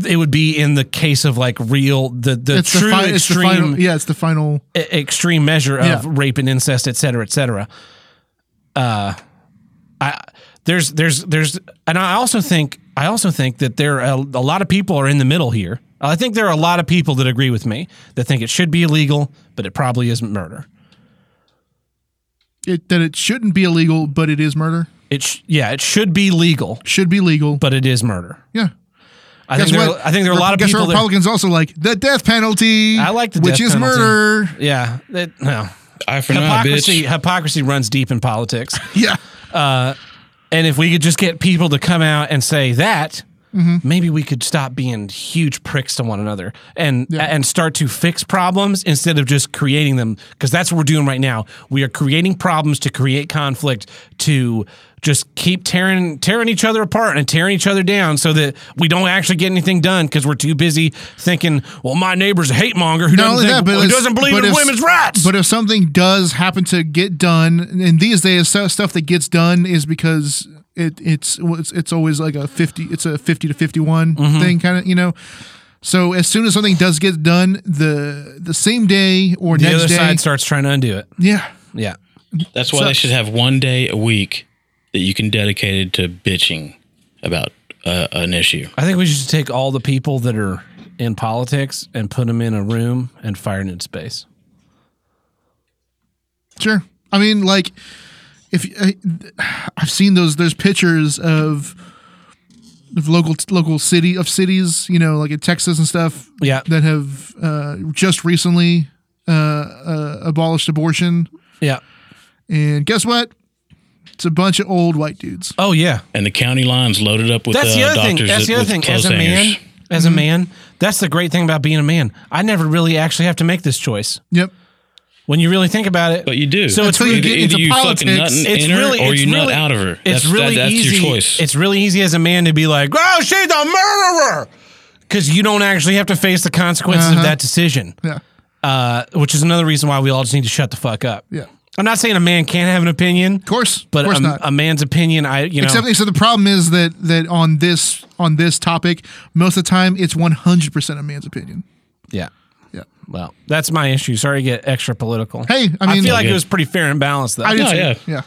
[SPEAKER 1] it would be in the case of like real the the
[SPEAKER 2] It's
[SPEAKER 1] true
[SPEAKER 2] the fi- it's the
[SPEAKER 1] extreme
[SPEAKER 2] final Yeah, it's the final
[SPEAKER 1] e- extreme measure of
[SPEAKER 2] Yeah.
[SPEAKER 1] rape and incest, et cetera, et cetera. Uh, I there's there's there's and I also think I also think that there are a, a lot of people are in the middle here. I think there are a lot of people that agree with me that think it should be illegal, but it probably isn't murder.
[SPEAKER 2] it, that it shouldn't be illegal, but it is murder.
[SPEAKER 1] It sh- yeah, it should be legal,
[SPEAKER 2] Should be legal.
[SPEAKER 1] but it is murder.
[SPEAKER 2] yeah.
[SPEAKER 1] I think there are, I think there are a lot of
[SPEAKER 2] Guess
[SPEAKER 1] people
[SPEAKER 2] what
[SPEAKER 1] that
[SPEAKER 2] Republicans also like the death penalty.
[SPEAKER 1] I like the
[SPEAKER 2] which
[SPEAKER 1] death
[SPEAKER 2] is
[SPEAKER 1] penalty.
[SPEAKER 2] murder.
[SPEAKER 1] yeah, that, no.
[SPEAKER 3] I for now,
[SPEAKER 1] hypocrisy
[SPEAKER 3] bitch.
[SPEAKER 1] hypocrisy runs deep in politics.
[SPEAKER 2] Yeah.
[SPEAKER 1] And if we could just get people to come out and say that,
[SPEAKER 2] Mm-hmm.
[SPEAKER 1] maybe we could stop being huge pricks to one another and and start to fix problems instead of just creating them because that's what we're doing right now. We are creating problems to create conflict to just keep tearing tearing each other apart and tearing each other down so that we don't actually get anything done because we're too busy thinking, well, my neighbor's a hate monger who,
[SPEAKER 2] Not
[SPEAKER 1] doesn't,
[SPEAKER 2] only
[SPEAKER 1] think,
[SPEAKER 2] that, but
[SPEAKER 1] who
[SPEAKER 2] it's-
[SPEAKER 1] doesn't believe
[SPEAKER 2] but
[SPEAKER 1] in
[SPEAKER 2] if-
[SPEAKER 1] women's rights.
[SPEAKER 2] But if something does happen to get done, and these days so- stuff that gets done is because it it's it's, it's always like a fifty, it's a fifty to 51
[SPEAKER 1] Mm-hmm.
[SPEAKER 2] thing, kind of you know. So as soon as something does get done, the the same day or
[SPEAKER 1] the
[SPEAKER 2] next
[SPEAKER 1] other
[SPEAKER 2] day,
[SPEAKER 1] side starts trying to undo it.
[SPEAKER 2] yeah,
[SPEAKER 1] Yeah.
[SPEAKER 3] That's why they should have one day a week that you can dedicate to bitching about uh, an issue.
[SPEAKER 1] I think we should take all the people that are in politics and put them in a room and fire them in space.
[SPEAKER 2] Sure. I mean, like, if I, I've seen those, there's pictures of of local local city of cities, you know, like in Texas and stuff.
[SPEAKER 1] Yeah.
[SPEAKER 2] that have uh, just recently uh, uh, abolished abortion,
[SPEAKER 1] Yeah.
[SPEAKER 2] and guess what? It's a bunch of old white dudes.
[SPEAKER 1] Oh yeah.
[SPEAKER 3] And the county lines loaded up with
[SPEAKER 1] That's
[SPEAKER 3] uh,
[SPEAKER 1] the other
[SPEAKER 3] doctors.
[SPEAKER 1] thing. That's
[SPEAKER 3] that-
[SPEAKER 1] the other
[SPEAKER 3] with
[SPEAKER 1] thing. As a
[SPEAKER 3] clothes
[SPEAKER 1] man,
[SPEAKER 3] hangers. Mm-hmm.
[SPEAKER 1] as a man, that's the great thing about being a man. I never really actually have to make this choice
[SPEAKER 2] yep.
[SPEAKER 1] when you get into politics. It's really- it's really- it's really easy. you really think about it.
[SPEAKER 3] But you do.
[SPEAKER 1] So it's
[SPEAKER 2] Until you
[SPEAKER 1] really
[SPEAKER 2] get into
[SPEAKER 3] you
[SPEAKER 2] politics,
[SPEAKER 3] fucking nutting
[SPEAKER 1] it's
[SPEAKER 3] in her
[SPEAKER 1] really
[SPEAKER 3] or you nut out of her.
[SPEAKER 1] It's
[SPEAKER 3] that's,
[SPEAKER 1] really
[SPEAKER 3] that, that's
[SPEAKER 1] easy.
[SPEAKER 3] your choice.
[SPEAKER 1] It's really easy as a man to be like, "Oh, she's a murderer," because you don't actually have to face the consequences
[SPEAKER 3] Uh-huh.
[SPEAKER 1] of that decision.
[SPEAKER 2] Yeah.
[SPEAKER 1] uh, which is another reason why we all just need to shut the fuck up.
[SPEAKER 2] Yeah.
[SPEAKER 1] I'm not saying a man can't have an opinion,
[SPEAKER 2] Of course.
[SPEAKER 1] but
[SPEAKER 2] of course
[SPEAKER 1] a,
[SPEAKER 2] not.
[SPEAKER 1] a man's opinion, I you know,
[SPEAKER 2] Except, except the problem is that that on this on this topic, most of the time it's one hundred percent a man's opinion.
[SPEAKER 1] yeah.
[SPEAKER 2] Yeah.
[SPEAKER 1] Well, that's my issue. Sorry to get extra political.
[SPEAKER 2] Hey, I mean-
[SPEAKER 1] feel like
[SPEAKER 3] Okay.
[SPEAKER 1] it was pretty fair and balanced though.
[SPEAKER 2] I did
[SPEAKER 3] No,
[SPEAKER 2] say-
[SPEAKER 3] Oh, yeah.
[SPEAKER 2] Yeah.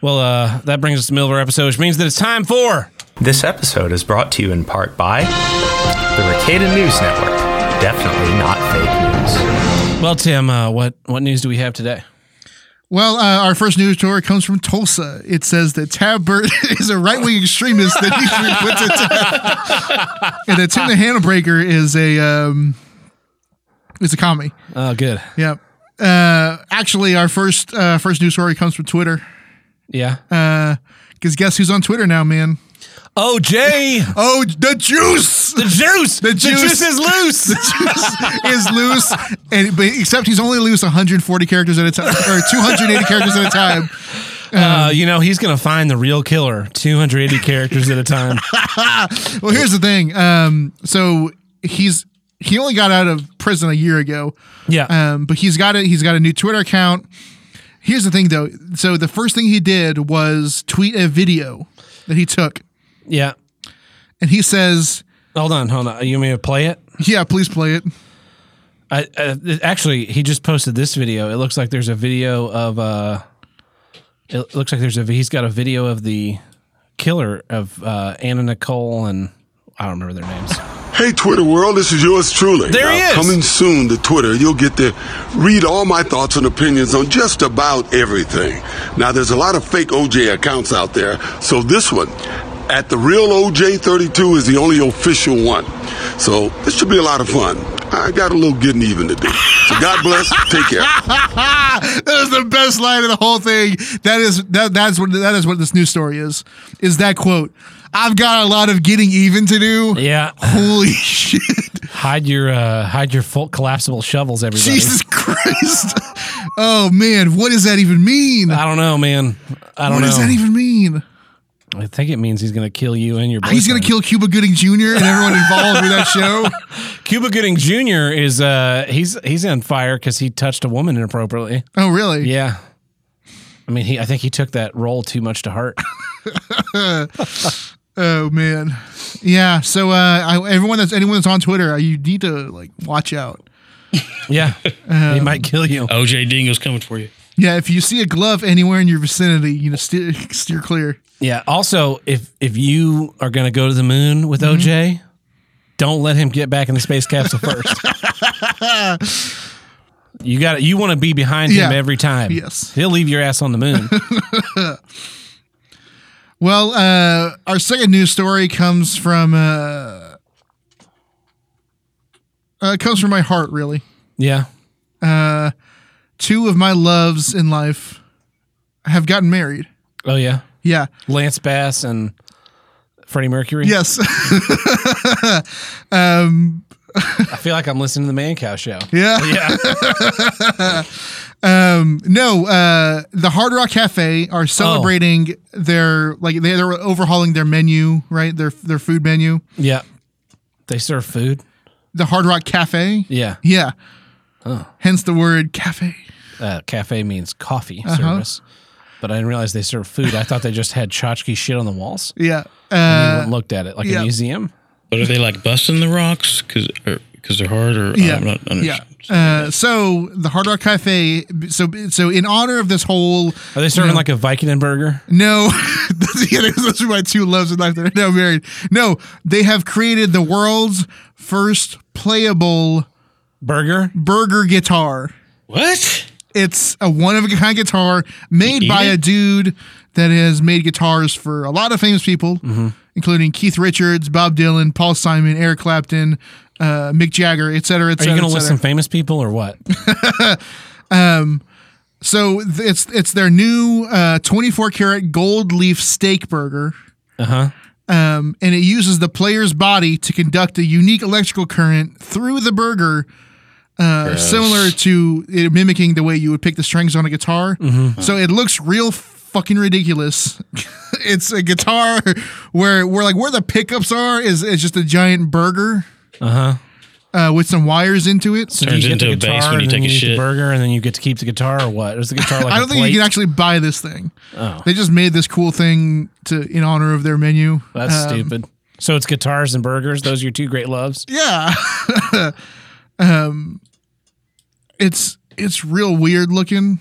[SPEAKER 1] well, uh, that brings us to the middle of our episode, which means that it's time for
[SPEAKER 6] This episode is brought to you in part by the Ricada News Network. Definitely not fake news.
[SPEAKER 1] well, Tim. Uh, what what news do we have today?
[SPEAKER 2] Well, uh, our first news story comes from Tulsa. It says that Tab Burt is a right wing extremist that needs to be put to death, and that Tim the Handlebreaker is a um, is a commie.
[SPEAKER 1] Oh, good.
[SPEAKER 2] Yep. Uh, actually, our first uh, first news story comes from Twitter.
[SPEAKER 1] Yeah.
[SPEAKER 2] Because guess who's on Twitter now, man?
[SPEAKER 1] oh, Jay,
[SPEAKER 2] Oh, the juice
[SPEAKER 1] the juice. the
[SPEAKER 2] juice.
[SPEAKER 1] is loose.
[SPEAKER 2] is loose, and but except he's only loose 140 characters at a time, or 280 characters at a time.
[SPEAKER 1] uh, you know he's gonna find the real killer. 280 characters at a time.
[SPEAKER 2] Well, here's the thing. Um, so he's he only got out of prison a year ago,
[SPEAKER 1] Yeah.
[SPEAKER 2] um, but he's got a he's got a new Twitter account. Here's the thing, though. So the first thing he did was tweet a video that he took,
[SPEAKER 1] yeah.
[SPEAKER 2] and he says,
[SPEAKER 1] Hold on, hold on. You may play it.
[SPEAKER 2] "Yeah, please play it."
[SPEAKER 1] I, uh, actually, he just posted this video. It looks like there's a video of uh, it looks like there's a he's got a video of the killer of uh, Anna Nicole and I don't remember their names.
[SPEAKER 7] Hey, Twitter world, this is yours truly.
[SPEAKER 1] There he
[SPEAKER 7] now,
[SPEAKER 1] is.
[SPEAKER 7] Coming soon to Twitter, you'll get to read all my thoughts and opinions on just about everything. Now, there's a lot of fake OJ accounts out there, so this one, at the real OJ32, is the only official one. So, this should be a lot of fun. I got a little getting even to do. So God bless. Take care.
[SPEAKER 2] Ah, that is the best line of the whole thing. That is that that's what that is what this new story is. Is that quote? I've got a lot of getting even to do.
[SPEAKER 1] Yeah.
[SPEAKER 2] Holy shit.
[SPEAKER 1] Hide your uh, hide your full collapsible shovels, everybody.
[SPEAKER 2] Jesus Christ. Oh man, what does that even mean?
[SPEAKER 1] I don't know, man. I
[SPEAKER 2] What
[SPEAKER 1] don't know.
[SPEAKER 2] does that even mean?
[SPEAKER 1] I think it means Ah, he's gonna kill you and your. Boyfriend.
[SPEAKER 2] He's gonna kill Cuba Gooding Jr. and everyone involved with that show.
[SPEAKER 1] Cuba Gooding Jr. Is uh he's he's on fire because he touched a woman inappropriately.
[SPEAKER 2] Oh really?
[SPEAKER 1] Yeah. I mean, he. I think he took that role too much to heart.
[SPEAKER 2] Oh man. Yeah. So uh, I, everyone that's anyone that's on Twitter, uh, you need to like watch out.
[SPEAKER 1] Yeah, Oh. he might kill you.
[SPEAKER 3] OJ Dingo's coming for you.
[SPEAKER 2] Yeah, if you see a glove anywhere in your vicinity, you know steer, steer clear.
[SPEAKER 1] Yeah. Also, if if you are gonna go to the moon with OJ, don't let him get back in the space capsule first. you got to You want to be behind
[SPEAKER 2] Yeah.
[SPEAKER 1] him every time.
[SPEAKER 2] Yes.
[SPEAKER 1] He'll leave your ass on the moon.
[SPEAKER 2] Well, uh, our second news story comes from uh, uh, comes from my heart, really.
[SPEAKER 1] yeah.
[SPEAKER 2] Two of my loves in life have gotten married.
[SPEAKER 1] Oh yeah.
[SPEAKER 2] Yeah.
[SPEAKER 1] Lance Bass and Freddie Mercury.
[SPEAKER 2] Yes.
[SPEAKER 1] I feel like I'm listening to the Man Cow Show.
[SPEAKER 2] yeah.
[SPEAKER 1] Yeah.
[SPEAKER 2] No, uh, the Hard Rock Cafe are celebrating their like they, they're overhauling their menu, right? Their their food menu.
[SPEAKER 1] yeah. They serve food.
[SPEAKER 2] The Hard Rock Cafe.
[SPEAKER 1] Yeah.
[SPEAKER 2] Yeah. Hence the word cafe.
[SPEAKER 1] Uh, cafe means coffee
[SPEAKER 2] Uh-huh.
[SPEAKER 1] service. But I didn't realize they serve food. I thought they just had tchotchke shit on the walls.
[SPEAKER 2] Yeah.
[SPEAKER 1] You
[SPEAKER 2] Uh,
[SPEAKER 1] went and looked at it like
[SPEAKER 2] yeah.
[SPEAKER 1] a museum.
[SPEAKER 3] But are they like busting the rocks because because they're hard or
[SPEAKER 2] yeah.
[SPEAKER 3] I'm not
[SPEAKER 2] yeah.
[SPEAKER 3] understanding.
[SPEAKER 2] Uh, so the Hard Rock Cafe. So so in honor of this whole
[SPEAKER 1] Are they serving like a Viking burger?
[SPEAKER 2] No, yeah, those are my two loves in life that are now married. No, they have created the world's first playable
[SPEAKER 1] Burger?
[SPEAKER 2] burger guitar.
[SPEAKER 3] What?
[SPEAKER 2] It's a one of a kind guitar made
[SPEAKER 3] eat
[SPEAKER 2] by
[SPEAKER 3] it?
[SPEAKER 2] a dude that has made guitars for a lot of famous people,
[SPEAKER 1] Mm-hmm.
[SPEAKER 2] including Keith Richards, Bob Dylan, Paul Simon, Eric Clapton, uh, Mick Jagger, et cetera, et
[SPEAKER 1] Are you
[SPEAKER 2] cetera.
[SPEAKER 1] going to
[SPEAKER 2] et
[SPEAKER 1] list
[SPEAKER 2] cetera.
[SPEAKER 1] some famous people or what?
[SPEAKER 2] So th- it's it's their new uh, 24 karat gold leaf steak burger.
[SPEAKER 1] Uh huh.
[SPEAKER 2] um, and it uses the player's body to conduct a unique electrical current through the burger, uh, similar to it mimicking the way you would pick the strings on a guitar. So it looks real fucking ridiculous. it's a guitar where where like where the pickups are is is just a giant burger. Uh-huh. Uh, with some wires into it.
[SPEAKER 1] So do
[SPEAKER 3] Turns
[SPEAKER 1] you get the
[SPEAKER 3] into a
[SPEAKER 1] guitar
[SPEAKER 3] base when
[SPEAKER 1] and
[SPEAKER 3] you
[SPEAKER 1] then
[SPEAKER 3] take a
[SPEAKER 1] you eat the
[SPEAKER 3] shit.
[SPEAKER 1] burger and then you get to keep the guitar or what? Is the guitar like
[SPEAKER 2] I
[SPEAKER 1] a
[SPEAKER 2] don't think you
[SPEAKER 1] plate?
[SPEAKER 2] can actually buy this thing. They just made this cool thing to in honor of their menu.
[SPEAKER 1] That's stupid. So it's guitars and burgers. Those are your two great loves.
[SPEAKER 2] Yeah. um it's it's real weird looking.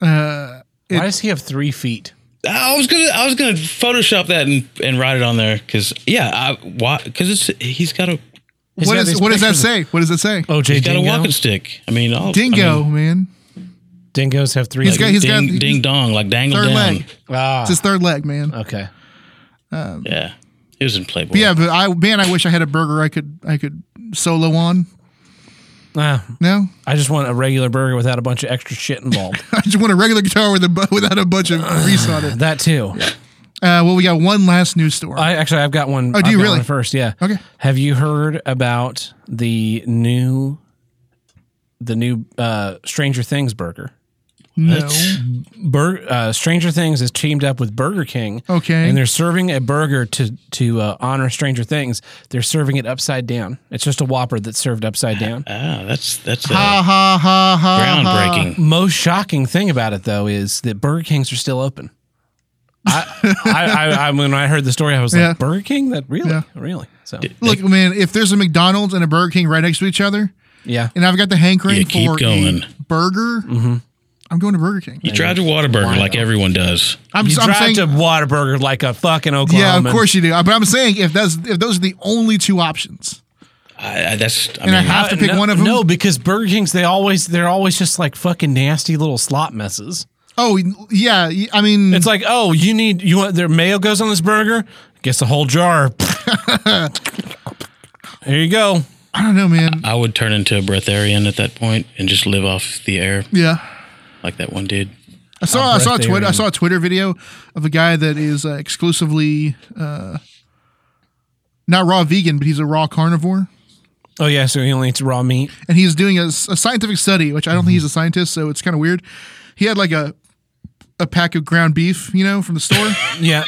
[SPEAKER 1] Why does he have three feet?
[SPEAKER 3] I was gonna I was gonna Photoshop that and, and write it on there because yeah I why because it's he's got a
[SPEAKER 1] He's
[SPEAKER 2] what
[SPEAKER 1] got
[SPEAKER 2] is
[SPEAKER 1] these
[SPEAKER 2] what does that
[SPEAKER 1] pictures of
[SPEAKER 2] say? What does it say?
[SPEAKER 1] OJ
[SPEAKER 3] he's got a
[SPEAKER 1] Dingo.
[SPEAKER 3] walking stick. I mean I'll, I
[SPEAKER 2] Dingo,
[SPEAKER 3] mean,
[SPEAKER 2] man.
[SPEAKER 1] Dingoes have three
[SPEAKER 2] He's got
[SPEAKER 1] legs.
[SPEAKER 2] his
[SPEAKER 3] ding,
[SPEAKER 2] got-
[SPEAKER 3] ding dong like dangle
[SPEAKER 2] Third
[SPEAKER 3] down.
[SPEAKER 2] leg.
[SPEAKER 1] Ah,
[SPEAKER 2] It's his third leg, man.
[SPEAKER 1] okay.
[SPEAKER 3] Yeah, it was in Playboy.
[SPEAKER 2] yeah, but I man, I wish I had a burger I could I could solo on.
[SPEAKER 1] Ah,
[SPEAKER 2] No,
[SPEAKER 1] I just want a regular burger without a bunch of extra shit involved.
[SPEAKER 2] I just want a regular guitar with a bu- without a bunch of grease on it.
[SPEAKER 1] that too.
[SPEAKER 2] Uh, well, we got one last news story.
[SPEAKER 1] I actually I've got one.
[SPEAKER 2] Oh,
[SPEAKER 1] I've
[SPEAKER 2] do you
[SPEAKER 1] got
[SPEAKER 2] really?
[SPEAKER 1] one first? Yeah.
[SPEAKER 2] Okay.
[SPEAKER 1] Have you heard about the new, the new uh, Stranger Things burger?
[SPEAKER 2] no,
[SPEAKER 1] Bur- uh, Stranger Things has teamed up with Burger King.
[SPEAKER 2] Okay.
[SPEAKER 1] And they're serving a burger to to uh, honor Stranger Things. They're serving it upside down. It's just a Whopper that's served upside down.
[SPEAKER 3] Ah, that's that's uh,
[SPEAKER 2] ha ha ha ha.
[SPEAKER 3] groundbreaking.
[SPEAKER 1] Most shocking thing about it though is that Burger Kings are still open. I, I, I, I when I heard the story, I was like,
[SPEAKER 2] Yeah.
[SPEAKER 1] Burger King? That really,
[SPEAKER 2] Yeah.
[SPEAKER 1] really? So
[SPEAKER 2] Look, man, if there's a McDonald's and a Burger King right next to each other,
[SPEAKER 1] yeah,
[SPEAKER 2] and I've got the hankering
[SPEAKER 3] Yeah, keep
[SPEAKER 2] for
[SPEAKER 3] going.
[SPEAKER 2] a burger,
[SPEAKER 1] Mm-hmm.
[SPEAKER 2] I'm going to Burger King.
[SPEAKER 3] You tried to Whataburger like everyone does.
[SPEAKER 2] I'm,
[SPEAKER 1] you
[SPEAKER 2] I'm
[SPEAKER 1] drive
[SPEAKER 2] saying,
[SPEAKER 1] to Whataburger like a fucking Oklahoma.
[SPEAKER 2] yeah, of course you do. Uh, But I'm saying if that's if those are the only two options,
[SPEAKER 3] I, I, that's I
[SPEAKER 2] and I
[SPEAKER 3] mean
[SPEAKER 2] have to pick
[SPEAKER 1] no,
[SPEAKER 2] one of them.
[SPEAKER 1] No, because Burger Kings they always they're always just like fucking nasty little slot messes.
[SPEAKER 2] Oh yeah, y- I mean,
[SPEAKER 1] It's like, oh, you need you want their mayo goes on this burger. Gets the whole jar. Here you go.
[SPEAKER 2] I don't know, man.
[SPEAKER 3] I would turn into a breatharian at that point and just live off the air
[SPEAKER 2] Yeah.
[SPEAKER 3] like that one dude.
[SPEAKER 2] I saw I saw a
[SPEAKER 1] breath
[SPEAKER 2] Twitter I
[SPEAKER 1] alien.
[SPEAKER 2] saw a Twitter video of a guy that is uh, exclusively uh, not raw vegan, but he's a raw carnivore,
[SPEAKER 1] Oh yeah, so he only eats raw meat.
[SPEAKER 2] and he's doing a, s- a scientific study, which I don't think he's a scientist, so it's kind of weird. He had like a a pack of ground beef, you know, from the store,
[SPEAKER 1] Yeah.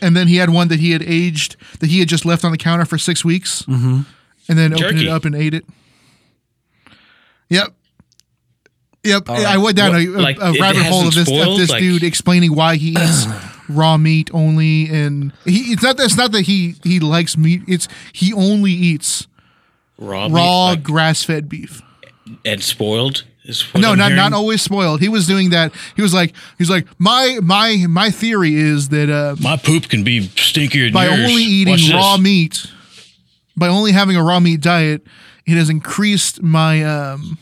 [SPEAKER 2] and then he had one that he had aged that he had just left on the counter for six weeks, mm-hmm. and then opened it
[SPEAKER 3] Jerky.
[SPEAKER 2] up and ate it. Yep. Yep, I went down a,
[SPEAKER 3] What,
[SPEAKER 2] a-
[SPEAKER 3] like,
[SPEAKER 2] a
[SPEAKER 3] it
[SPEAKER 2] rabbit hole of
[SPEAKER 3] hasn't
[SPEAKER 2] this, of
[SPEAKER 3] spoiled?
[SPEAKER 2] this
[SPEAKER 3] Like-
[SPEAKER 2] dude explaining why he eats raw meat only, and he, it's not that it's not that he he likes meat. It's he only eats
[SPEAKER 3] Raw, meat,
[SPEAKER 2] raw
[SPEAKER 3] like,
[SPEAKER 2] grass fed beef.
[SPEAKER 3] and spoiled. Is what
[SPEAKER 2] No,
[SPEAKER 3] I'm
[SPEAKER 2] not not
[SPEAKER 3] hearing.
[SPEAKER 2] always spoiled. He was doing that. He was like he's like my my my theory is that uh,
[SPEAKER 3] My poop can be stinkier than
[SPEAKER 2] by
[SPEAKER 3] yours.
[SPEAKER 2] only
[SPEAKER 3] Watch
[SPEAKER 2] eating
[SPEAKER 3] this.
[SPEAKER 2] raw meat, by only having a raw meat diet, it has increased my um,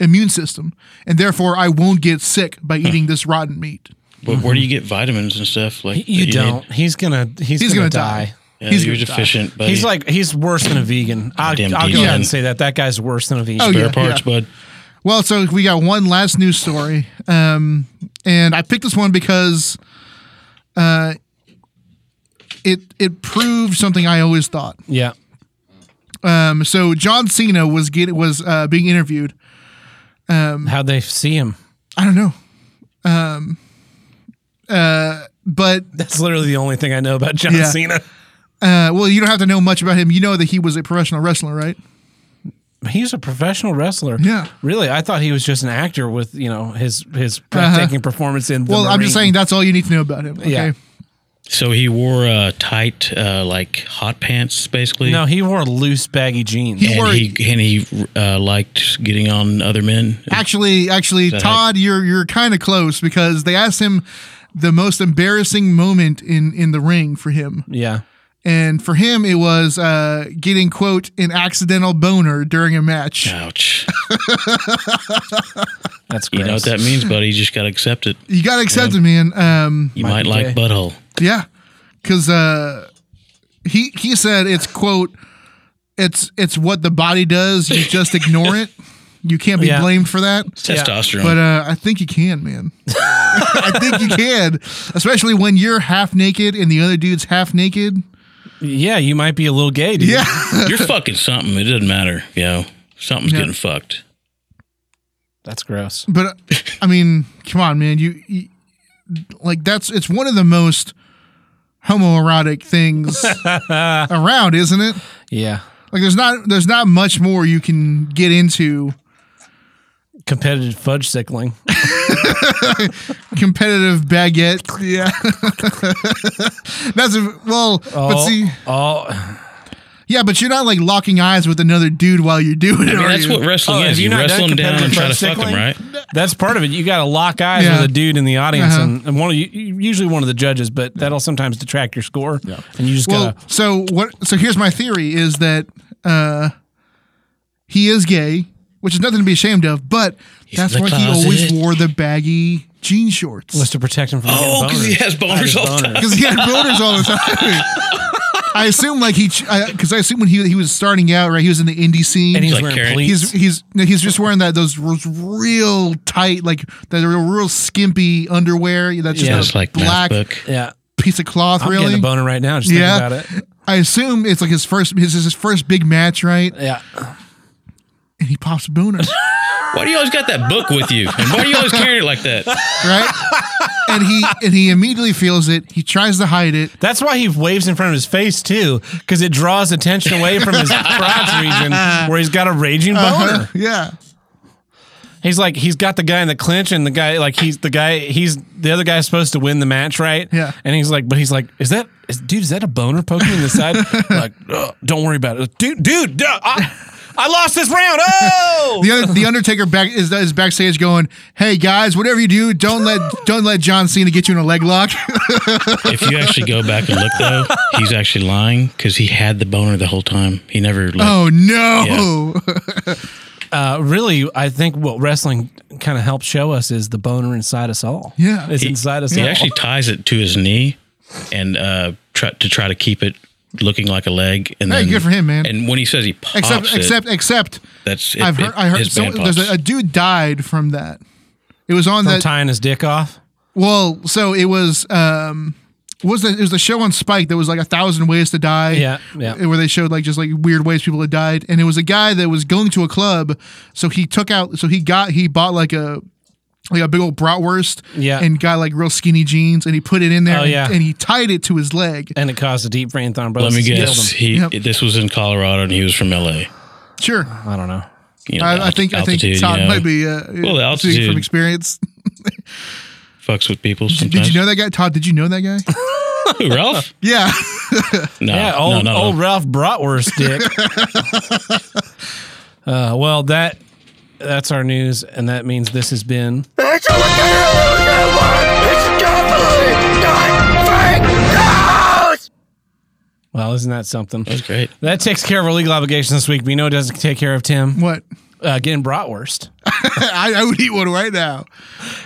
[SPEAKER 2] immune system, and therefore I won't get sick by eating this rotten meat.
[SPEAKER 3] But where do you get vitamins and stuff like
[SPEAKER 1] You
[SPEAKER 3] that
[SPEAKER 1] don't.
[SPEAKER 3] need?
[SPEAKER 1] He's gonna. He's,
[SPEAKER 2] He's
[SPEAKER 1] gonna,
[SPEAKER 2] gonna
[SPEAKER 1] die.
[SPEAKER 2] die.
[SPEAKER 3] Yeah,
[SPEAKER 2] He's
[SPEAKER 3] you're
[SPEAKER 2] gonna die.
[SPEAKER 3] deficient, buddy.
[SPEAKER 1] He's like he's worse than a vegan. I'll, I'll go
[SPEAKER 3] Goddamn
[SPEAKER 1] ahead
[SPEAKER 3] vegan.
[SPEAKER 1] and say that that guy's worse than a vegan.
[SPEAKER 2] Oh,
[SPEAKER 3] bear
[SPEAKER 2] yeah,
[SPEAKER 3] parts, bud.
[SPEAKER 2] Well, so we got one last news story, um, and I picked this one because uh, it it proved something I always thought.
[SPEAKER 1] Yeah.
[SPEAKER 2] Um, so John Cena was get, was uh, being interviewed.
[SPEAKER 1] How'd they see him?
[SPEAKER 2] I don't know, um, uh, but
[SPEAKER 1] That's literally the only thing I know about John
[SPEAKER 2] Yeah.
[SPEAKER 1] Cena.
[SPEAKER 2] Uh, well, you don't have to know much about him. You know that he was a professional wrestler, right?
[SPEAKER 1] He's a professional wrestler.
[SPEAKER 2] Yeah. Uh-huh.
[SPEAKER 1] Really, I thought he was just an actor with you know his his breathtaking performance in. The
[SPEAKER 2] well, I'm just
[SPEAKER 1] Marine.
[SPEAKER 2] saying that's all you need to know about him. Okay.
[SPEAKER 1] Yeah.
[SPEAKER 3] So he wore uh, tight, uh, like hot pants, basically.
[SPEAKER 1] No, he wore loose baggy jeans.
[SPEAKER 2] He-
[SPEAKER 3] and
[SPEAKER 2] wore-
[SPEAKER 3] he and he uh, liked getting on other men.
[SPEAKER 2] Actually, actually,
[SPEAKER 3] that
[SPEAKER 2] Todd, you're you're kind of close because they asked him the most embarrassing moment in in the ring for him,
[SPEAKER 1] yeah.
[SPEAKER 2] and for him it was uh, getting quote an accidental boner during a match.
[SPEAKER 3] Ouch!
[SPEAKER 1] That's gross.
[SPEAKER 3] you know what that means, buddy. You just gotta accept it.
[SPEAKER 2] You gotta accept it, man. Um,
[SPEAKER 3] You might,
[SPEAKER 1] be gay.
[SPEAKER 3] like butthole.
[SPEAKER 2] yeah, because uh, he he said it's quote it's it's what the body does. You just ignore it. You can't be
[SPEAKER 1] Yeah.
[SPEAKER 2] blamed for that.
[SPEAKER 3] Testosterone.
[SPEAKER 2] But uh, I think you can, man. I think you can, especially when you're half naked and the other dude's half naked.
[SPEAKER 1] yeah, you might be a little gay, dude.
[SPEAKER 2] Yeah.
[SPEAKER 3] You're fucking something. It doesn't matter. You know, something's
[SPEAKER 2] uh, Yeah.
[SPEAKER 3] getting fucked.
[SPEAKER 1] That's gross.
[SPEAKER 2] But uh, I mean, come on, man. You, you like that's it's one of the most homoerotic things around, isn't it?
[SPEAKER 1] Yeah.
[SPEAKER 2] Like there's not there's not much more you can get into
[SPEAKER 1] Competitive fudge sickling.
[SPEAKER 2] competitive baguette. Yeah. that's a, well, but
[SPEAKER 1] Oh,
[SPEAKER 2] see,
[SPEAKER 1] oh,
[SPEAKER 2] yeah, but you're not like locking eyes with another dude while you're doing it.
[SPEAKER 3] I mean,
[SPEAKER 2] are
[SPEAKER 3] that's
[SPEAKER 2] you?
[SPEAKER 3] what wrestling
[SPEAKER 1] Oh, have
[SPEAKER 3] is.
[SPEAKER 1] you
[SPEAKER 3] You,
[SPEAKER 1] not done
[SPEAKER 3] wrestle them down and try to
[SPEAKER 1] competitive
[SPEAKER 3] fuck them, right?
[SPEAKER 1] that's part of it. You got to lock eyes
[SPEAKER 2] Yeah.
[SPEAKER 1] with a dude in the audience,
[SPEAKER 2] Uh-huh.
[SPEAKER 1] and, and one of you, usually one of the judges, but that'll sometimes detract your score. And you just
[SPEAKER 2] Well,
[SPEAKER 1] gotta.
[SPEAKER 2] so what? So here's my theory: is that uh, he is gay, which is nothing to be ashamed of. But that's
[SPEAKER 3] in the
[SPEAKER 2] why he always
[SPEAKER 3] closet.
[SPEAKER 2] wore the baggy jean shorts
[SPEAKER 1] Was to protect him from
[SPEAKER 3] Oh,
[SPEAKER 1] because
[SPEAKER 3] because he has boners all the time.
[SPEAKER 2] because he had boners all the time. I assume, like he, because I, assume when he he was starting out, right? He was in the indie scene.
[SPEAKER 1] And he's
[SPEAKER 3] Like
[SPEAKER 1] wearing
[SPEAKER 3] Karen.
[SPEAKER 1] pleats.
[SPEAKER 2] he's he's no, he's just wearing that those r- real tight, like that real, real skimpy underwear. That's just
[SPEAKER 1] Yeah,
[SPEAKER 2] a
[SPEAKER 1] it's
[SPEAKER 3] It's like
[SPEAKER 2] black
[SPEAKER 3] MacBook.
[SPEAKER 1] yeah.
[SPEAKER 2] piece of cloth.
[SPEAKER 1] I'm
[SPEAKER 2] really,
[SPEAKER 1] getting a boner right now. Just
[SPEAKER 2] yeah.
[SPEAKER 1] thinking about it.
[SPEAKER 2] I assume it's like his first his his first big match, right?
[SPEAKER 1] Yeah.
[SPEAKER 2] and he pops a boner,
[SPEAKER 3] Why do you always got that book with you? And why do you always carrying it like that?
[SPEAKER 2] right? and he and he immediately feels it. He tries to hide it.
[SPEAKER 1] That's why he waves in front of his face too, because it draws attention away from his crotch region where he's got a raging boner.
[SPEAKER 2] Uh-huh. Yeah.
[SPEAKER 1] He's like he's got the guy in the clinch, and the guy like he's the guy he's the other guy's supposed to win the match, right?
[SPEAKER 2] Yeah.
[SPEAKER 1] And he's like, but he's like, is that is dude? Is that a boner poking in the side? like, "Ugh, don't worry about it, dude. Dude, duh, I, I lost this round. Oh,
[SPEAKER 2] The other, the Undertaker back is, is backstage going, "Hey guys, whatever you do, don't let don't let John Cena get you in a leg lock."
[SPEAKER 3] If you actually go back and look though, he's actually lying because he had the boner the whole time. He never like
[SPEAKER 2] oh no!
[SPEAKER 1] Uh, really, I think what wrestling kind of helps show us is the boner inside us all.
[SPEAKER 2] Yeah.
[SPEAKER 1] it's
[SPEAKER 3] he,
[SPEAKER 1] inside us
[SPEAKER 3] he
[SPEAKER 1] all.
[SPEAKER 3] actually ties it to his knee and uh try to try to keep it looking like a leg. And
[SPEAKER 2] Hey,
[SPEAKER 3] then,
[SPEAKER 2] good for him, man.
[SPEAKER 3] And when he says he pops
[SPEAKER 2] Except,
[SPEAKER 3] it,
[SPEAKER 2] except, except.
[SPEAKER 3] that's it,
[SPEAKER 2] I've heard.
[SPEAKER 3] it-
[SPEAKER 2] I heard.
[SPEAKER 3] his
[SPEAKER 2] So,
[SPEAKER 3] band
[SPEAKER 2] there's
[SPEAKER 3] pops.
[SPEAKER 2] a, a dude died from that. It was on
[SPEAKER 1] From
[SPEAKER 2] that.
[SPEAKER 1] tying his dick off.
[SPEAKER 2] Well, so it was. Um, what was the, it was the show on Spike that was like a thousand ways to die? Uh,
[SPEAKER 1] Yeah, yeah.
[SPEAKER 2] Where they showed like just like weird ways people had died, and it was a guy that was going to a club, so he took out, so he got, he bought like a. Like a big old bratwurst,
[SPEAKER 1] Yeah.
[SPEAKER 2] and got like real skinny jeans, and he put it in there,
[SPEAKER 1] Oh,
[SPEAKER 2] and-
[SPEAKER 1] yeah.
[SPEAKER 2] and, he tied it to his leg.
[SPEAKER 1] And it caused a deep brain
[SPEAKER 3] Let
[SPEAKER 1] thrombosis.
[SPEAKER 3] me
[SPEAKER 1] and killed
[SPEAKER 3] guess.
[SPEAKER 1] him.
[SPEAKER 3] He
[SPEAKER 2] Yep.
[SPEAKER 3] this was in Colorado and he was from L.A.
[SPEAKER 2] Sure,
[SPEAKER 1] I don't know.
[SPEAKER 3] Uh, You know,
[SPEAKER 2] I, I
[SPEAKER 3] alt-
[SPEAKER 2] think I
[SPEAKER 3] altitude,
[SPEAKER 2] think Todd
[SPEAKER 3] you know,
[SPEAKER 2] might be uh,
[SPEAKER 3] Well, the
[SPEAKER 2] speaking
[SPEAKER 3] altitude.
[SPEAKER 2] from experience.
[SPEAKER 3] fucks with people.
[SPEAKER 2] Did,
[SPEAKER 3] Sometimes.
[SPEAKER 2] did you know that guy, Todd? Did you know that guy?
[SPEAKER 3] Who, Ralph?
[SPEAKER 2] yeah,
[SPEAKER 3] No,
[SPEAKER 1] Yeah, old,
[SPEAKER 3] no, no, no.
[SPEAKER 1] old Ralph Bratwurst dick. uh, well, that that's our news, and that means this has been Well, isn't that something?
[SPEAKER 3] That's great.
[SPEAKER 1] That takes care of our legal obligations this week. We know it doesn't take care of Tim
[SPEAKER 2] what?
[SPEAKER 1] uh, getting bratwurst.
[SPEAKER 2] I, I would eat one right now.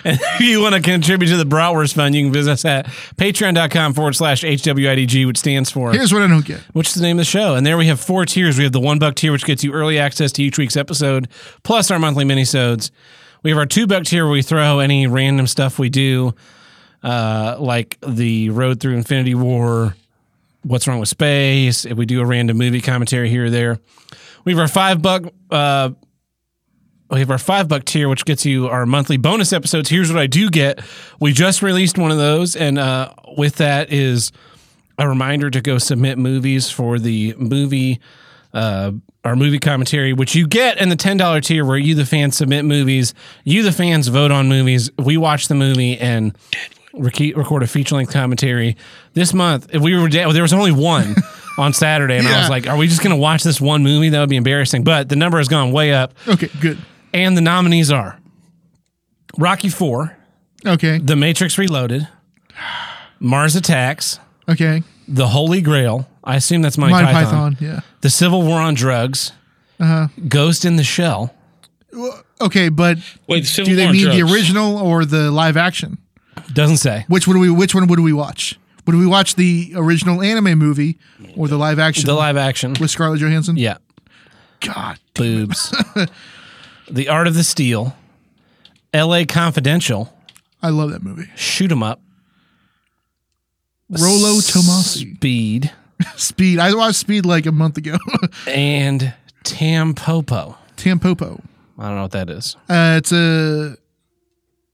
[SPEAKER 1] if you want to contribute to the Bratwurst Fund, you can visit us at patreon.com forward slash HWIDG, which stands for
[SPEAKER 2] Here's what I don't get.
[SPEAKER 1] which is the name of the show. And there we have four tiers. We have the one buck tier, which gets you early access to each week's episode, plus our monthly minisodes. We have our two buck tier where we throw any random stuff we do, uh, like the Road Through Infinity War, What's Wrong with Space, if we do a random movie commentary here or there. We have our five buck uh, we have our five buck tier, which gets you our monthly bonus episodes. Here's what I do get. We just released one of those, and uh, with that is a reminder to go submit movies for the movie uh, our movie commentary, which you get in the ten dollar tier, where you the fans submit movies, you the fans vote on movies, we watch the movie and. rec- Record a feature length commentary this month. If we were down- there was only one on Saturday, and I
[SPEAKER 2] Yeah.
[SPEAKER 1] was like, "Are we just going to watch this one movie? That would be embarrassing." But the number has gone way up.
[SPEAKER 2] Okay, good.
[SPEAKER 1] And the nominees are Rocky Four,
[SPEAKER 2] Okay,
[SPEAKER 1] The Matrix Reloaded, Mars Attacks,
[SPEAKER 2] okay.
[SPEAKER 1] The Holy Grail. I assume that's Monty
[SPEAKER 2] Monty
[SPEAKER 1] Python.
[SPEAKER 2] Python. Uh-huh. Yeah.
[SPEAKER 1] The Civil War on Drugs, Ghost in the Shell.
[SPEAKER 2] Okay, but
[SPEAKER 3] Wait, Civil
[SPEAKER 2] do they
[SPEAKER 3] War
[SPEAKER 2] mean
[SPEAKER 3] drugs.
[SPEAKER 2] the original or the live action?
[SPEAKER 1] Doesn't say.
[SPEAKER 2] Which would we? Which one would we watch? Would we watch the original anime movie or the live action
[SPEAKER 1] The live action.
[SPEAKER 2] with Scarlett Johansson?
[SPEAKER 1] Yeah.
[SPEAKER 2] God.
[SPEAKER 1] Boobs. the Art of the Steal. L.A. Confidential.
[SPEAKER 2] I love that movie.
[SPEAKER 1] Shoot 'em up.
[SPEAKER 2] Rolo Tomasi.
[SPEAKER 1] Speed.
[SPEAKER 2] Speed. I watched Speed like a month ago.
[SPEAKER 1] And Tam Popo.
[SPEAKER 2] Tampopo.
[SPEAKER 1] I don't know what that is.
[SPEAKER 2] Uh, it's a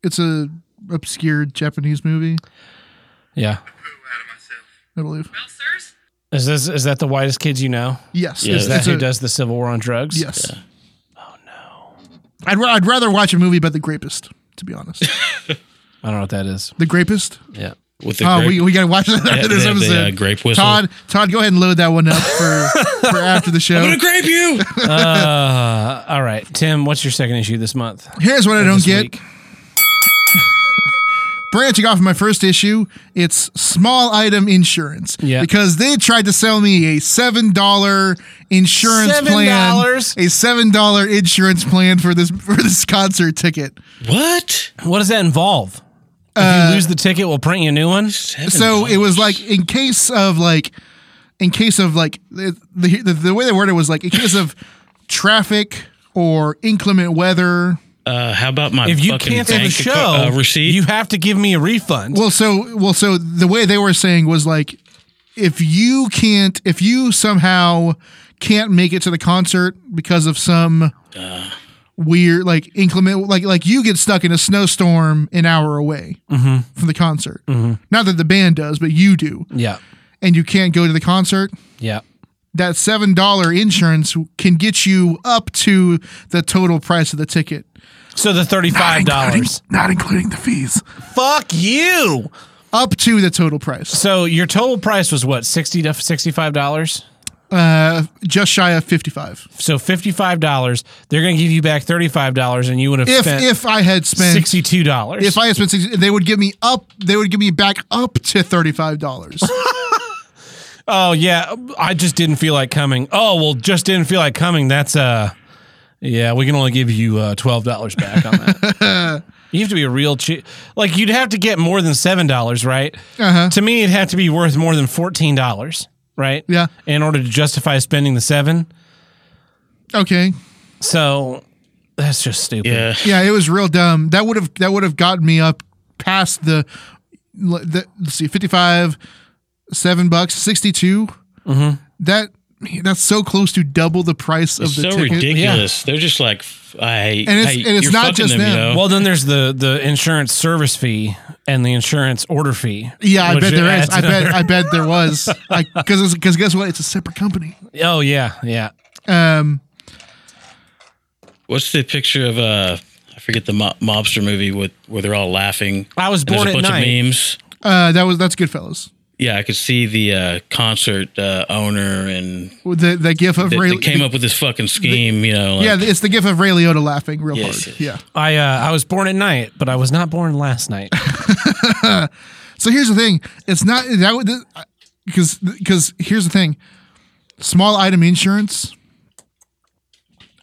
[SPEAKER 2] it's a obscure Japanese movie,
[SPEAKER 1] Yeah.
[SPEAKER 2] I believe.
[SPEAKER 1] Is this is that the whitest kids you know?
[SPEAKER 2] Yes.
[SPEAKER 1] Is that who
[SPEAKER 2] a-
[SPEAKER 1] does the Civil War on drugs?
[SPEAKER 2] Yes. Oh no. I'd ra- I'd rather watch a movie about the grapist, to be honest.
[SPEAKER 1] I don't know what that is.
[SPEAKER 2] the grapist?
[SPEAKER 1] Yeah.
[SPEAKER 3] with the
[SPEAKER 2] Oh,
[SPEAKER 3] grape-
[SPEAKER 2] we, we gotta watch that after
[SPEAKER 3] Yeah,
[SPEAKER 2] this
[SPEAKER 3] they have the,
[SPEAKER 2] episode.
[SPEAKER 3] uh, grape whistle.
[SPEAKER 2] Todd, Todd, go ahead and load that one up for, for after the
[SPEAKER 3] I'm
[SPEAKER 2] show.
[SPEAKER 3] gonna grape you.
[SPEAKER 1] Uh, all right, Tim. What's your second issue this month?
[SPEAKER 2] Here's what I don't
[SPEAKER 1] This
[SPEAKER 2] get.
[SPEAKER 1] week?
[SPEAKER 2] Branching off my first issue, it's small item insurance.
[SPEAKER 1] Yeah.
[SPEAKER 2] Because they tried to sell me a seven dollar insurance plan.
[SPEAKER 1] $7?
[SPEAKER 2] A seven dollar insurance plan for this for this concert ticket.
[SPEAKER 3] what?
[SPEAKER 1] What does that involve? If
[SPEAKER 2] Uh,
[SPEAKER 1] you lose the ticket, we'll print you a new one.
[SPEAKER 2] so it was like in case of like in case of like the the, the, the way they worded it was like in case of traffic or inclement weather
[SPEAKER 3] Uh, how about my
[SPEAKER 1] If you
[SPEAKER 3] fucking
[SPEAKER 1] cancel the
[SPEAKER 3] bank
[SPEAKER 1] show,
[SPEAKER 3] acco- uh, receipt?
[SPEAKER 1] you have to give me a refund.
[SPEAKER 2] well so well so the way they were saying was like if you can't if you somehow can't make it to the concert because of some weird like inclement like like you get stuck in a snowstorm an hour away from the concert not that the band does but you do
[SPEAKER 1] yeah,
[SPEAKER 2] and you can't go to the concert
[SPEAKER 1] yeah.
[SPEAKER 2] that seven dollar insurance can get you up to the total price of the ticket.
[SPEAKER 1] So the thirty-five dollars.
[SPEAKER 2] not including the fees.
[SPEAKER 1] Fuck you.
[SPEAKER 2] Up to the total price,
[SPEAKER 1] So your total price was what sixty to sixty-five dollars.
[SPEAKER 2] uh, just shy of fifty five.
[SPEAKER 1] So fifty-five dollars. They're going to give you back thirty-five dollars, and you would have
[SPEAKER 2] If
[SPEAKER 1] spent
[SPEAKER 2] if I had spent
[SPEAKER 1] sixty-two dollars.
[SPEAKER 2] if I had spent 60, they would give me up. They would give me back up to thirty five dollars.
[SPEAKER 1] Oh yeah, I just didn't feel like coming. Oh well, just didn't feel like coming. That's uh, yeah, we can only give you uh, twelve dollars back on that. you have to be a real cheap. Like you'd have to get more than seven dollars, right?
[SPEAKER 2] Uh-huh.
[SPEAKER 1] To me, it'd have to be worth more than fourteen dollars. right?
[SPEAKER 2] Yeah.
[SPEAKER 1] In order to justify spending the seven.
[SPEAKER 2] Okay.
[SPEAKER 1] So that's just stupid.
[SPEAKER 3] Yeah.
[SPEAKER 2] Yeah, it was real dumb. That would have that would have gotten me up past the, the let's see, fifty five, seven bucks, sixty That that's so close to double the price of
[SPEAKER 3] It's
[SPEAKER 2] the
[SPEAKER 3] so
[SPEAKER 2] ticket.
[SPEAKER 3] ridiculous. They're just like, f- I hate,
[SPEAKER 2] And it's-
[SPEAKER 3] hey,
[SPEAKER 2] and it's
[SPEAKER 3] you're
[SPEAKER 2] not
[SPEAKER 3] fucking
[SPEAKER 2] just
[SPEAKER 3] them, you
[SPEAKER 2] them.
[SPEAKER 3] know?
[SPEAKER 1] Well, then there's the the insurance service fee and the insurance order fee.
[SPEAKER 2] Yeah, I
[SPEAKER 1] which
[SPEAKER 2] bet there
[SPEAKER 1] adds
[SPEAKER 2] is. I bet
[SPEAKER 1] another-
[SPEAKER 2] I bet there was. Because because guess what? It's a separate company.
[SPEAKER 1] Oh yeah, yeah.
[SPEAKER 2] Um,
[SPEAKER 3] What's the picture of uh I forget the mo- mobster movie with where they're all laughing.
[SPEAKER 1] I was
[SPEAKER 3] and there's
[SPEAKER 1] born
[SPEAKER 3] a
[SPEAKER 1] at
[SPEAKER 3] bunch
[SPEAKER 1] night.
[SPEAKER 3] of memes.
[SPEAKER 2] uh, that was that's Goodfellas.
[SPEAKER 3] Yeah, I could see the uh, concert uh, owner and
[SPEAKER 2] The the gif of
[SPEAKER 3] that,
[SPEAKER 2] Ray.
[SPEAKER 3] that came up with this fucking scheme. you know, like,
[SPEAKER 2] yeah, it's the gif of Ray Liotta laughing real
[SPEAKER 3] Yes,
[SPEAKER 2] hard.
[SPEAKER 3] yes.
[SPEAKER 2] Yeah.
[SPEAKER 1] I uh, I was born at night, but I was not born last night.
[SPEAKER 2] So here's the thing. It's not that would because because here's the thing. Small item insurance.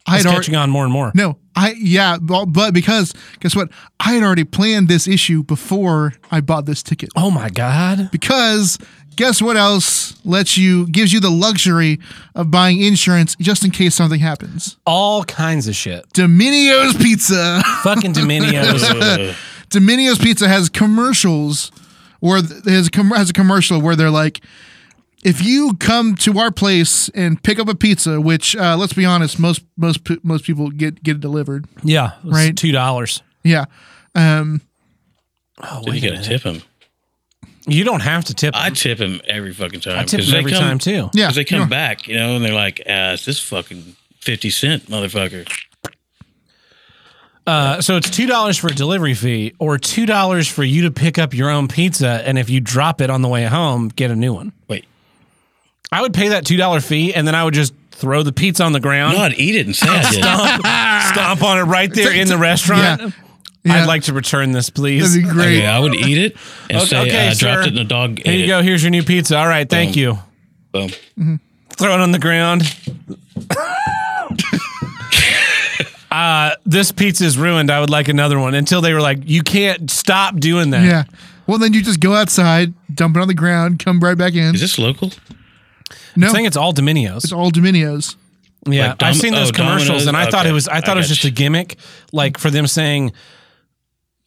[SPEAKER 2] I
[SPEAKER 1] It's
[SPEAKER 2] had
[SPEAKER 1] catching
[SPEAKER 2] already
[SPEAKER 1] on more and more.
[SPEAKER 2] no. I yeah, but, but because guess what? I had already planned this issue before I bought this ticket.
[SPEAKER 1] Oh my god.
[SPEAKER 2] Because guess what else lets you gives you the luxury of buying insurance just in case something happens.
[SPEAKER 1] All kinds of shit.
[SPEAKER 2] Dominio's Pizza.
[SPEAKER 1] Fucking
[SPEAKER 2] Oh,
[SPEAKER 1] Dominios.
[SPEAKER 3] uh,
[SPEAKER 2] Dominio's Pizza has commercials where th- has a, com- has a commercial where they're like, if you come to our place and pick up a pizza, which uh, let's be honest, most most pe- most people get get it delivered.
[SPEAKER 1] yeah, it was
[SPEAKER 2] Right.
[SPEAKER 1] Two dollars.
[SPEAKER 2] Yeah, um,
[SPEAKER 1] Oh,
[SPEAKER 3] you
[SPEAKER 1] wait a
[SPEAKER 3] gotta
[SPEAKER 1] minute.
[SPEAKER 3] tip him.
[SPEAKER 1] You don't have to tip.
[SPEAKER 3] I
[SPEAKER 1] I,
[SPEAKER 3] tip him every fucking time.
[SPEAKER 1] I tip
[SPEAKER 3] 'cause
[SPEAKER 1] them
[SPEAKER 3] they
[SPEAKER 1] every
[SPEAKER 3] come-
[SPEAKER 1] time too.
[SPEAKER 2] yeah.
[SPEAKER 3] 'cause they come
[SPEAKER 2] you know,
[SPEAKER 3] back, you know, and they're like, ah, it's this fucking fifty cent motherfucker.
[SPEAKER 1] Uh, so it's two dollars for a delivery fee, or two dollars for you to pick up your own pizza, and if you drop it on the way home, get a new one.
[SPEAKER 3] Wait,
[SPEAKER 1] I would pay that two dollar fee, and then I would just throw the pizza on the ground,
[SPEAKER 3] no, I'd eat it and say I did.
[SPEAKER 1] stomp on it right there in the restaurant.
[SPEAKER 2] Yeah.
[SPEAKER 1] I'd
[SPEAKER 2] yeah,
[SPEAKER 1] like to return this,
[SPEAKER 2] that'd
[SPEAKER 1] please.
[SPEAKER 2] be great.
[SPEAKER 3] Yeah, I would eat it and
[SPEAKER 1] Okay,
[SPEAKER 3] say uh,
[SPEAKER 1] okay,
[SPEAKER 3] I dropped
[SPEAKER 1] sir.
[SPEAKER 3] it and the dog
[SPEAKER 1] Here
[SPEAKER 3] ate
[SPEAKER 1] you
[SPEAKER 3] it.
[SPEAKER 1] go. Here's your new pizza. All right, thank you.
[SPEAKER 3] Boom.
[SPEAKER 1] Throw it on the ground. uh, this pizza is ruined. I would like another one. Until they were like, "You can't stop doing that."
[SPEAKER 2] Yeah. Well, then you just go outside, dump it on the ground, come right back in.
[SPEAKER 3] Is this local?
[SPEAKER 2] no,
[SPEAKER 1] I think it's all Dominios.
[SPEAKER 2] it's all Dominios.
[SPEAKER 1] Yeah,
[SPEAKER 3] Like Dom-
[SPEAKER 1] I've seen those
[SPEAKER 3] oh,
[SPEAKER 1] commercials,
[SPEAKER 3] Domino's?
[SPEAKER 1] and I thought it
[SPEAKER 3] Okay,
[SPEAKER 1] was I thought
[SPEAKER 3] I
[SPEAKER 1] it was
[SPEAKER 3] got
[SPEAKER 1] just
[SPEAKER 3] you.
[SPEAKER 1] a gimmick, like for them saying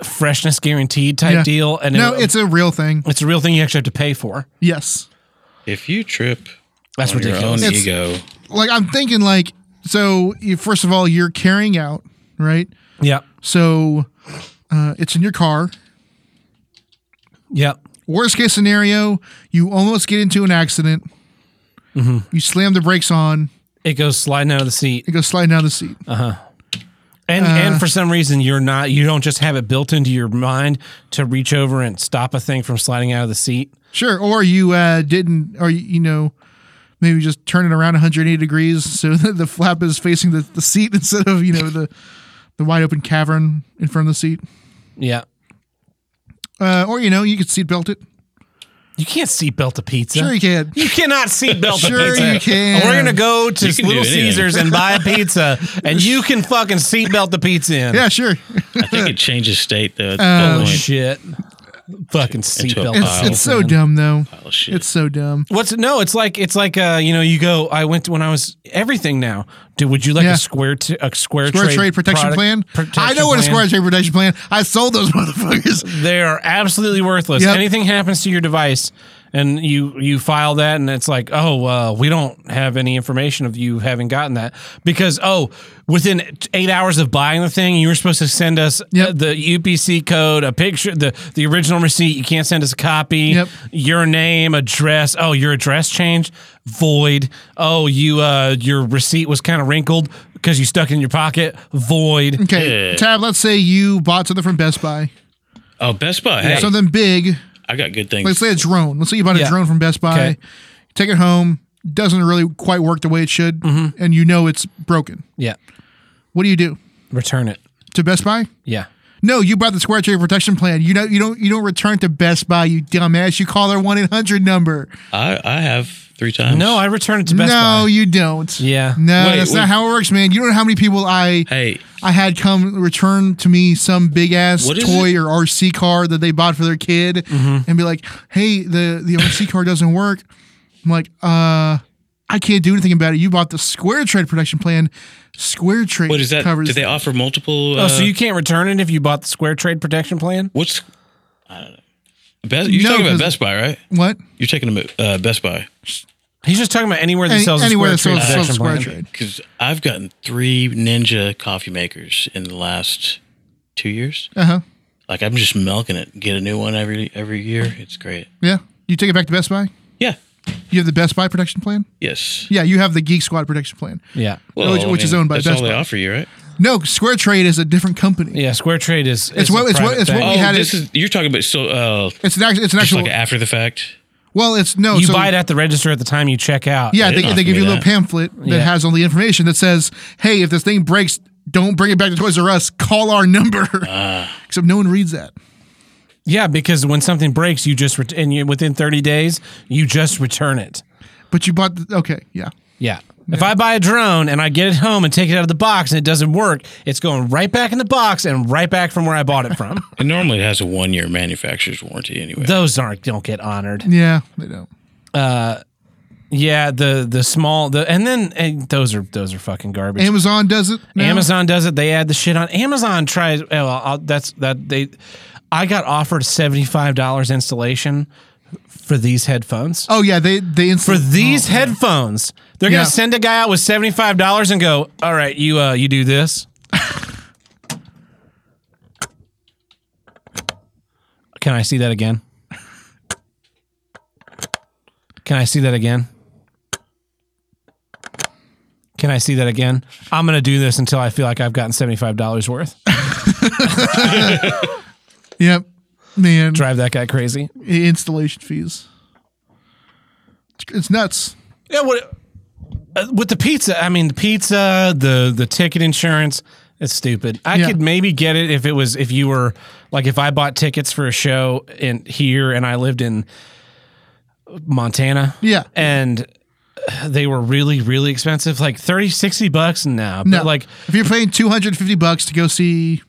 [SPEAKER 1] freshness guaranteed type
[SPEAKER 2] Yeah.
[SPEAKER 1] deal. And
[SPEAKER 2] No,
[SPEAKER 1] it-
[SPEAKER 2] it's a real thing.
[SPEAKER 1] it's a real thing you actually have to pay for.
[SPEAKER 2] Yes.
[SPEAKER 3] If you trip
[SPEAKER 1] That's
[SPEAKER 3] on your own
[SPEAKER 1] ridiculous.
[SPEAKER 2] It's-
[SPEAKER 3] ego,
[SPEAKER 2] Like I'm thinking, like so. You, first of all, you're carrying out, right?
[SPEAKER 1] Yep,
[SPEAKER 2] So uh, it's in your car.
[SPEAKER 1] yep.
[SPEAKER 2] Worst case scenario, you almost get into an accident. You slam the brakes on,
[SPEAKER 1] It goes sliding out of the seat,
[SPEAKER 2] it goes sliding down the seat.
[SPEAKER 1] and
[SPEAKER 2] Uh.
[SPEAKER 1] and for some reason you're not you don't just have it built into your mind to reach over and stop a thing from sliding out of the seat.
[SPEAKER 2] Sure. Or you uh, didn't, or you, you know, maybe just turn it around 180 degrees so that the flap is facing the, the seat instead of, you know, the, the wide open cavern in front of the seat.
[SPEAKER 1] Yeah,
[SPEAKER 2] Uh, or, you know, you could seatbelt it.
[SPEAKER 1] you can't seatbelt a pizza.
[SPEAKER 2] Sure, you can.
[SPEAKER 1] You cannot seatbelt a
[SPEAKER 2] Sure
[SPEAKER 1] pizza.
[SPEAKER 2] you can.
[SPEAKER 1] We're gonna go to
[SPEAKER 3] You can do
[SPEAKER 1] Little
[SPEAKER 3] anything.
[SPEAKER 1] Caesars and buy a pizza, and you can fucking seatbelt the pizza in.
[SPEAKER 2] Yeah, sure.
[SPEAKER 3] I think it changes state though. at
[SPEAKER 2] Oh,
[SPEAKER 3] that
[SPEAKER 1] Oh
[SPEAKER 3] point.
[SPEAKER 1] shit! Fucking
[SPEAKER 3] Into a
[SPEAKER 1] seatbelt.
[SPEAKER 3] pile.
[SPEAKER 1] piles,
[SPEAKER 2] It's, it's so
[SPEAKER 1] man.
[SPEAKER 2] dumb, though.
[SPEAKER 3] Oh, shit.
[SPEAKER 2] It's so dumb.
[SPEAKER 1] What's no? It's like it's like uh you know you go. I went to, when I was everything now. Dude, would you like
[SPEAKER 2] Yeah.
[SPEAKER 1] a square t- a square,
[SPEAKER 2] Square trade, protection
[SPEAKER 1] product-
[SPEAKER 2] plan.
[SPEAKER 1] protection
[SPEAKER 2] I know what a
[SPEAKER 1] plan?
[SPEAKER 2] square trade protection plan. I sold those motherfuckers.
[SPEAKER 1] They are absolutely worthless.
[SPEAKER 2] Yep.
[SPEAKER 1] Anything happens to your device, and you you file that, and it's like, oh, uh, we don't have any information of you having gotten that because oh, within eight hours of buying the thing, you were supposed to send us
[SPEAKER 2] Yep.
[SPEAKER 1] uh, the UPC code, a picture, the the original receipt. You can't send us a copy.
[SPEAKER 2] Yep.
[SPEAKER 1] Your name, address. Oh, your address changed. Void. Oh, you uh, your receipt was kind of wrinkled because you stuck it in your pocket. Void.
[SPEAKER 2] Okay,
[SPEAKER 3] Yeah.
[SPEAKER 2] Tab, let's say you bought something from Best Buy,
[SPEAKER 3] Oh, Best Buy. Hey,
[SPEAKER 2] something big.
[SPEAKER 3] I got good things.
[SPEAKER 2] Let's say a drone. Let's say you bought a
[SPEAKER 1] Yeah.
[SPEAKER 2] drone from Best Buy,
[SPEAKER 1] Okay.
[SPEAKER 2] take it home, doesn't really quite work the way it should,
[SPEAKER 1] Mm-hmm.
[SPEAKER 2] and you know it's broken.
[SPEAKER 1] Yeah.
[SPEAKER 2] What do you do
[SPEAKER 1] Return it.
[SPEAKER 2] to Best Buy?
[SPEAKER 1] Yeah.
[SPEAKER 2] No, you bought the Square Trade Protection Plan. You don't. You don't. You don't return to Best Buy. You dumbass. You call their one eight hundred number.
[SPEAKER 3] I, I have three times.
[SPEAKER 1] No, I returned it to Best
[SPEAKER 2] no,
[SPEAKER 1] Buy.
[SPEAKER 2] you don't.
[SPEAKER 1] Yeah.
[SPEAKER 2] No,
[SPEAKER 3] Wait,
[SPEAKER 2] that's not
[SPEAKER 3] wait.
[SPEAKER 2] how it works, man. You don't know how many people I
[SPEAKER 3] Hey,
[SPEAKER 2] I had come return to me some big ass
[SPEAKER 3] What is
[SPEAKER 2] toy
[SPEAKER 3] it? Mm-hmm.
[SPEAKER 2] or RC car that they bought for their kid and be like, hey, the, the RC car doesn't work. I'm like, uh, I can't do anything about it. You bought the Square Trade production plan. Square Trade
[SPEAKER 3] What is that?
[SPEAKER 2] covers
[SPEAKER 3] Do they offer multiple?
[SPEAKER 1] Oh,
[SPEAKER 3] Uh,
[SPEAKER 1] so you can't return it if you bought the Square Trade Protection Plan?
[SPEAKER 3] what's? I don't know. Best, you're
[SPEAKER 2] No,
[SPEAKER 3] talking about
[SPEAKER 2] 'cause-
[SPEAKER 3] Best Buy, right?
[SPEAKER 2] what
[SPEAKER 3] You're taking them at uh, Best Buy
[SPEAKER 1] He's just talking about anywhere that
[SPEAKER 2] Any-
[SPEAKER 1] sells
[SPEAKER 2] anywhere
[SPEAKER 1] a
[SPEAKER 2] that
[SPEAKER 1] Square
[SPEAKER 2] sells,
[SPEAKER 1] Trade
[SPEAKER 2] sells
[SPEAKER 1] Protection
[SPEAKER 2] Square
[SPEAKER 1] Plan.
[SPEAKER 2] Trade.
[SPEAKER 3] because I've gotten three Ninja coffee makers in the last two years.
[SPEAKER 2] Uh huh.
[SPEAKER 3] Like I'm just milking it. Get a new one every every year. It's great.
[SPEAKER 2] Yeah, you take it back to Best Buy.
[SPEAKER 3] Yeah.
[SPEAKER 2] You have the Best Buy production plan.
[SPEAKER 3] Yes.
[SPEAKER 2] Yeah, you have the Geek Squad production plan.
[SPEAKER 1] Yeah.
[SPEAKER 2] Which-
[SPEAKER 3] I
[SPEAKER 2] which is owned by
[SPEAKER 3] that's
[SPEAKER 2] Best
[SPEAKER 3] all they
[SPEAKER 2] Buy.
[SPEAKER 3] offer you, right?
[SPEAKER 2] No, Square Trade is a different company.
[SPEAKER 1] Yeah, Square Trade is.
[SPEAKER 2] It's what-
[SPEAKER 1] a
[SPEAKER 2] it's what-
[SPEAKER 1] private
[SPEAKER 2] it's what
[SPEAKER 1] thing.
[SPEAKER 2] we
[SPEAKER 3] Oh,
[SPEAKER 2] had
[SPEAKER 3] this
[SPEAKER 2] it-
[SPEAKER 3] is you're talking about so uh,
[SPEAKER 2] It's an actual. It's an
[SPEAKER 3] just
[SPEAKER 2] actual.
[SPEAKER 3] like after the fact.
[SPEAKER 2] well, it's no.
[SPEAKER 1] You
[SPEAKER 2] oh, so-
[SPEAKER 1] buy it at the register at the time you check out.
[SPEAKER 2] Yeah,
[SPEAKER 3] They
[SPEAKER 2] they,
[SPEAKER 3] didn't
[SPEAKER 2] they
[SPEAKER 3] offer
[SPEAKER 2] give
[SPEAKER 3] me
[SPEAKER 2] you a little
[SPEAKER 3] that.
[SPEAKER 2] pamphlet that
[SPEAKER 1] Yeah.
[SPEAKER 2] has all the information that says, "Hey, if this thing breaks, don't bring it back to Toys R Us. Call our number."
[SPEAKER 3] Ah.
[SPEAKER 2] Except no one reads that.
[SPEAKER 1] Yeah, because when something breaks, you just ret- and you, within thirty days you just return it.
[SPEAKER 2] But you bought. The, okay, yeah.
[SPEAKER 1] Yeah. If I buy a drone and I get it home and take it out of the box and it doesn't work, it's going right back in the box and right back from where I bought it from.
[SPEAKER 3] And normally it has a one year manufacturer's warranty anyway.
[SPEAKER 1] Those aren't don't get honored.
[SPEAKER 2] Yeah, they don't.
[SPEAKER 1] Yeah, the the small the and then and those are those are fucking garbage.
[SPEAKER 2] Amazon does it. now?
[SPEAKER 1] Amazon does it. They add the shit on. Amazon tries. oh, Well, I'll, that's that they. I got offered seventy five dollars installation for these headphones.
[SPEAKER 2] Oh yeah, they they
[SPEAKER 1] For
[SPEAKER 2] instantly.
[SPEAKER 1] these headphones, they're
[SPEAKER 2] Yeah.
[SPEAKER 1] gonna send a guy out with seventy five dollars and go, "All right, you uh, you do this." Can I see that again? Can I see that again? Can I see that again? I'm gonna do this until I feel like I've gotten seventy five dollars worth.
[SPEAKER 2] yep, man.
[SPEAKER 1] Drive that guy crazy.
[SPEAKER 2] Installation fees. It's- It's nuts.
[SPEAKER 1] Yeah, what uh, with the pizza? I mean, the pizza, the the ticket insurance. It's stupid. I
[SPEAKER 2] Yeah.
[SPEAKER 1] could maybe get it if it was if you were like if I bought tickets for a show in here and I lived in Montana
[SPEAKER 2] Yeah.
[SPEAKER 3] Eh.
[SPEAKER 1] and they were really really expensive like 30 60 bucks now
[SPEAKER 2] No,
[SPEAKER 1] but like
[SPEAKER 2] if you're paying 250 bucks to go see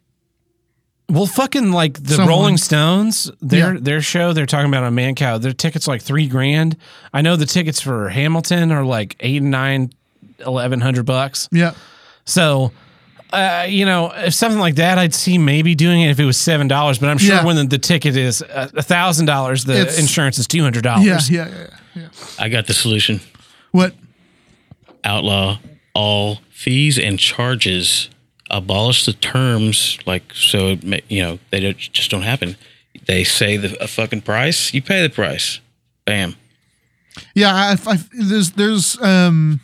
[SPEAKER 1] well fucking like the
[SPEAKER 2] Someone-
[SPEAKER 1] rolling stones their
[SPEAKER 2] Yeah.
[SPEAKER 1] their show they're talking about on man cow their tickets like three grand i know the tickets for hamilton are like eight and nine 1100 bucks
[SPEAKER 2] Yeah.
[SPEAKER 1] So, uh, you know, if something like that, I'd see maybe doing it if it was seven dollars. But I'm sure
[SPEAKER 2] Yeah.
[SPEAKER 1] when the, the ticket is uh, a thousand dollars, the
[SPEAKER 2] It's-
[SPEAKER 1] insurance is two hundred dollars.
[SPEAKER 2] Yeah, yeah, yeah, yeah.
[SPEAKER 3] I got the solution.
[SPEAKER 2] What?
[SPEAKER 3] outlaw all fees and charges, abolish the terms, like so it ma- you know they don't, just don't happen. They say the a fucking price, you pay the price. Bam.
[SPEAKER 2] Yeah, I, I, there's there's um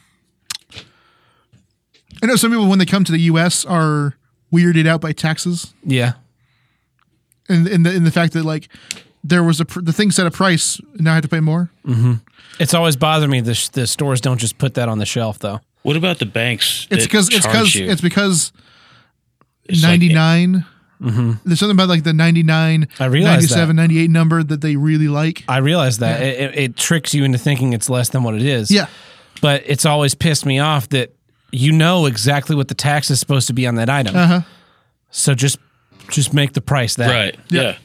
[SPEAKER 2] I know some people when they come to the US are weirded out by taxes
[SPEAKER 1] yeah.
[SPEAKER 2] and in the in the fact that like there was a pr- the thing set a price now I have to pay more.
[SPEAKER 1] It's always bothered me the sh- the stores don't just put that on the shelf though.
[SPEAKER 3] What about the banks?
[SPEAKER 2] It's
[SPEAKER 3] that
[SPEAKER 2] because it's
[SPEAKER 3] charge
[SPEAKER 2] because
[SPEAKER 3] you?
[SPEAKER 2] it's because
[SPEAKER 3] It's like- Mm-hmm.
[SPEAKER 2] 99 There's something about like the 99,
[SPEAKER 1] I realize
[SPEAKER 2] 97, 98 number that they really like.
[SPEAKER 1] I realize that it, it, it tricks you into thinking it's less than what it is.
[SPEAKER 2] Yeah.
[SPEAKER 1] but it's always pissed me off that you know exactly what the tax is supposed to be on that item.
[SPEAKER 2] Uh-huh.
[SPEAKER 1] So just just make the price that.
[SPEAKER 3] right. Yeah.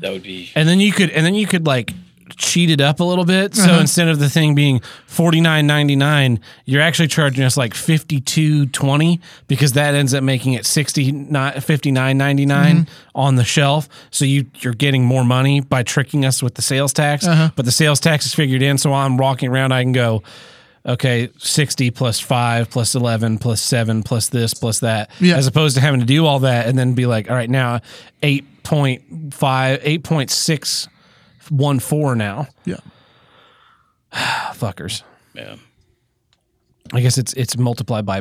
[SPEAKER 3] that would be.
[SPEAKER 1] and then you could and then you could like cheat it up a little bit so instead of the thing being 49.99 you're actually charging us like 52.20 because that ends up making it 69 59.99 on the shelf so you you're getting more money by tricking us with the sales tax but the sales tax is figured in so while I'm walking around I can go okay 60 plus 5 plus 11 plus 7 plus this plus that
[SPEAKER 2] Yeah.
[SPEAKER 1] as opposed to having to do all that and then be like all right now 8.5 8.614 now
[SPEAKER 2] Yeah.
[SPEAKER 1] Ah, fuckers
[SPEAKER 3] Yeah,
[SPEAKER 1] i guess it's it's multiplied by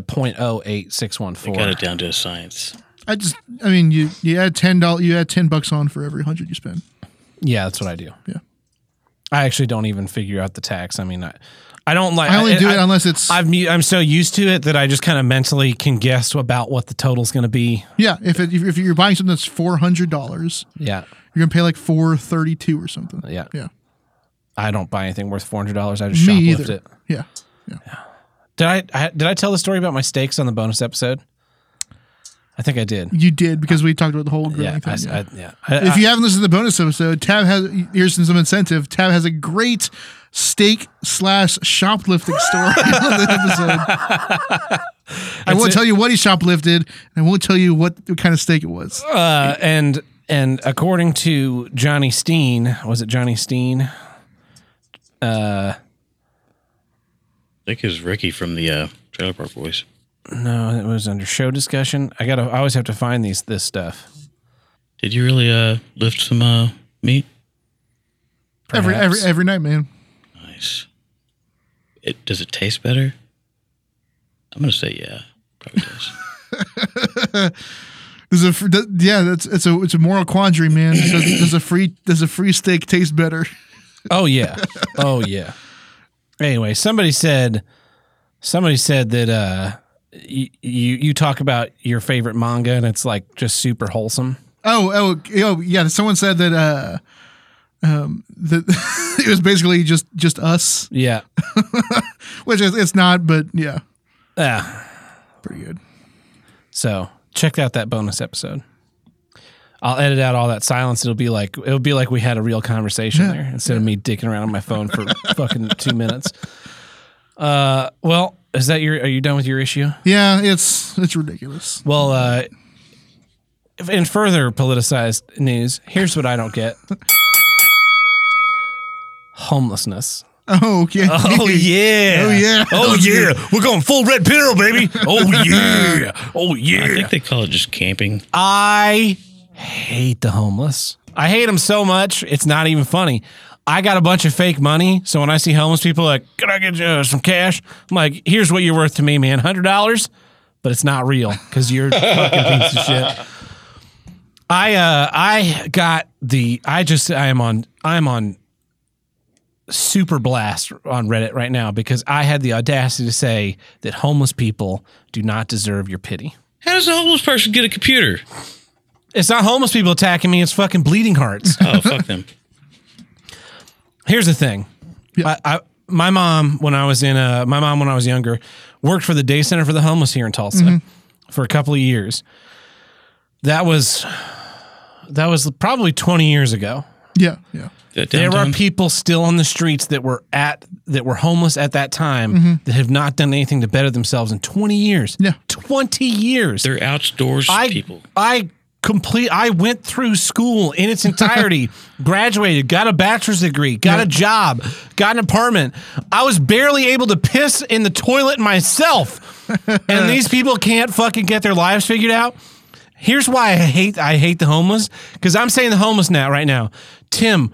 [SPEAKER 3] got
[SPEAKER 1] 0.08614
[SPEAKER 3] it down to a science.
[SPEAKER 2] I just I mean you you add $10 you add 10 bucks on for every 100 you spend.
[SPEAKER 1] yeah that's what i do
[SPEAKER 2] Yeah.
[SPEAKER 1] i actually don't even figure out the tax i mean i I don't like.
[SPEAKER 2] I only do it unless it's
[SPEAKER 1] I've, mu- I'm so used to it that I just kind of mentally can guess about what the total's going to be.
[SPEAKER 2] Yeah, if it, if if you're buying something that's four hundred dollars,
[SPEAKER 1] Yeah,
[SPEAKER 2] you're gonna pay like four thirty two or something.
[SPEAKER 1] Yeah.
[SPEAKER 2] yeah,
[SPEAKER 1] I don't buy anything worth four hundred dollars. I just
[SPEAKER 2] me
[SPEAKER 1] shoplift
[SPEAKER 2] either.
[SPEAKER 1] it.
[SPEAKER 2] Yeah,
[SPEAKER 1] Did I, I did I tell the story about my steaks on the bonus episode? I think I did.
[SPEAKER 2] You did because we talked about the whole
[SPEAKER 1] Yeah,
[SPEAKER 2] grilling
[SPEAKER 1] I,
[SPEAKER 2] thing.
[SPEAKER 1] I, yeah. I,
[SPEAKER 2] if
[SPEAKER 1] I-
[SPEAKER 2] you haven't listened to the bonus episode, Tab has here's some incentive. Tab has a great steak slash shoplifting story on the episode. I won't
[SPEAKER 1] it.
[SPEAKER 2] tell you what he shoplifted, and I won't tell you what, what kind of steak it was.
[SPEAKER 1] uh, and and according to Johnny Steen, was it Johnny Steen?
[SPEAKER 3] think it was Ricky from the uh, Trailer Park Boys.
[SPEAKER 1] No, Uh, it was under show discussion. I gotta. I always have to find these this stuff.
[SPEAKER 3] Did you really uh, lift some uh, meat?
[SPEAKER 2] Every every
[SPEAKER 1] Perhaps.
[SPEAKER 2] every night, man.
[SPEAKER 3] Nice. It does it taste better? I'm gonna say yeah. Probably does.
[SPEAKER 2] There's a fr- th- yeah, that's it's a it's a moral quandary, man. Does, does a free does a free steak taste better?
[SPEAKER 1] Oh yeah. Oh yeah. Anyway, somebody said somebody said that uh you, you you talk about your favorite manga and it's like just super wholesome.
[SPEAKER 2] Oh, oh, oh, yeah. Someone said that uh, um, that it was basically just just us,
[SPEAKER 1] Yeah.
[SPEAKER 2] which is, it's not, but yeah,
[SPEAKER 1] Yeah.
[SPEAKER 2] pretty good.
[SPEAKER 1] So, check out that bonus episode. I'll edit out all that silence. It'll be like it'll be like we had a real conversation there instead of me dicking around on my phone for fucking 2 minutes. Uh well, is that your are you done with your issue?
[SPEAKER 2] Yeah, it's it's ridiculous.
[SPEAKER 1] Well, uh, in further politicized news, here's what I don't get homelessness.
[SPEAKER 2] Oh, okay.
[SPEAKER 1] Oh, yeah.
[SPEAKER 2] Oh, yeah.
[SPEAKER 1] Oh,
[SPEAKER 2] That's
[SPEAKER 1] yeah. We're going full red pill, baby. Oh, yeah. Oh, yeah.
[SPEAKER 3] I think they call it just camping.
[SPEAKER 1] I hate the homeless. I hate them so much, it's not even funny. I got a bunch of fake money, so when I see homeless people like, "Can I get you uh, some cash?" I'm like, "Here's what you're worth to me, man, hundred dollars," but it's not real because you're a fucking piece of shit. I uh, I got the I just I am on I'm on super blast on Reddit right now because I had the audacity to say that homeless people do not deserve your pity.
[SPEAKER 3] How does a homeless person get a computer?
[SPEAKER 1] It's not homeless people attacking me. It's fucking bleeding hearts.
[SPEAKER 3] Oh fuck them.
[SPEAKER 1] Here's the thing. I, I, my mom, when I was in, uh, my mom, when I was younger, worked for the day center for the homeless here in Tulsa for a couple of years. That was, that was probably 20 years ago.
[SPEAKER 2] Yeah, yeah.
[SPEAKER 3] That
[SPEAKER 1] There are
[SPEAKER 3] downtown?
[SPEAKER 1] people still on the streets that were at, that were homeless at that time that have not done anything to better themselves in 20 years.
[SPEAKER 2] Yeah.
[SPEAKER 1] 20 years.
[SPEAKER 3] They're outdoors
[SPEAKER 1] I,
[SPEAKER 3] people.
[SPEAKER 1] I complete. I went through school in its entirety, graduated, got a bachelor's degree, got a job, got an apartment. I was barely able to piss in the toilet myself, and these people can't fucking get their lives figured out. Here's why I hate I hate the homeless because I'm saying the homeless now right now. Tim,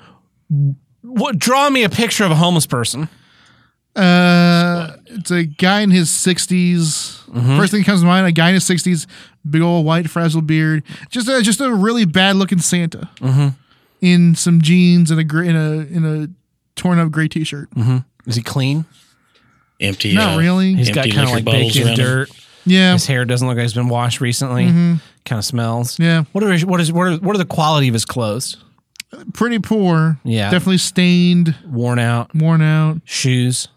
[SPEAKER 1] what, draw me a picture of a homeless person.
[SPEAKER 2] Uh, it's a guy in his 60s
[SPEAKER 1] Mm-hmm.
[SPEAKER 2] First thing that comes to mind: a guy in his sixties, big old white frazzled beard, just a, just a really bad looking Santa
[SPEAKER 1] Mm-hmm.
[SPEAKER 2] in some jeans and a gr- in a in a torn up gray t shirt.
[SPEAKER 1] Mm-hmm. Is he clean?
[SPEAKER 3] Empty.
[SPEAKER 2] Not
[SPEAKER 3] uh,
[SPEAKER 2] really.
[SPEAKER 1] He's
[SPEAKER 3] empty
[SPEAKER 1] got kind of
[SPEAKER 3] liquor
[SPEAKER 1] like
[SPEAKER 3] bottles
[SPEAKER 1] bacon
[SPEAKER 3] around him.
[SPEAKER 1] dirt.
[SPEAKER 2] Yeah,
[SPEAKER 1] His hair doesn't look like it's been washed recently. Kind of smells.
[SPEAKER 2] Mm-hmm. Yeah.
[SPEAKER 1] What are his, what is what are what are the quality of his clothes?
[SPEAKER 2] pretty poor.
[SPEAKER 1] Yeah.
[SPEAKER 2] definitely stained,
[SPEAKER 1] Worn out
[SPEAKER 2] worn out.
[SPEAKER 1] shoes.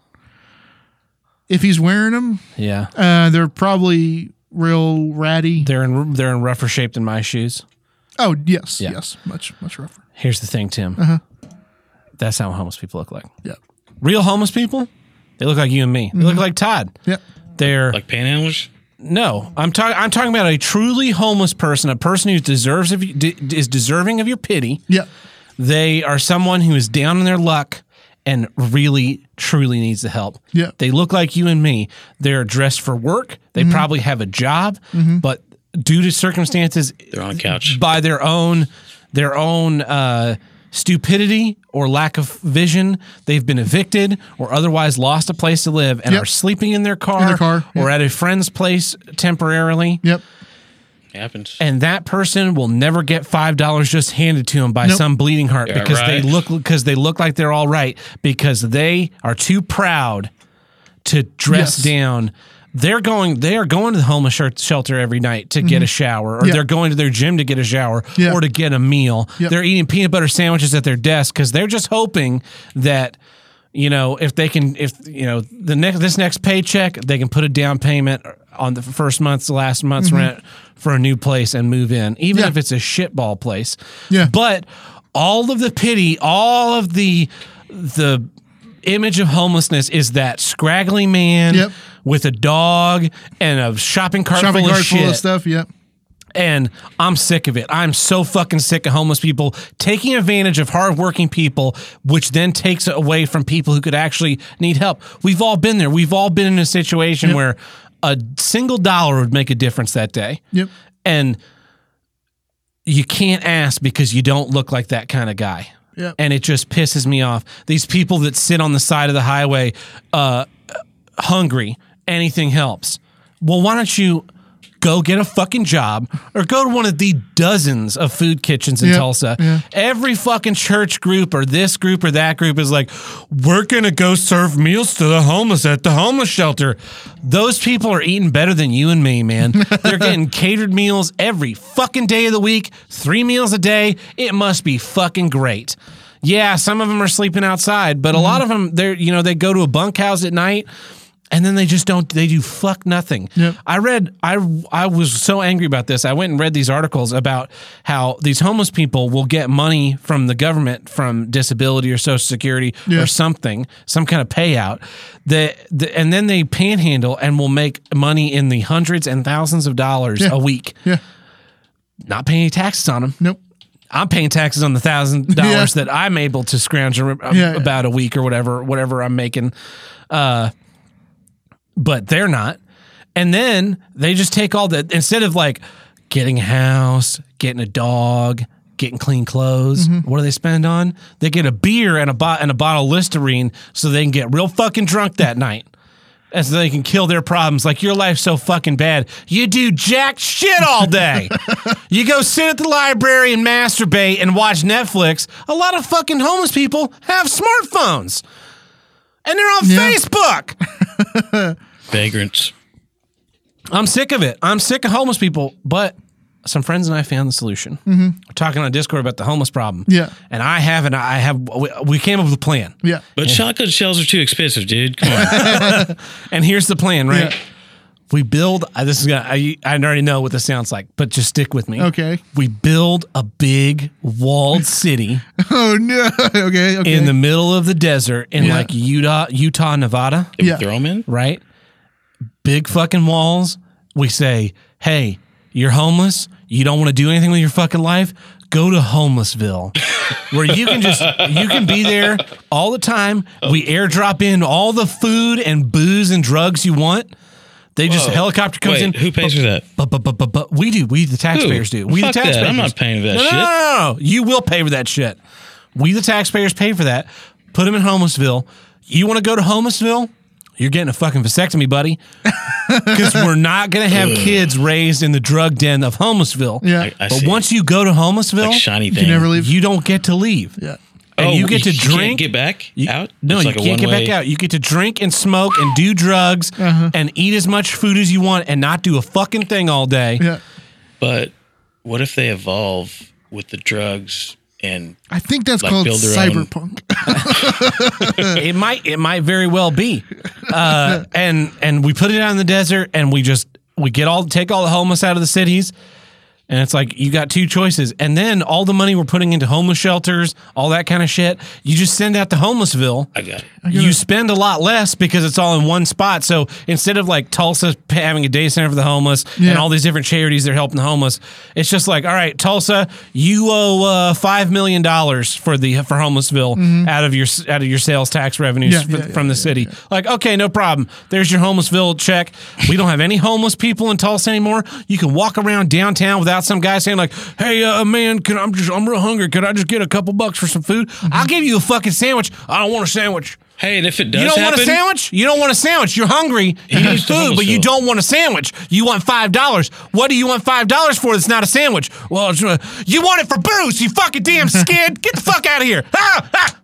[SPEAKER 2] If he's wearing them,
[SPEAKER 1] Yeah.
[SPEAKER 2] uh, they're probably real ratty.
[SPEAKER 1] They're in they're in rougher shape than my shoes.
[SPEAKER 2] Oh yes,
[SPEAKER 1] Yeah.
[SPEAKER 2] yes, much much rougher.
[SPEAKER 1] Here's the thing, Tim. That's not what homeless people look like.
[SPEAKER 2] Uh-huh. Yeah, Mm-hmm.
[SPEAKER 1] Real homeless people, they look like you and me. They look like Todd.
[SPEAKER 2] yeah.
[SPEAKER 1] They're
[SPEAKER 3] Like panhandlers.
[SPEAKER 1] no. I'm talking. I'm talking about a truly homeless person, a person who deserves of you, d- is deserving of your pity.
[SPEAKER 2] Yeah.
[SPEAKER 1] They are someone who is down in their luck and really truly needs the help.
[SPEAKER 2] Yeah. Mm-hmm.
[SPEAKER 1] They look like you and me. They're dressed for work. They probably have a job, but due to circumstances
[SPEAKER 3] They're on a couch.
[SPEAKER 1] by their own their own uh stupidity or lack of vision, they've been evicted or otherwise lost a place to live and
[SPEAKER 2] Yep.
[SPEAKER 1] are sleeping in their car,
[SPEAKER 2] their car,
[SPEAKER 1] or at a friend's place temporarily.
[SPEAKER 2] Yep.
[SPEAKER 3] Happens.
[SPEAKER 1] and that person will never get five dollars just handed to them by
[SPEAKER 2] Nope.
[SPEAKER 1] some bleeding heart
[SPEAKER 3] Yeah,
[SPEAKER 1] because they
[SPEAKER 3] right.
[SPEAKER 1] look because they look like they're all right because they are too proud to dress
[SPEAKER 2] Yes.
[SPEAKER 1] down. They're going. They are going to the homeless shir- shelter every night to get a shower, or
[SPEAKER 2] Mm-hmm. Yeah.
[SPEAKER 1] they're going to their gym to get a shower,
[SPEAKER 2] Yeah.
[SPEAKER 1] or to get a meal.
[SPEAKER 2] Yep.
[SPEAKER 1] They're eating peanut butter sandwiches at their desk because they're just hoping that you know if they can if you know the next this next paycheck they can put a down payment on the first month's last month's rent for a new place and move in, even
[SPEAKER 2] Mm-hmm. Yeah.
[SPEAKER 1] if it's a shitball place.
[SPEAKER 2] Yeah.
[SPEAKER 1] But all of the pity, all of the the image of homelessness is that scraggly man
[SPEAKER 2] Yep.
[SPEAKER 1] with a dog and a shopping cart
[SPEAKER 2] Shopping
[SPEAKER 1] full of
[SPEAKER 2] cart
[SPEAKER 1] shit.
[SPEAKER 2] full of stuff. Yep.
[SPEAKER 1] And I'm sick of it. I'm so fucking sick of homeless people taking advantage of hardworking people, which then takes it away from people who could actually need help. We've all been there. We've all been in a situation where a single dollar would make a difference that day.
[SPEAKER 2] Yep.
[SPEAKER 1] And you can't ask because you don't look like that kind of guy.
[SPEAKER 2] Yep.
[SPEAKER 1] And it just pisses me off. These people that sit on the side of the highway, uh, hungry, anything helps. Well, why don't you go get a fucking job or go to one of the dozens of food kitchens in
[SPEAKER 2] Yep,
[SPEAKER 1] Tulsa?
[SPEAKER 2] yeah.
[SPEAKER 1] Every fucking church group or this group or that group is like, we're going to go serve meals to the homeless at the homeless shelter. Those people are eating better than you and me, man. They're getting catered meals every fucking day of the week, three meals a day. It must be fucking great. Yeah, some of them are sleeping outside,
[SPEAKER 2] Mm-hmm.
[SPEAKER 1] but a lot of them, they're, you know, they go to a bunkhouse at night and then they just don't they do fuck nothing
[SPEAKER 2] Yep.
[SPEAKER 1] i read i i was so angry about this i went and read these articles about how these homeless people will get money from the government from disability or social security
[SPEAKER 2] Yeah.
[SPEAKER 1] or something some kind of payout that the, and then they panhandle and will make money in the hundreds and thousands of dollars
[SPEAKER 2] Yeah.
[SPEAKER 1] a week
[SPEAKER 2] Yeah.
[SPEAKER 1] not paying any taxes on them
[SPEAKER 2] Nope.
[SPEAKER 1] I'm paying taxes on the thousand
[SPEAKER 2] Yeah.
[SPEAKER 1] dollars that I'm able to scrounge ar- um,
[SPEAKER 2] Yeah.
[SPEAKER 1] about a week or whatever, whatever I'm making. Uh, but they're not. And then they just take all the instead of like getting a house, getting a dog, getting clean clothes.
[SPEAKER 2] Mm-hmm.
[SPEAKER 1] What do they spend on? They get a beer and a bot and a bottle of Listerine so they can get real fucking drunk that night. And so they can kill their problems. Like your life's so fucking bad, you do jack shit all day. you go sit at the library and masturbate and watch Netflix. A lot of fucking homeless people have smartphones, and they're on
[SPEAKER 2] Yeah.
[SPEAKER 1] Facebook.
[SPEAKER 3] Vagrants.
[SPEAKER 1] I'm sick of it. I'm sick of homeless people, but some friends and I found the solution. We're talking on Discord about the homeless problem.
[SPEAKER 2] Mm-hmm. Yeah.
[SPEAKER 1] And I have, and I have, we- we came up with a plan.
[SPEAKER 2] Yeah.
[SPEAKER 3] But shotgun shells are too expensive, dude. Come on.
[SPEAKER 1] And here's the plan, right?
[SPEAKER 2] Yeah.
[SPEAKER 1] We build, I- this is gonna, I, I already know what this sounds like, but just stick with me.
[SPEAKER 2] Okay.
[SPEAKER 1] We build a big walled city
[SPEAKER 2] Oh no. okay. Okay.
[SPEAKER 1] in the middle of the desert in
[SPEAKER 2] Yeah.
[SPEAKER 1] like Utah, Utah, Nevada,
[SPEAKER 2] Yeah.
[SPEAKER 3] Throw them in.
[SPEAKER 1] right? Big fucking walls. We say, hey, you're homeless. You don't want to do anything with your fucking life. Go to Homelessville, where you can just you can be there all the time. We airdrop in all the food and booze and drugs you want. They just helicopter comes
[SPEAKER 3] Wait,
[SPEAKER 1] in.
[SPEAKER 3] who pays for that?
[SPEAKER 1] But, but, but, but, but we do. We the taxpayers do. We
[SPEAKER 3] Fuck
[SPEAKER 1] the
[SPEAKER 3] that. I'm
[SPEAKER 1] taxpayers.
[SPEAKER 3] not paying for that
[SPEAKER 1] no,
[SPEAKER 3] shit.
[SPEAKER 1] No, no, no, no. You will pay for that shit. We the taxpayers pay for that. Put them in Homelessville. You want to go to Homelessville? You're getting a fucking vasectomy, buddy. Because we're not gonna have kids raised in the drug den of Homelessville.
[SPEAKER 2] yeah.
[SPEAKER 3] I, I
[SPEAKER 1] But
[SPEAKER 3] see.
[SPEAKER 1] once you go to Homelessville,
[SPEAKER 3] like shiny thing.
[SPEAKER 2] you never leave.
[SPEAKER 1] you don't get to leave.
[SPEAKER 2] yeah.
[SPEAKER 1] And
[SPEAKER 3] Oh,
[SPEAKER 1] you get to
[SPEAKER 3] can't
[SPEAKER 1] drink.
[SPEAKER 3] get back
[SPEAKER 1] You-
[SPEAKER 3] out.
[SPEAKER 1] No,
[SPEAKER 3] It's
[SPEAKER 1] you
[SPEAKER 3] like a
[SPEAKER 1] can't get
[SPEAKER 3] one-way-
[SPEAKER 1] back out. You get to drink and smoke and do drugs
[SPEAKER 2] Uh-huh.
[SPEAKER 1] and eat as much food as you want and not do a fucking thing all day.
[SPEAKER 2] Yeah.
[SPEAKER 3] But what if they evolve with the drugs and
[SPEAKER 2] I think that's
[SPEAKER 3] Like,
[SPEAKER 2] called
[SPEAKER 3] build their own-
[SPEAKER 2] cyberpunk.
[SPEAKER 1] it might it might very well be uh, and and we put it out in the desert and we just we get all take all the homeless out of the cities and it's like you got two choices and then all the money we're putting into homeless shelters all that kind of shit you just send out to homelessville
[SPEAKER 3] I got it.
[SPEAKER 1] you spend a lot less because it's all in one spot. So instead of like Tulsa p- having a day center for the homeless
[SPEAKER 2] Yeah.
[SPEAKER 1] and all these different charities that are helping the homeless, it's just like, all right, Tulsa, you owe uh, five million dollars for the for Homelessville out of your s- out of your sales tax revenues
[SPEAKER 2] Mm-hmm. Yeah,
[SPEAKER 1] fr-
[SPEAKER 2] yeah, yeah,
[SPEAKER 1] from the city. Like, okay, no problem. There's your Homelessville check. We don't have any homeless people in Tulsa anymore. You can walk around downtown without some guy saying like, hey, uh, man, can I'm just I'm real hungry. Could I just get a couple bucks for some food?
[SPEAKER 2] Mm-hmm.
[SPEAKER 1] I'll give you a fucking sandwich. I don't want a sandwich.
[SPEAKER 3] Hey, and if it does
[SPEAKER 1] You don't
[SPEAKER 3] happen,
[SPEAKER 1] want a sandwich? You don't want a sandwich. You're hungry. You need
[SPEAKER 3] needs to
[SPEAKER 1] food, but you
[SPEAKER 3] Homelessville.
[SPEAKER 1] don't want a sandwich. You want five dollars. What do you want five dollars for? That's not a sandwich. Well, it's, uh, you want it for booze. You fucking damn skid. Get the fuck out of here. Ah, ah.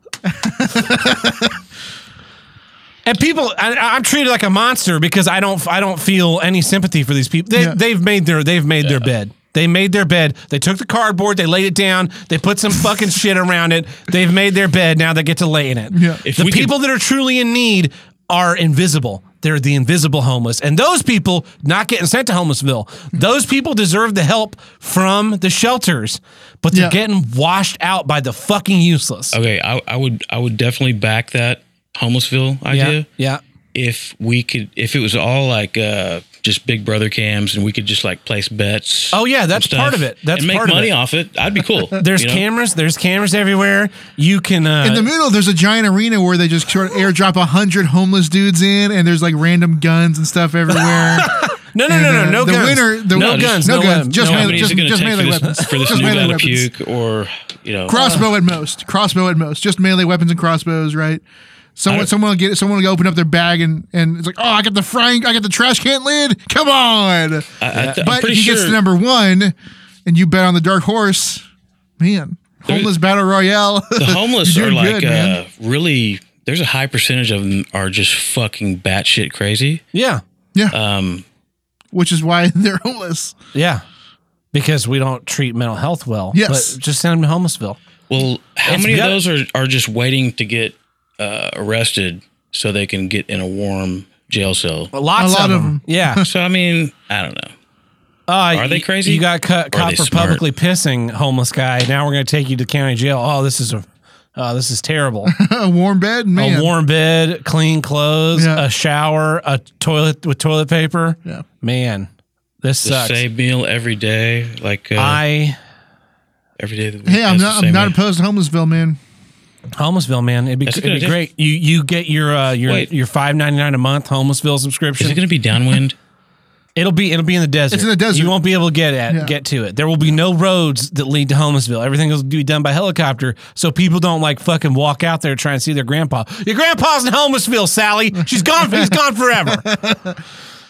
[SPEAKER 1] and people, I, I'm treated like a monster because I don't, I don't feel any sympathy for these people. They,
[SPEAKER 2] Yeah.
[SPEAKER 1] They've made their, they've made their bed. They made their bed. They took the cardboard. They laid it down. They put some fucking shit around it. They've made their bed. Now they get to lay in it
[SPEAKER 2] Yeah.
[SPEAKER 3] If
[SPEAKER 1] the
[SPEAKER 3] we could-
[SPEAKER 1] people that are truly in need are invisible. They're the invisible homeless. And those people not getting sent to Homelessville. Those people deserve the help from the shelters, but they're
[SPEAKER 2] Yeah.
[SPEAKER 1] getting washed out by the fucking useless.
[SPEAKER 3] Okay, I, I would I would definitely back that homelessville
[SPEAKER 1] yeah.
[SPEAKER 3] idea
[SPEAKER 1] Yeah.
[SPEAKER 3] if we could if it was all like uh just big brother cams and we could just like place bets.
[SPEAKER 1] Oh, yeah,
[SPEAKER 3] and
[SPEAKER 1] that's part of it. That's
[SPEAKER 3] and make
[SPEAKER 1] part of
[SPEAKER 3] money
[SPEAKER 1] it.
[SPEAKER 3] off it. I'd be cool.
[SPEAKER 1] There's
[SPEAKER 3] you know?
[SPEAKER 1] cameras. There's cameras everywhere. You can. Uh,
[SPEAKER 2] In the middle, there's a giant arena where they just sort of airdrop a hundred homeless dudes in, and there's like random guns and stuff everywhere.
[SPEAKER 1] no, no, no, no,
[SPEAKER 2] And, uh,
[SPEAKER 1] no
[SPEAKER 2] the
[SPEAKER 1] guns.
[SPEAKER 2] winner- the-
[SPEAKER 1] no,
[SPEAKER 3] No,
[SPEAKER 1] guns.
[SPEAKER 3] just-
[SPEAKER 1] No,
[SPEAKER 2] no
[SPEAKER 1] guns.
[SPEAKER 2] guns, just
[SPEAKER 3] How
[SPEAKER 1] no
[SPEAKER 2] melee-
[SPEAKER 3] many is it going to
[SPEAKER 2] just
[SPEAKER 3] take for
[SPEAKER 2] melee
[SPEAKER 3] this,
[SPEAKER 2] weapons.
[SPEAKER 3] for this
[SPEAKER 2] Just
[SPEAKER 3] new
[SPEAKER 2] melee
[SPEAKER 3] guy to
[SPEAKER 2] weapons.
[SPEAKER 3] puke or you know
[SPEAKER 2] crossbow at most, crossbow at most, just melee weapons and crossbows, right? Someone,
[SPEAKER 3] don't-
[SPEAKER 2] someone will get someone will open up their bag and and it's like, oh, I got the frying, I got the trash can lid. Come on!
[SPEAKER 3] I, I th- I'm
[SPEAKER 2] but
[SPEAKER 3] pretty
[SPEAKER 2] if he
[SPEAKER 3] sure
[SPEAKER 2] gets to number one, and you bet on the dark horse, man, homeless battle royale.
[SPEAKER 3] the homeless
[SPEAKER 2] You're
[SPEAKER 3] are
[SPEAKER 2] doing
[SPEAKER 3] like
[SPEAKER 2] good, man.
[SPEAKER 3] uh, really. There's a high percentage of them are just fucking batshit crazy.
[SPEAKER 1] Yeah.
[SPEAKER 2] yeah,
[SPEAKER 3] Um,
[SPEAKER 2] which is why they're homeless.
[SPEAKER 1] Yeah. Because we don't treat mental health well.
[SPEAKER 2] Yes.
[SPEAKER 1] But just send them to Homelessville.
[SPEAKER 3] Well, how
[SPEAKER 1] It's
[SPEAKER 3] many
[SPEAKER 1] got-
[SPEAKER 3] of those are, are just waiting to get uh, arrested so they can get in a warm jail cell?
[SPEAKER 1] Lots
[SPEAKER 2] lot
[SPEAKER 1] of,
[SPEAKER 2] of
[SPEAKER 1] them.
[SPEAKER 2] them.
[SPEAKER 1] Yeah.
[SPEAKER 3] So I mean, I don't know.
[SPEAKER 1] Uh,
[SPEAKER 3] Are they
[SPEAKER 1] y-
[SPEAKER 3] crazy?
[SPEAKER 1] You got cut,
[SPEAKER 3] Or are
[SPEAKER 1] caught
[SPEAKER 3] they
[SPEAKER 1] for
[SPEAKER 3] smart?
[SPEAKER 1] publicly pissing homeless guy. Now we're going to take you to county jail. Oh, this is a, uh, this is terrible.
[SPEAKER 2] A warm bed, man.
[SPEAKER 1] A warm bed, clean clothes,
[SPEAKER 2] Yeah.
[SPEAKER 1] a shower, a toilet with toilet paper.
[SPEAKER 2] Yeah.
[SPEAKER 1] Man, this
[SPEAKER 3] The
[SPEAKER 1] sucks.
[SPEAKER 3] same meal every day, like uh,
[SPEAKER 1] I
[SPEAKER 3] every day. Of the week
[SPEAKER 2] Hey, I'm
[SPEAKER 3] has the
[SPEAKER 2] not. I'm
[SPEAKER 3] same
[SPEAKER 2] not
[SPEAKER 3] meal.
[SPEAKER 2] opposed to homelessville, man.
[SPEAKER 1] Homelessville, man, it'd be,
[SPEAKER 3] That's a
[SPEAKER 1] it'd
[SPEAKER 3] good
[SPEAKER 1] be
[SPEAKER 3] idea.
[SPEAKER 1] great. You you get your uh, your
[SPEAKER 3] Wait.
[SPEAKER 1] your five ninety nine a month Homelessville
[SPEAKER 3] Is
[SPEAKER 1] subscription.
[SPEAKER 3] it going to be downwind?
[SPEAKER 1] It'll be it'll be in the desert.
[SPEAKER 2] It's in the desert.
[SPEAKER 1] You won't be able to get at
[SPEAKER 2] Yeah.
[SPEAKER 1] get to it. There will be no roads that lead to Homelessville. Everything will be done by helicopter, so people don't like fucking walk out there trying to see their grandpa. Your grandpa's in Homelessville, Sally. She's gone. he's gone forever.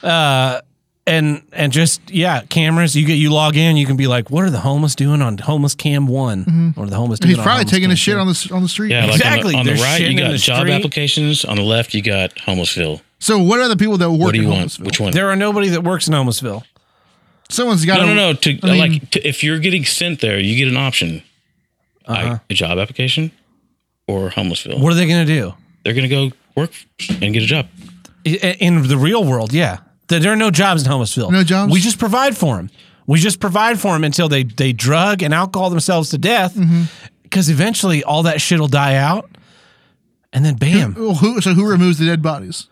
[SPEAKER 1] Uh, and and just yeah, cameras. You get you log in. You can be like, what are the homeless doing on homeless cam one or the homeless? Doing
[SPEAKER 2] Mm-hmm. He's
[SPEAKER 1] on
[SPEAKER 2] probably
[SPEAKER 1] homeless
[SPEAKER 2] taking
[SPEAKER 1] cam
[SPEAKER 2] a shit
[SPEAKER 1] two?
[SPEAKER 2] on the on the street.
[SPEAKER 3] Yeah,
[SPEAKER 1] Exactly.
[SPEAKER 3] Like on the,
[SPEAKER 1] They're
[SPEAKER 3] on the right,
[SPEAKER 1] shitting
[SPEAKER 3] you
[SPEAKER 1] in
[SPEAKER 3] got
[SPEAKER 1] the
[SPEAKER 3] job
[SPEAKER 1] street.
[SPEAKER 3] applications. On the left, you got homelessville.
[SPEAKER 2] So what are the people that work
[SPEAKER 3] What do you
[SPEAKER 2] in
[SPEAKER 3] want?
[SPEAKER 2] homelessville?
[SPEAKER 3] Which one?
[SPEAKER 1] There are nobody that works in Homelessville.
[SPEAKER 2] Someone's got. to,
[SPEAKER 3] no, no, no. To,
[SPEAKER 2] I mean,
[SPEAKER 3] like, to, if you're getting sent there, you get an option: like a job application or homelessville.
[SPEAKER 1] What are they gonna do
[SPEAKER 3] They're going to go work and get a job.
[SPEAKER 1] I- in the real world? Yeah, there there are no jobs in Homelessville.
[SPEAKER 2] No jobs?
[SPEAKER 1] We just provide for them. We just provide for them until they they drug and alcohol themselves to death.
[SPEAKER 2] Mm-hmm.
[SPEAKER 1] Because eventually, all that shit will die out, and then bam,
[SPEAKER 2] Well, who? So who removes the dead bodies?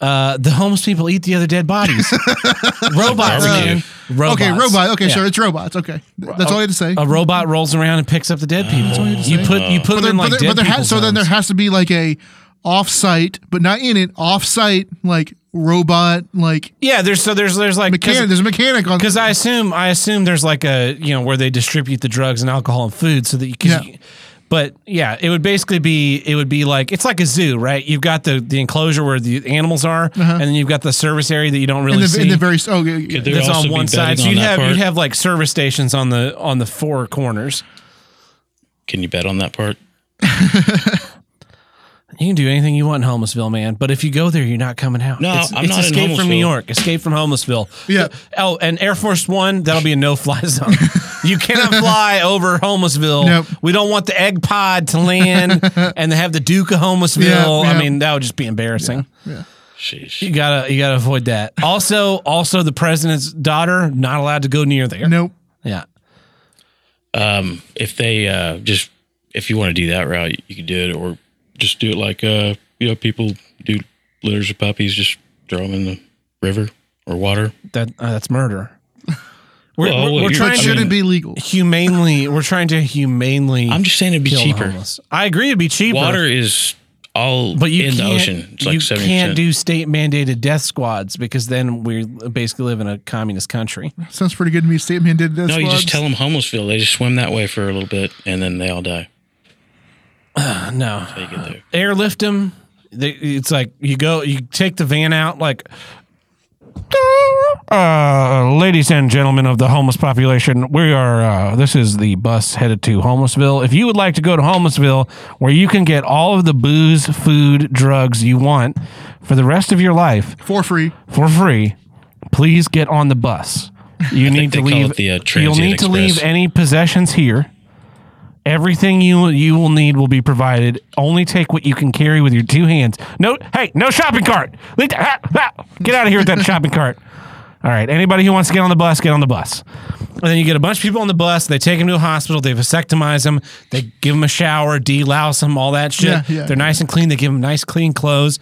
[SPEAKER 1] uh, the homeless people eat the other dead bodies. robots, man. robots.
[SPEAKER 2] Okay, robot. Okay,
[SPEAKER 1] Yeah.
[SPEAKER 2] so it's robots. Okay, that's all I had to say.
[SPEAKER 1] A robot rolls around and picks up the dead people. you put you put
[SPEAKER 2] but
[SPEAKER 1] them
[SPEAKER 2] there,
[SPEAKER 1] in like
[SPEAKER 2] but there,
[SPEAKER 1] dead
[SPEAKER 2] but there
[SPEAKER 1] people
[SPEAKER 2] has, so then there
[SPEAKER 1] zones.
[SPEAKER 2] has to be like a off-site, but not in it. Off-site, like robot, like
[SPEAKER 1] yeah. There's so there's there's like 'cause-
[SPEAKER 2] mechanic. There's a mechanic on.
[SPEAKER 1] Because I assume I assume there's like a you know where they distribute the drugs and alcohol and food so that you can.
[SPEAKER 2] Yeah.
[SPEAKER 1] But yeah, it would basically be it would be like it's like a zoo, right? You've got the the enclosure where the animals are, and then you've got the service area that you don't really
[SPEAKER 2] in Uh-huh. the,
[SPEAKER 1] see.
[SPEAKER 2] in the very oh, yeah, yeah.
[SPEAKER 3] there
[SPEAKER 1] that's
[SPEAKER 3] also
[SPEAKER 1] on
[SPEAKER 3] be
[SPEAKER 1] one side.
[SPEAKER 3] betting
[SPEAKER 1] So
[SPEAKER 3] on
[SPEAKER 1] you'd
[SPEAKER 3] that
[SPEAKER 1] have
[SPEAKER 3] part?
[SPEAKER 1] you'd have like service stations on the on the four corners.
[SPEAKER 3] Can you bet on that part?
[SPEAKER 1] You can do anything you want in Homelessville, man. But if you go there, you're not coming out.
[SPEAKER 3] No,
[SPEAKER 1] it's,
[SPEAKER 3] I'm
[SPEAKER 1] it's
[SPEAKER 3] not in
[SPEAKER 1] Escape from New
[SPEAKER 3] Homelessville.
[SPEAKER 1] York. Escape from Homelessville.
[SPEAKER 2] Yeah.
[SPEAKER 1] Oh, and Air Force One, that'll be a no-fly zone. you cannot fly over Homelessville.
[SPEAKER 2] Nope.
[SPEAKER 1] We don't want the egg pod to land and have the Duke of Homelessville.
[SPEAKER 2] Yeah, yeah.
[SPEAKER 1] I mean, that would just be embarrassing.
[SPEAKER 3] Sheesh.
[SPEAKER 1] You gotta you gotta avoid that. Also, also the president's daughter not allowed to go near there.
[SPEAKER 2] nope.
[SPEAKER 1] Yeah.
[SPEAKER 3] Um, if they uh, just if you want to do that route, you can do it, or just do it like uh, you know people do litters of puppies, just throw them in the river or water.
[SPEAKER 1] That uh, that's murder. We're,
[SPEAKER 3] Well,
[SPEAKER 1] we're, we're
[SPEAKER 3] you're-
[SPEAKER 1] trying
[SPEAKER 2] But
[SPEAKER 3] I
[SPEAKER 1] to
[SPEAKER 2] should
[SPEAKER 3] mean-
[SPEAKER 2] it be legal?
[SPEAKER 1] humanely. We're trying to humanely.
[SPEAKER 3] I'm just saying it'd be
[SPEAKER 1] kill the
[SPEAKER 3] cheaper.
[SPEAKER 1] homeless. I agree it'd be cheaper.
[SPEAKER 3] Water is all
[SPEAKER 1] but you
[SPEAKER 3] in the
[SPEAKER 1] can't,
[SPEAKER 3] ocean. It's like
[SPEAKER 1] you
[SPEAKER 3] seventy
[SPEAKER 1] can't
[SPEAKER 3] percent.
[SPEAKER 1] do state mandated death squads because then we basically live in a communist country.
[SPEAKER 2] Sounds pretty good to me. Statement did that.
[SPEAKER 3] No, you just tell them homelessville. They just swim that way for a little bit, and then they all die.
[SPEAKER 1] No,
[SPEAKER 3] They get there.
[SPEAKER 1] airlift them. They, it's like you go, you take the van out, like. Uh, ladies and gentlemen of the homeless population, we are. Uh, this is the bus headed to Homelessville. If you would like to go to Homelessville, where you can get all of the booze, food, drugs you want for the rest of your life,
[SPEAKER 2] for free.
[SPEAKER 1] for free, please get on the bus. You need
[SPEAKER 3] they
[SPEAKER 1] to
[SPEAKER 3] call
[SPEAKER 1] leave.
[SPEAKER 3] it the, uh,
[SPEAKER 1] you'll
[SPEAKER 3] Transient
[SPEAKER 1] need to leave
[SPEAKER 3] Express.
[SPEAKER 1] any possessions here, Everything you you will need will be provided. Only take what you can carry with your two hands. No, hey, no shopping cart. Leave that- ah, ah. Get out of here with that shopping cart. All right, anybody who wants to get on the bus, get on the bus. And then you get a bunch of people on the bus. They take them to a hospital. They vasectomize them. They give them a shower, delouse them, all that shit.
[SPEAKER 2] Yeah, yeah.
[SPEAKER 1] They're nice and clean. They give them nice, clean clothes.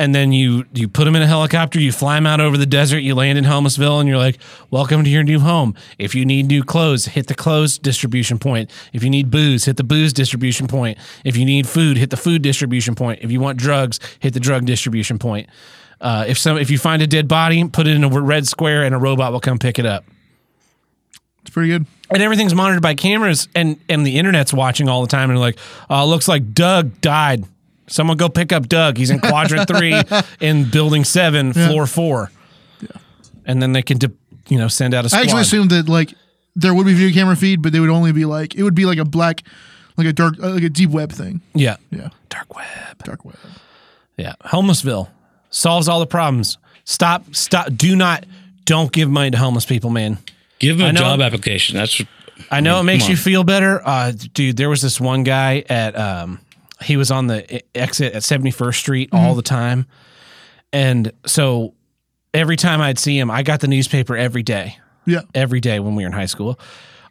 [SPEAKER 1] And then you you put them in a helicopter. You fly them out over the desert. You land in Helmusville, and you're like, "Welcome to your new home." If you need new clothes, hit the clothes distribution point. If you need booze, hit the booze distribution point. If you need food, hit the food distribution point. If you want drugs, hit the drug distribution point. Uh, if some if you find a dead body, put it in a red square, and a robot will come pick it up
[SPEAKER 2] It's pretty good.
[SPEAKER 1] and everything's monitored by cameras and and the internet's watching all the time and like uh, looks like doug died someone go pick up doug he's in quadrant three in building seven floor four and then they can de- you know send out a squad.
[SPEAKER 2] I actually assumed that like there would be video camera feed, but they would only be like it would be like a black, like a dark, uh, like a deep web thing.
[SPEAKER 1] yeah
[SPEAKER 2] Yeah,
[SPEAKER 1] dark web
[SPEAKER 2] dark web.
[SPEAKER 1] yeah homelessville solves all the problems stop stop do not don't give money to homeless people man
[SPEAKER 3] Give them
[SPEAKER 1] I
[SPEAKER 3] a
[SPEAKER 1] know.
[SPEAKER 3] job application. That's
[SPEAKER 1] I know it makes
[SPEAKER 3] come
[SPEAKER 1] you
[SPEAKER 3] on.
[SPEAKER 1] feel better, uh, dude. There was this one guy at um, he was on the e- exit at Seventy First Street all the time, and so every time I'd see him, I got the newspaper every day
[SPEAKER 2] Yeah,
[SPEAKER 1] every day when we were in high school.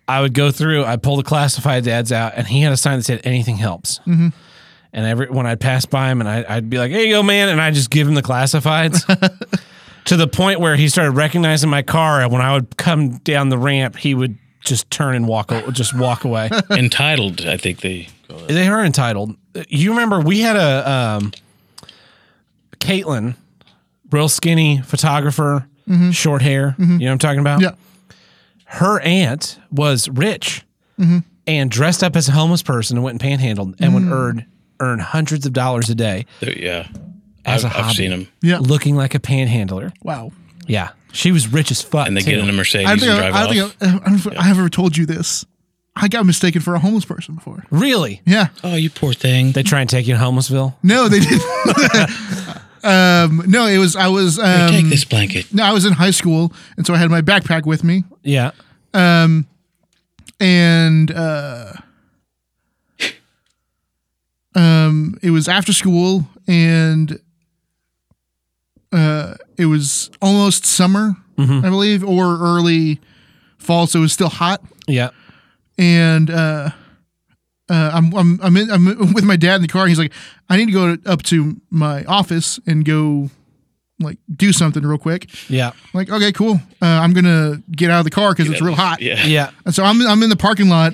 [SPEAKER 1] I would go through, I'd pull the classified ads out, and he had a sign that said anything helps. And every when I'd pass by him, and I, I'd be like, "Here you go, man," and I just give him the classifieds. to the point where he started recognizing my car, and when I would come down the ramp, he would just turn and walk, a- just walk away.
[SPEAKER 3] entitled. I think they.
[SPEAKER 1] they are entitled. You remember we had a um, Caitlin, real skinny photographer, short hair. You know what I'm talking about?
[SPEAKER 2] Mm-hmm. yeah.
[SPEAKER 1] her aunt was rich
[SPEAKER 2] Mm-hmm.
[SPEAKER 1] and dressed up as a homeless person and went and panhandled and
[SPEAKER 2] Mm.
[SPEAKER 1] would earn earn hundreds of dollars a day
[SPEAKER 3] they- Yeah,
[SPEAKER 1] As
[SPEAKER 3] I've,
[SPEAKER 1] a
[SPEAKER 3] I've
[SPEAKER 1] hobby.
[SPEAKER 3] seen them,
[SPEAKER 2] Yeah.
[SPEAKER 1] looking like a panhandler.
[SPEAKER 2] Wow.
[SPEAKER 1] Yeah. She was rich as fuck.
[SPEAKER 3] and they
[SPEAKER 1] too.
[SPEAKER 3] get in a Mercedes
[SPEAKER 2] I
[SPEAKER 3] and
[SPEAKER 2] think I,
[SPEAKER 3] drive
[SPEAKER 2] I,
[SPEAKER 3] off.
[SPEAKER 2] think I, I, don't know if I ever told you this. I got mistaken for a homeless person before.
[SPEAKER 1] Really?
[SPEAKER 2] Yeah.
[SPEAKER 3] oh, you poor thing.
[SPEAKER 1] They try and take you to Homelessville?
[SPEAKER 2] No, they didn't. um, no, it was I was um,
[SPEAKER 3] Take this blanket.
[SPEAKER 2] no, I was in high school, and so I had my backpack with me,
[SPEAKER 1] Yeah.
[SPEAKER 2] and uh, um, it was after school, and uh, it was almost summer,
[SPEAKER 3] Mm-hmm.
[SPEAKER 2] I believe, or early fall, so it was still hot.
[SPEAKER 1] Yeah.
[SPEAKER 2] and uh, uh, I'm I'm I'm, in, I'm with my dad in the car. And he's like, I need to go to, up to my office and go like do something real quick.
[SPEAKER 1] Yeah.
[SPEAKER 2] I'm like, okay, cool. Uh, I'm gonna get out of the car because it's real hot.
[SPEAKER 3] Yeah.
[SPEAKER 1] Yeah.
[SPEAKER 2] And so I'm I'm in the parking lot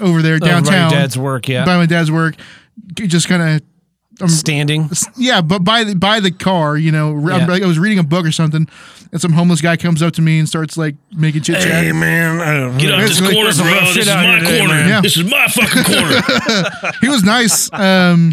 [SPEAKER 2] over there
[SPEAKER 1] Oh, right,
[SPEAKER 2] downtown
[SPEAKER 1] dad's work, yeah.
[SPEAKER 2] by my dad's work, just kind of
[SPEAKER 1] Standing.
[SPEAKER 2] yeah, but by the by the car, you know, re-
[SPEAKER 1] Yeah.
[SPEAKER 2] like I was reading a book or something, and some homeless guy comes up to me and starts like making chit chat.
[SPEAKER 1] man.
[SPEAKER 3] Get out this
[SPEAKER 2] Basically,
[SPEAKER 3] corner,
[SPEAKER 2] there's some
[SPEAKER 3] bro.
[SPEAKER 1] rough
[SPEAKER 3] This
[SPEAKER 1] shit
[SPEAKER 3] is
[SPEAKER 1] out
[SPEAKER 3] my
[SPEAKER 1] here today,
[SPEAKER 3] corner.
[SPEAKER 1] man.
[SPEAKER 2] Yeah.
[SPEAKER 3] This is my fucking corner.
[SPEAKER 2] he was nice. Um,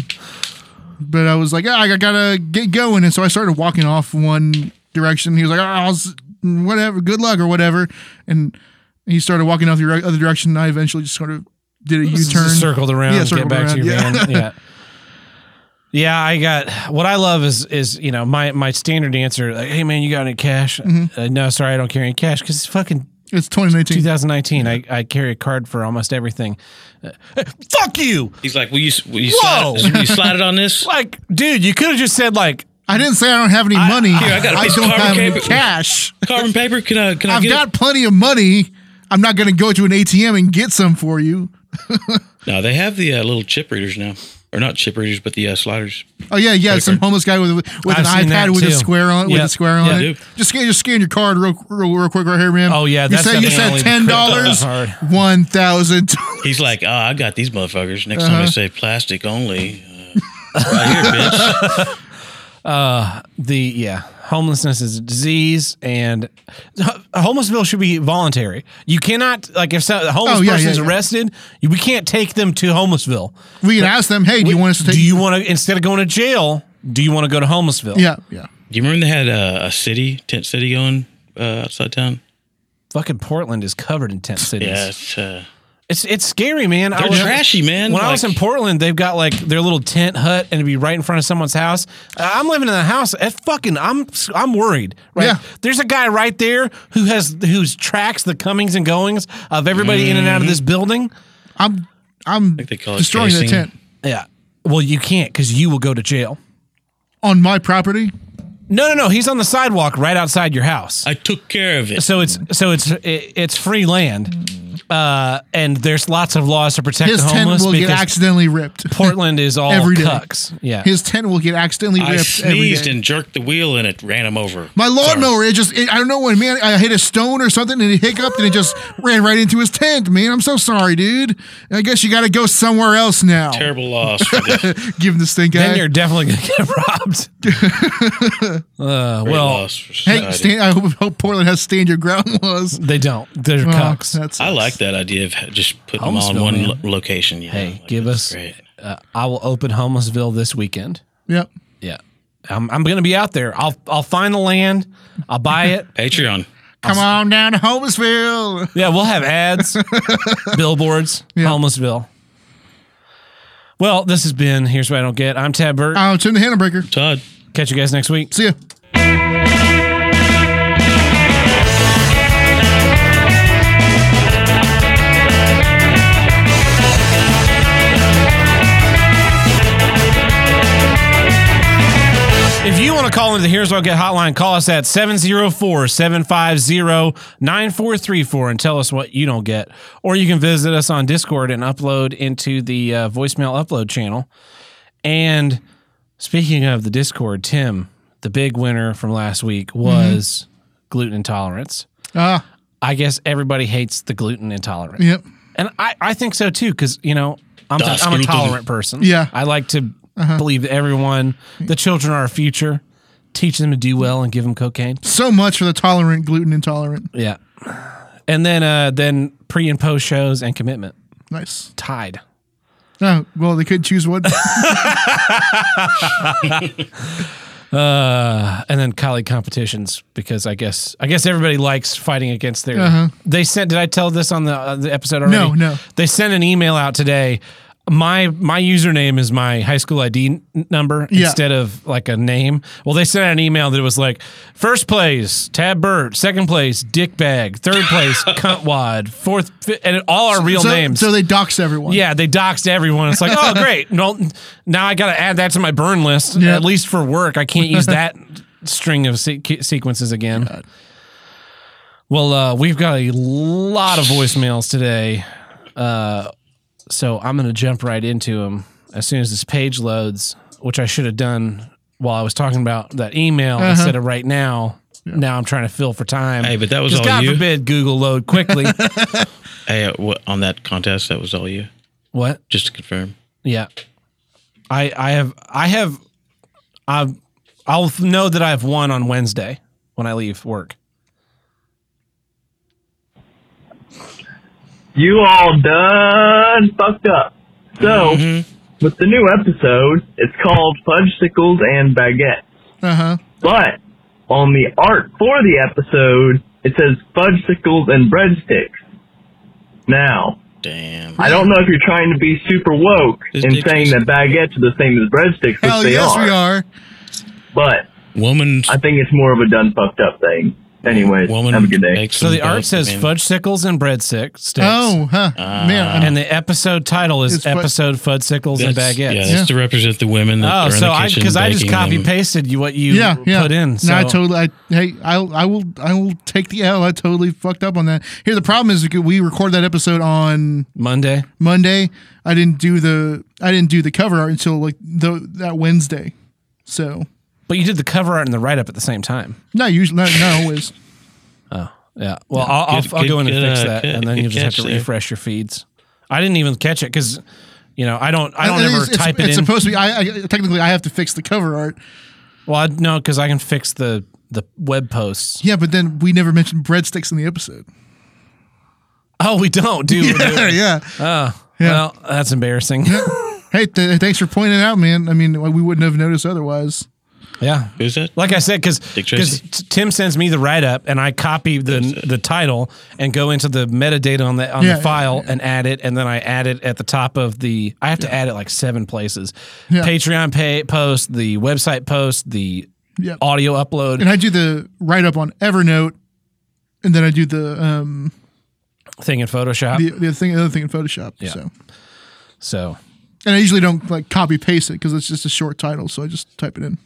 [SPEAKER 2] but I was like, "Ah, I gotta get going. And so I started walking off one direction. He was like, oh, I'll s- whatever, good luck or whatever. And he started walking off the dire- other direction. And I eventually just sort of did a U turn.
[SPEAKER 1] circled around,
[SPEAKER 2] Yeah,
[SPEAKER 1] and get
[SPEAKER 2] circled
[SPEAKER 1] back to
[SPEAKER 2] around,
[SPEAKER 1] your
[SPEAKER 2] yeah.
[SPEAKER 1] van. Yeah. Yeah, I got what I love is is you know my my standard answer like hey man you got any cash
[SPEAKER 2] Mm-hmm.
[SPEAKER 1] uh, no sorry I don't carry any cash because it's fucking
[SPEAKER 2] It's 2019.
[SPEAKER 1] 2019 I, I carry a card for almost everything Uh, fuck you
[SPEAKER 3] He's like, will you, will you,
[SPEAKER 1] Whoa!
[SPEAKER 3] slide, will you slide it on this?
[SPEAKER 1] like dude you could have just said like
[SPEAKER 2] I didn't say I don't have any money.
[SPEAKER 3] I got a piece of
[SPEAKER 2] don't
[SPEAKER 3] carbon
[SPEAKER 2] have any
[SPEAKER 3] paper.
[SPEAKER 2] cash.
[SPEAKER 3] Carbon paper? Can I, can I
[SPEAKER 2] I've
[SPEAKER 3] get
[SPEAKER 2] got plenty of money. I'm not going to go to an ATM and get some for you.
[SPEAKER 3] it? No, they have the uh, little chip readers now. Or not chip readers, but the uh, sliders.
[SPEAKER 2] Oh yeah, yeah. Some homeless guy with with an
[SPEAKER 1] I've seen that,
[SPEAKER 2] iPad with
[SPEAKER 1] too.
[SPEAKER 2] a square on with
[SPEAKER 1] Yeah.
[SPEAKER 2] a square on
[SPEAKER 1] Yeah,
[SPEAKER 2] it.
[SPEAKER 3] dude.
[SPEAKER 2] Just scan, just scan your card real, real, real quick right here, man.
[SPEAKER 1] Oh, yeah,
[SPEAKER 2] you
[SPEAKER 1] that's
[SPEAKER 2] said you said
[SPEAKER 1] definitely the
[SPEAKER 2] ten
[SPEAKER 1] crypto
[SPEAKER 2] dollars,
[SPEAKER 1] card.
[SPEAKER 2] one thousand.
[SPEAKER 3] He's like, oh, I got these motherfuckers. Next time they say plastic only. Uh, right here, bitch.
[SPEAKER 1] the yeah homelessness is a disease and ho- homeless bill should be voluntary you cannot like if so, a homeless
[SPEAKER 2] Oh, yeah,
[SPEAKER 1] person
[SPEAKER 2] yeah,
[SPEAKER 1] is
[SPEAKER 2] yeah.
[SPEAKER 1] arrested you, we can't take them to homelessville
[SPEAKER 2] We can ask them, hey, do you want us to take?
[SPEAKER 1] do you want to instead of going to jail do you want to go to homelessville
[SPEAKER 2] yeah, yeah.
[SPEAKER 3] Do you remember they had uh, a city, tent city going uh, outside town?
[SPEAKER 1] fucking portland is covered in tent cities
[SPEAKER 3] Yeah. It's, uh,
[SPEAKER 1] it's it's scary man I
[SPEAKER 3] They're
[SPEAKER 1] was-
[SPEAKER 3] trashy, man.
[SPEAKER 1] when i was
[SPEAKER 3] Like-
[SPEAKER 1] in portland they've got like their little tent hut and it'd be right in front of someone's house Uh, i'm living in a house it fucking i'm i'm worried right
[SPEAKER 2] Yeah.
[SPEAKER 1] there's a guy right there who
[SPEAKER 3] Mm-hmm.
[SPEAKER 1] has who's tracks the comings and goings of everybody in and out of this building
[SPEAKER 2] I'm I'm
[SPEAKER 3] think they call it
[SPEAKER 2] destroying the
[SPEAKER 3] casing.
[SPEAKER 2] tent
[SPEAKER 1] Yeah. Well, you can't because you will go to jail.
[SPEAKER 2] on my property.
[SPEAKER 1] No, no, no. He's on the sidewalk right outside your house.
[SPEAKER 3] I took care of it.
[SPEAKER 1] so it's
[SPEAKER 2] Mm-hmm.
[SPEAKER 1] so it's it, it's free land, uh, and there's lots of laws to protect
[SPEAKER 2] His
[SPEAKER 1] the
[SPEAKER 2] tent
[SPEAKER 1] homeless
[SPEAKER 2] will get
[SPEAKER 1] because
[SPEAKER 2] accidentally ripped
[SPEAKER 1] Portland is all
[SPEAKER 2] every day.
[SPEAKER 1] cucks. Yeah.
[SPEAKER 2] His tent will get accidentally
[SPEAKER 3] I
[SPEAKER 2] ripped every
[SPEAKER 3] sneezed
[SPEAKER 2] day.
[SPEAKER 3] and jerked the wheel and it ran him over.
[SPEAKER 2] my
[SPEAKER 3] Sorry.
[SPEAKER 2] lawnmower, it just, it, I don't know when, man, I hit a stone or something and it hiccuped and it just ran right into his tent, man. I'm so sorry, dude. I guess you got to go somewhere else now.
[SPEAKER 3] Terrible loss for the
[SPEAKER 2] Give him this thing,
[SPEAKER 1] then
[SPEAKER 2] guy.
[SPEAKER 1] you're definitely gonna get robbed. uh,
[SPEAKER 3] great
[SPEAKER 1] well,
[SPEAKER 3] loss for
[SPEAKER 2] Hey,
[SPEAKER 3] society.
[SPEAKER 2] stand, I hope, hope Portland has stand your ground laws.
[SPEAKER 1] they don't. They're
[SPEAKER 2] Well,
[SPEAKER 1] cucks.
[SPEAKER 2] that's-
[SPEAKER 3] I like that idea of ha- just putting them all in
[SPEAKER 1] Homelessville,
[SPEAKER 3] one
[SPEAKER 1] man.
[SPEAKER 3] lo- location. You
[SPEAKER 1] Hey,
[SPEAKER 3] know, like,
[SPEAKER 1] give
[SPEAKER 3] that's
[SPEAKER 1] us.
[SPEAKER 3] great.
[SPEAKER 1] Uh, I will open Homelessville this weekend.
[SPEAKER 2] Yep.
[SPEAKER 1] Yeah, I'm, I'm going to be out there. I'll I'll find the land. I'll buy it.
[SPEAKER 3] Patreon.
[SPEAKER 2] Come on down to Uh, Homelessville.
[SPEAKER 1] yeah, we'll have ads, billboards,
[SPEAKER 2] Yeah.
[SPEAKER 1] Homelessville. Well, this has been here's what I don't get. I'm Tad Burt.
[SPEAKER 2] Oh, Tim the Handlebreaker.
[SPEAKER 3] Todd.
[SPEAKER 1] Catch you guys next week.
[SPEAKER 2] See ya.
[SPEAKER 1] If you want to call into the Here's What I Get hotline, call us at 704 750 9434 and tell us what you don't get. Or you can visit us on Discord and upload into the uh, voicemail upload channel. And speaking of the Discord, Tim, the big winner from last week was gluten intolerance.
[SPEAKER 2] Ah,
[SPEAKER 1] I guess everybody hates the gluten intolerant.
[SPEAKER 2] yep.
[SPEAKER 1] And I, I think so too, because, you know, I'm,
[SPEAKER 3] Das
[SPEAKER 1] I'm a
[SPEAKER 3] Gluten.
[SPEAKER 1] tolerant person.
[SPEAKER 2] Yeah.
[SPEAKER 1] I like to believe that everyone, the children are our future, teach them to do well and give them cocaine.
[SPEAKER 2] So much for the tolerant, gluten intolerant.
[SPEAKER 1] Yeah. And then, uh, then pre and post shows and commitment
[SPEAKER 2] Nice.
[SPEAKER 1] tied.
[SPEAKER 2] Oh, well, they could choose one.
[SPEAKER 1] And then colleague competitions because I guess I guess everybody likes fighting against their.
[SPEAKER 2] Uh-huh.
[SPEAKER 1] They sent. Did I tell this on the uh, the episode already?
[SPEAKER 2] No, no.
[SPEAKER 1] They sent an email out today. My my username is my high school ID n- number
[SPEAKER 2] Yeah.
[SPEAKER 1] instead of like a name. Well, they sent out an email that was like first place Tab Burt, second place Dick Bag, third place Cuntwad, fourth fi- and all our real
[SPEAKER 2] so,
[SPEAKER 1] names.
[SPEAKER 2] So they dox everyone.
[SPEAKER 1] Yeah, they doxed everyone. It's like, oh, great. No, now I got to add that to my burn list,
[SPEAKER 2] Yeah.
[SPEAKER 1] at least for work. I can't use that string of se- sequences again. Well, uh, we've got a lot of voicemails today. Uh, so I'm going to jump right into them as soon as this page loads, which I should have done while I was talking about that email instead of right now. Now I'm trying to fill for time.
[SPEAKER 3] Hey, but that was
[SPEAKER 1] 'Cause
[SPEAKER 3] all
[SPEAKER 1] God
[SPEAKER 3] you?
[SPEAKER 1] forbid Google load quickly.
[SPEAKER 3] Hey, uh, what, on that contest, that was all you.
[SPEAKER 1] what?
[SPEAKER 3] Just to confirm.
[SPEAKER 1] Yeah. I I have I have I've I'll know that I've won on Wednesday when I leave work.
[SPEAKER 8] you all done fucked up. So, with the new episode, it's called Fudge Sickles and Baguettes.
[SPEAKER 2] Uh huh.
[SPEAKER 8] But on the art for the episode, it says Fudge Sickles and Breadsticks. Now,
[SPEAKER 3] Damn.
[SPEAKER 8] I don't know if you're trying to be super woke
[SPEAKER 3] Is
[SPEAKER 8] in
[SPEAKER 3] dick
[SPEAKER 8] saying
[SPEAKER 3] juice-
[SPEAKER 8] that baguettes are the same as breadsticks, which
[SPEAKER 2] Hell
[SPEAKER 8] they
[SPEAKER 2] yes,
[SPEAKER 8] are,
[SPEAKER 2] we are.
[SPEAKER 8] But
[SPEAKER 3] Woman.
[SPEAKER 8] I think it's more of a done fucked up thing. Anyways,
[SPEAKER 3] woman.
[SPEAKER 8] have a good day.
[SPEAKER 3] makes
[SPEAKER 1] So
[SPEAKER 3] them
[SPEAKER 1] the art
[SPEAKER 3] both,
[SPEAKER 1] says
[SPEAKER 3] man.
[SPEAKER 1] fudge sickles and bread sick- sticks.
[SPEAKER 2] Oh, huh. Man.
[SPEAKER 1] And the episode title is
[SPEAKER 2] It's fud-
[SPEAKER 1] episode fudge sickles and
[SPEAKER 3] That's-
[SPEAKER 1] baguettes.
[SPEAKER 3] Yeah, that's
[SPEAKER 2] Yeah.
[SPEAKER 3] to represent the women that
[SPEAKER 1] Oh,
[SPEAKER 3] are in
[SPEAKER 1] so
[SPEAKER 3] the
[SPEAKER 1] I
[SPEAKER 3] kitchen
[SPEAKER 1] because I just
[SPEAKER 3] baking
[SPEAKER 1] copy
[SPEAKER 3] them.
[SPEAKER 1] pasted you what you
[SPEAKER 2] yeah, yeah.
[SPEAKER 1] put in. So
[SPEAKER 2] no, I totally. I, hey, I, I will, I will take the L. I totally fucked up on that. Here, the problem is we recorded that episode on
[SPEAKER 1] Monday.
[SPEAKER 2] Monday. I didn't do the, I didn't do the cover art until like the, that Wednesday. So
[SPEAKER 1] But you did the cover art and the write up at the same time.
[SPEAKER 2] not usually, not, not always.
[SPEAKER 1] Yeah. Well, I'll,
[SPEAKER 3] Good-
[SPEAKER 1] I'll, I'll go in
[SPEAKER 3] good-
[SPEAKER 1] and
[SPEAKER 3] good,
[SPEAKER 1] fix
[SPEAKER 3] uh,
[SPEAKER 1] that,
[SPEAKER 3] good-
[SPEAKER 1] and then
[SPEAKER 3] good
[SPEAKER 1] you'll just have
[SPEAKER 3] catch
[SPEAKER 1] to
[SPEAKER 3] there.
[SPEAKER 1] refresh your feeds. I didn't even catch it because, you know, I don't. I don't
[SPEAKER 2] It is-
[SPEAKER 1] ever
[SPEAKER 2] it's,
[SPEAKER 1] type
[SPEAKER 2] it's
[SPEAKER 1] it in.
[SPEAKER 2] supposed to be. I, I technically I have to fix the cover art.
[SPEAKER 1] Well, I, no, because I can fix the the web posts.
[SPEAKER 2] Yeah, but then we never mentioned breadsticks in the episode.
[SPEAKER 1] Oh, we don't do.
[SPEAKER 2] Yeah, yeah.
[SPEAKER 1] Well, that's embarrassing.
[SPEAKER 2] Hey, th- thanks for pointing it out, man. I mean, we wouldn't have noticed otherwise.
[SPEAKER 1] yeah.
[SPEAKER 3] Who's that?
[SPEAKER 1] Like I said, because
[SPEAKER 3] Dick Tracy.
[SPEAKER 1] Tim sends me the write up and I copy the the title and go into the metadata on the on
[SPEAKER 2] Yeah,
[SPEAKER 1] the file and add it, and then I add it at the top of the. I have to add it like seven places:
[SPEAKER 2] Yeah.
[SPEAKER 1] Patreon pay, post, the website post, the
[SPEAKER 2] Yep.
[SPEAKER 1] audio upload.
[SPEAKER 2] And I do the write up on Evernote, and then I do the um
[SPEAKER 1] thing in Photoshop.
[SPEAKER 2] the, the thing the other thing in Photoshop. So
[SPEAKER 1] So
[SPEAKER 2] And I usually don't like copy paste it because it's just a short title, so I just type it in.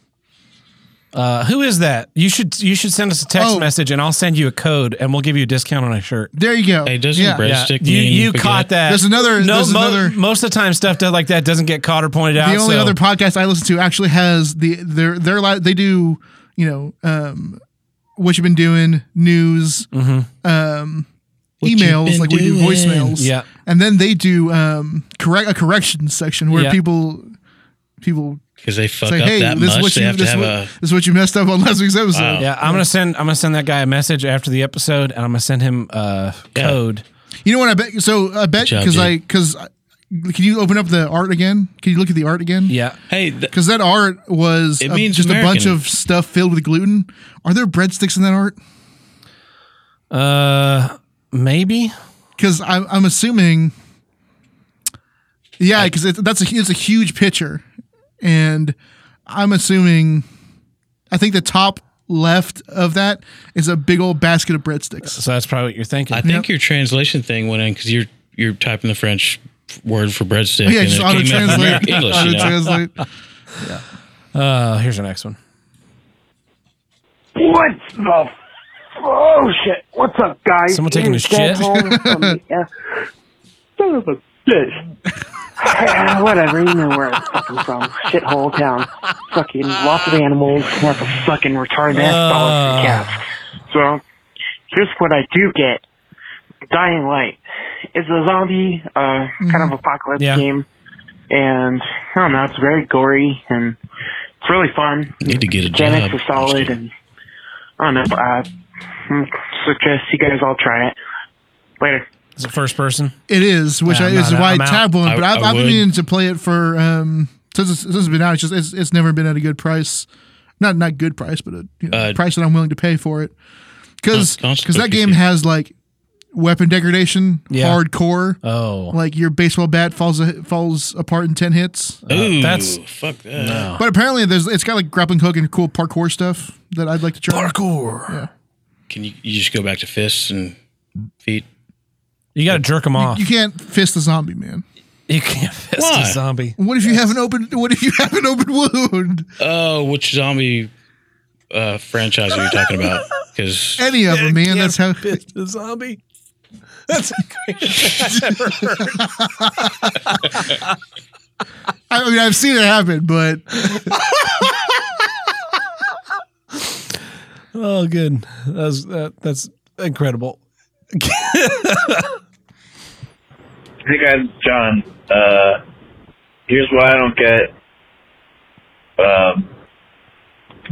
[SPEAKER 1] uh, who is that? You should you should send us a text
[SPEAKER 2] Oh.
[SPEAKER 1] message and I'll send you a code and we'll give you a discount on a shirt.
[SPEAKER 2] There you go.
[SPEAKER 3] Hey, doesn't
[SPEAKER 2] yeah.
[SPEAKER 3] bread-
[SPEAKER 1] Yeah,
[SPEAKER 3] Stick
[SPEAKER 1] you
[SPEAKER 3] me in,
[SPEAKER 1] you
[SPEAKER 3] forget.
[SPEAKER 1] caught that.
[SPEAKER 2] There's another-
[SPEAKER 1] No,
[SPEAKER 2] there's
[SPEAKER 1] mo-
[SPEAKER 2] another-
[SPEAKER 1] most of the time stuff that like that doesn't get caught or pointed out.
[SPEAKER 2] the only
[SPEAKER 1] so-
[SPEAKER 2] other podcast I listen to actually has the their their li- they do you know um what you've been doing news um emails
[SPEAKER 3] been
[SPEAKER 2] like we do
[SPEAKER 3] doing.
[SPEAKER 2] voicemails
[SPEAKER 1] Yeah.
[SPEAKER 2] and then they do um correct a corrections section where
[SPEAKER 1] Yeah.
[SPEAKER 2] people people
[SPEAKER 3] because they fuck
[SPEAKER 2] say
[SPEAKER 3] up
[SPEAKER 2] hey
[SPEAKER 3] that
[SPEAKER 2] this is
[SPEAKER 3] much.
[SPEAKER 2] what
[SPEAKER 3] They
[SPEAKER 2] you
[SPEAKER 3] have to
[SPEAKER 2] this, is
[SPEAKER 3] have
[SPEAKER 2] what,
[SPEAKER 3] a
[SPEAKER 2] this is what you messed up on last week's episode
[SPEAKER 3] Wow.
[SPEAKER 1] Yeah, I'm gonna send I'm gonna send that guy a message after the episode, and I'm gonna send him a
[SPEAKER 3] Yeah.
[SPEAKER 1] code.
[SPEAKER 2] you know what I bet so I bet
[SPEAKER 3] job,
[SPEAKER 2] because
[SPEAKER 3] dude.
[SPEAKER 2] I because uh, can you open up the art again can you look at the art again
[SPEAKER 1] Yeah,
[SPEAKER 3] hey. Th-
[SPEAKER 2] Because that art was
[SPEAKER 3] It
[SPEAKER 2] a-
[SPEAKER 3] means
[SPEAKER 2] just a bunch
[SPEAKER 3] American.
[SPEAKER 2] of stuff filled with gluten. Are there breadsticks in that art?
[SPEAKER 1] uh, maybe.
[SPEAKER 2] Because I'm, I'm assuming, yeah, because that's a hu- it's a huge picture, and I'm assuming, I think the top left of that is a big old basket of breadsticks.
[SPEAKER 1] So that's probably what you're thinking.
[SPEAKER 3] I think your translation thing went in because you're you're typing the French word for breadstick.
[SPEAKER 1] Oh,
[SPEAKER 2] yeah,
[SPEAKER 3] and
[SPEAKER 2] just
[SPEAKER 3] it
[SPEAKER 2] auto
[SPEAKER 3] came out
[SPEAKER 2] translate.
[SPEAKER 3] in American English, you
[SPEAKER 2] Auto
[SPEAKER 3] know?
[SPEAKER 2] translate.
[SPEAKER 1] uh, here's the next one.
[SPEAKER 9] What the? F- oh shit! What's up, guys?
[SPEAKER 1] Someone taking
[SPEAKER 9] Here's
[SPEAKER 1] a shit?
[SPEAKER 9] Dad Home from the, uh, son of a bitch. Yeah, whatever, you know where I'm fucking from. Shithole town. Fucking lots of animals, lots of fucking retarded ass dogs and cats. So, here's what I do get. Dying Light. It's a zombie, uh, kind of
[SPEAKER 1] Mm-hmm.
[SPEAKER 9] apocalypse
[SPEAKER 1] Yeah.
[SPEAKER 9] game. And, I don't know, it's very gory and it's really fun.
[SPEAKER 3] Need to get a
[SPEAKER 9] Mechanics
[SPEAKER 3] job.
[SPEAKER 9] are solid, and I don't know. I suggest you guys all try it. Later.
[SPEAKER 1] It's the first person.
[SPEAKER 2] It is, which
[SPEAKER 1] Yeah,
[SPEAKER 2] I,
[SPEAKER 1] I'm
[SPEAKER 2] is
[SPEAKER 1] not-
[SPEAKER 2] why I
[SPEAKER 1] I'm out.
[SPEAKER 2] tab one.
[SPEAKER 3] I-
[SPEAKER 2] But I, have
[SPEAKER 3] I
[SPEAKER 2] I've been
[SPEAKER 3] would.
[SPEAKER 2] meaning to play it for um since it's, since it's been out. It's just it's, it's never been at a good price, not not good price, but a you know,
[SPEAKER 3] Uh,
[SPEAKER 2] price that I'm willing to pay for it. Because
[SPEAKER 3] Don't- don't
[SPEAKER 2] that
[SPEAKER 3] spooky
[SPEAKER 2] game
[SPEAKER 3] shit.
[SPEAKER 2] has like weapon degradation,
[SPEAKER 1] Yeah.
[SPEAKER 2] hardcore.
[SPEAKER 1] Oh,
[SPEAKER 2] like your baseball bat falls falls apart in ten hits.
[SPEAKER 1] Uh.
[SPEAKER 3] Ooh,
[SPEAKER 1] that's-
[SPEAKER 3] fuck that.
[SPEAKER 2] But apparently, there's it's got like grappling hook and cool parkour stuff that I'd like to try.
[SPEAKER 1] parkour.
[SPEAKER 3] Can you, you just go back to fists and feet?
[SPEAKER 1] You got to jerk him off.
[SPEAKER 2] You can't fist the zombie, man.
[SPEAKER 1] You can't fist
[SPEAKER 3] Why?
[SPEAKER 1] a zombie.
[SPEAKER 2] What if you have an open? What if you have an open wound?
[SPEAKER 3] Oh, which zombie uh, franchise are you talking about? Because
[SPEAKER 2] Any of them, man. That's how.
[SPEAKER 1] fist a zombie. That's the greatest thing I've ever heard.
[SPEAKER 2] I mean, I've seen it happen, but
[SPEAKER 1] Oh, good. That's that, that's incredible.
[SPEAKER 8] Hey guys, John. Uh, here's why I don't get. Um,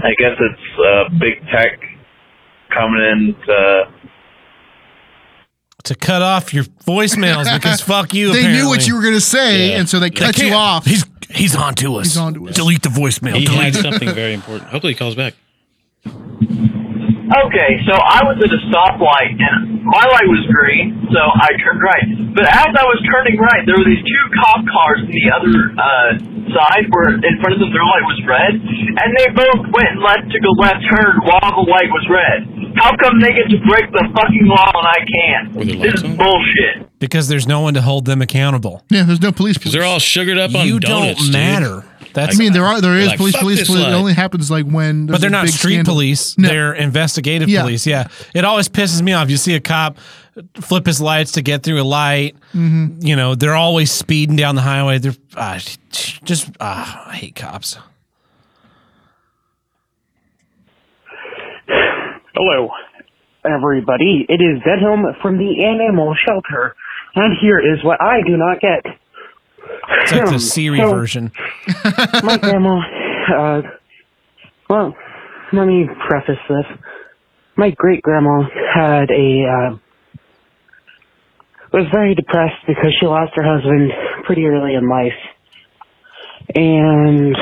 [SPEAKER 8] I guess it's uh, big tech coming in. To,
[SPEAKER 1] To cut off your voicemails because fuck you.
[SPEAKER 2] they knew what
[SPEAKER 1] apparently.
[SPEAKER 2] you were going to say,
[SPEAKER 3] Yeah.
[SPEAKER 2] and so they
[SPEAKER 1] I
[SPEAKER 2] cut you
[SPEAKER 1] can't.
[SPEAKER 2] off.
[SPEAKER 1] He's he's on to us.
[SPEAKER 2] He's onto us.
[SPEAKER 1] Delete the voicemail.
[SPEAKER 3] he
[SPEAKER 1] Delete
[SPEAKER 3] had something very important. Hopefully, he calls back.
[SPEAKER 8] okay, so I was at a stoplight and my light was green, so I turned right. But as I was turning right, there were these two cop cars on the other uh, side where in front of them their light was red, and they both went left to go left turn while the light was red. How come they get to break the fucking law and I can't?
[SPEAKER 3] Were their lights
[SPEAKER 8] This is
[SPEAKER 3] on?
[SPEAKER 8] bullshit.
[SPEAKER 1] because there's no one to hold them accountable.
[SPEAKER 2] yeah, there's no police.
[SPEAKER 3] Because
[SPEAKER 2] police.
[SPEAKER 3] they're all sugared up on
[SPEAKER 1] you don't
[SPEAKER 3] donuts. dude.
[SPEAKER 1] matter. That's
[SPEAKER 2] I mean, there are. There is
[SPEAKER 3] like,
[SPEAKER 2] police.
[SPEAKER 3] "Fuck
[SPEAKER 2] Police.
[SPEAKER 3] this
[SPEAKER 2] police. It
[SPEAKER 3] light."
[SPEAKER 2] only happens like when.
[SPEAKER 1] but
[SPEAKER 2] there's
[SPEAKER 1] they're
[SPEAKER 2] a
[SPEAKER 1] not
[SPEAKER 2] big
[SPEAKER 1] street
[SPEAKER 2] scandal.
[SPEAKER 1] police.
[SPEAKER 2] No.
[SPEAKER 1] They're investigative
[SPEAKER 2] Yeah.
[SPEAKER 1] police. Yeah, it always pisses me off. You see a cop flip his lights to get through a light.
[SPEAKER 2] Mm-hmm.
[SPEAKER 1] You know, they're always speeding down the highway. They're ah, just ah, I hate cops.
[SPEAKER 9] Hello, everybody. It is Venom from the animal shelter, and here is what I do not get.
[SPEAKER 1] It's like the Siri
[SPEAKER 9] So,
[SPEAKER 1] version.
[SPEAKER 9] My grandma, uh, well, let me preface this. My great grandma had a, uh, was very depressed because she lost her husband pretty early in life. And,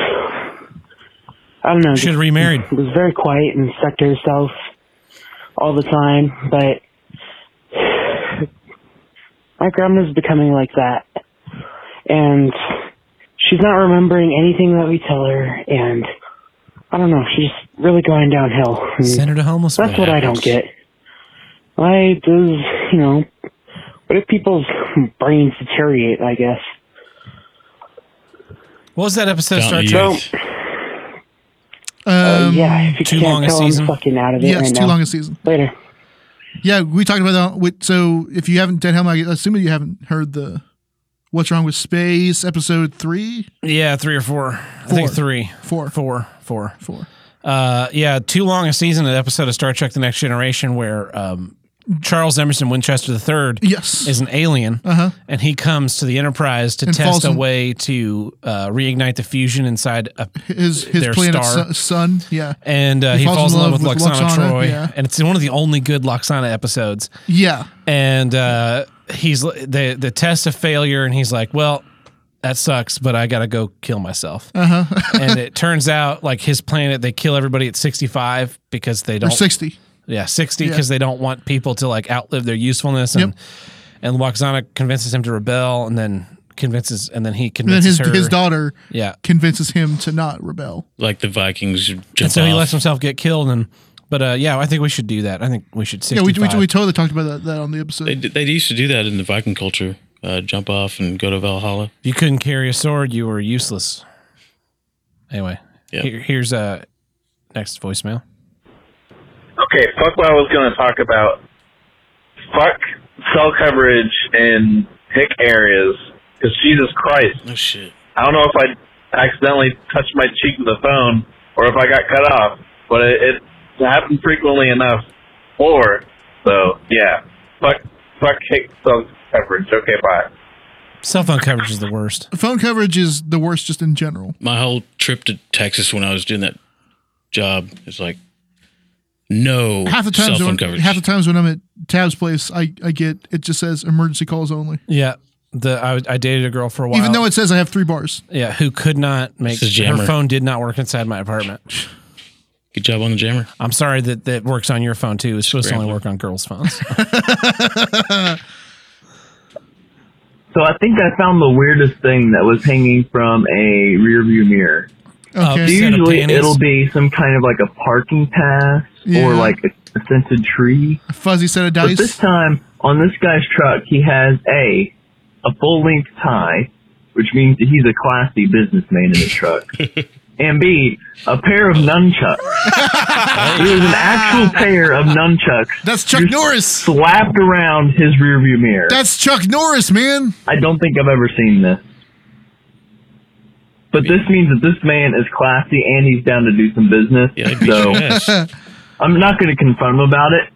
[SPEAKER 9] I don't know,
[SPEAKER 1] Should have remarried.
[SPEAKER 9] was very quiet and stuck to herself all the time, but my grandma's becoming like that. And she's not remembering anything that we tell her, and I don't know, she's really going downhill. And
[SPEAKER 1] Send her to homeless.
[SPEAKER 9] that's what I don't get. Why does, you know, what if people's brains deteriorate, I guess?
[SPEAKER 1] What was that episode of Star
[SPEAKER 3] Fountain
[SPEAKER 1] Trek?
[SPEAKER 3] of Youth.
[SPEAKER 9] Uh, yeah,
[SPEAKER 1] Um,
[SPEAKER 9] if you
[SPEAKER 1] too
[SPEAKER 9] can't
[SPEAKER 1] long a
[SPEAKER 9] tell,
[SPEAKER 1] season?
[SPEAKER 9] I'm fucking out of it
[SPEAKER 2] Yeah,
[SPEAKER 9] right
[SPEAKER 2] um, it's too
[SPEAKER 9] now.
[SPEAKER 2] long a season.
[SPEAKER 9] Later.
[SPEAKER 2] Yeah, we talked about that. With, so if you haven't, Dead Helm, I assume you haven't heard the "What's Wrong with Space" episode three,
[SPEAKER 1] Yeah, three or four. I think
[SPEAKER 2] Four.
[SPEAKER 1] three.
[SPEAKER 2] four,
[SPEAKER 1] Four. Four.
[SPEAKER 2] four.
[SPEAKER 1] Uh, yeah, too long a season, an episode of Star Trek The Next Generation where um, Charles Emerson Winchester III
[SPEAKER 2] Yes.
[SPEAKER 1] is an alien
[SPEAKER 2] Uh-huh.
[SPEAKER 1] and he comes to the Enterprise to
[SPEAKER 2] And
[SPEAKER 1] test
[SPEAKER 2] falls
[SPEAKER 1] a
[SPEAKER 2] in-
[SPEAKER 1] way to uh, reignite the fusion inside a
[SPEAKER 2] His his
[SPEAKER 1] Their
[SPEAKER 2] planet
[SPEAKER 1] star.
[SPEAKER 2] su- sun. Yeah,
[SPEAKER 1] and uh, he, falls, in love, with, Loxana,
[SPEAKER 2] Loxana,
[SPEAKER 1] Troy,
[SPEAKER 2] yeah.
[SPEAKER 1] and it's one of the only good Loxana episodes.
[SPEAKER 2] yeah.
[SPEAKER 1] And uh, he's the the test of failure, and he's like, "Well, that sucks, but I gotta go kill myself."
[SPEAKER 2] Uh-huh.
[SPEAKER 1] and it turns out, like his planet, they kill everybody at sixty five because they
[SPEAKER 2] Or
[SPEAKER 1] don't,
[SPEAKER 2] sixty.
[SPEAKER 1] yeah, sixty
[SPEAKER 2] Yeah.
[SPEAKER 1] because they don't want people to like outlive their usefulness, and
[SPEAKER 2] Yep.
[SPEAKER 1] and Loxana convinces him to rebel, and then convinces, and then he
[SPEAKER 2] And then
[SPEAKER 1] convinces
[SPEAKER 2] his
[SPEAKER 1] her,
[SPEAKER 2] his daughter
[SPEAKER 1] yeah,
[SPEAKER 2] convinces him to not rebel.
[SPEAKER 3] Like the Vikings jump
[SPEAKER 1] and so he
[SPEAKER 3] off.
[SPEAKER 1] lets himself get killed, and. But uh, yeah, I think we should do that. I think we should. 65.
[SPEAKER 2] Yeah, we, we, we totally talked about that, that on the episode.
[SPEAKER 3] They, d- they used to do that in the Viking culture. Uh, jump off and go to Valhalla.
[SPEAKER 1] If you couldn't carry a sword, you were useless. Anyway,
[SPEAKER 3] Yeah.
[SPEAKER 1] here, here's uh next voicemail.
[SPEAKER 8] Okay, fuck what I was going to talk about. Fuck cell coverage in hick areas. Because Jesus Christ,
[SPEAKER 3] No shit.
[SPEAKER 8] I don't know if I accidentally touched my cheek with the phone or if I got cut off, but it, it happened frequently enough. Or, so, yeah. Fuck, fuck hick cell coverage. Okay, bye.
[SPEAKER 1] Cell phone coverage is the worst.
[SPEAKER 2] Phone coverage is the worst, just in general.
[SPEAKER 3] My whole trip to Texas when I was doing that job is like no
[SPEAKER 2] Half the
[SPEAKER 3] cell
[SPEAKER 2] times,
[SPEAKER 3] phone
[SPEAKER 2] when,
[SPEAKER 3] coverage.
[SPEAKER 2] half the times when I'm at Tab's place, I, I get it just says emergency calls only,
[SPEAKER 1] Yeah, the I, I dated a girl for a while,
[SPEAKER 2] even though it says I have three bars.
[SPEAKER 1] yeah, who could not make
[SPEAKER 3] This is
[SPEAKER 1] her
[SPEAKER 3] Jammer.
[SPEAKER 1] phone did not work inside my apartment.
[SPEAKER 3] Good job on the jammer.
[SPEAKER 1] I'm sorry that that works on your phone too. It's supposed to only
[SPEAKER 3] Scrambler.
[SPEAKER 1] work on girls' phones.
[SPEAKER 8] So I think I found the weirdest thing that was hanging from a rearview mirror.
[SPEAKER 1] Uh, set
[SPEAKER 2] Okay,
[SPEAKER 1] of
[SPEAKER 8] Usually
[SPEAKER 1] panties.
[SPEAKER 8] it'll be some kind of like a parking pass
[SPEAKER 2] Yeah.
[SPEAKER 8] or like a, a scented tree.
[SPEAKER 2] a fuzzy set of
[SPEAKER 8] But this
[SPEAKER 2] dice.
[SPEAKER 8] time on this guy's truck, he has a a full length tie, which means that he's a classy businessman in his truck, and B a pair of nunchucks. There's an actual pair of nunchucks
[SPEAKER 2] That's Chuck Norris.
[SPEAKER 8] slapped around his rearview mirror.
[SPEAKER 2] That's Chuck Norris, man.
[SPEAKER 8] I don't think I've ever seen this. But this means that this man is classy and he's down to do some business.
[SPEAKER 3] Yeah, I beat
[SPEAKER 8] so
[SPEAKER 3] your ass.
[SPEAKER 8] I'm not going to confirm about it,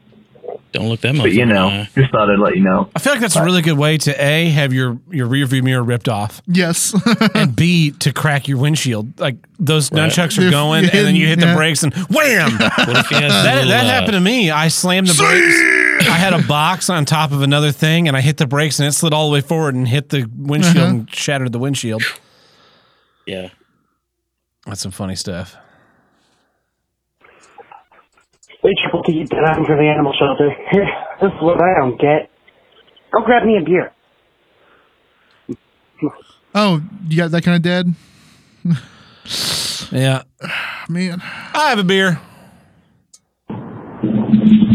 [SPEAKER 3] Don't look that much.
[SPEAKER 8] but you know, just thought I'd let you know.
[SPEAKER 1] I feel like that's a really good way to a have your your rear view mirror ripped off,
[SPEAKER 2] Yes.
[SPEAKER 1] and b to crack your windshield. Like those nunchucks are
[SPEAKER 2] If-
[SPEAKER 1] going, and then you hit the
[SPEAKER 2] yeah.
[SPEAKER 1] brakes and wham.
[SPEAKER 3] What if he has a
[SPEAKER 1] That,
[SPEAKER 3] little,
[SPEAKER 1] that
[SPEAKER 3] uh,
[SPEAKER 1] happened to me. I slammed the brakes. I had a box on top of another thing, and I hit the brakes, and it slid all the way forward and hit the windshield
[SPEAKER 2] Uh-huh.
[SPEAKER 1] and shattered the windshield.
[SPEAKER 3] Yeah.
[SPEAKER 1] That's some funny stuff.
[SPEAKER 9] Hey, Triple D, that I'm from the animal shelter. this is what I don't get. Go grab me a beer.
[SPEAKER 2] oh, you got that kind of dad, Ah,
[SPEAKER 1] Yeah,
[SPEAKER 2] man.
[SPEAKER 1] I have a beer.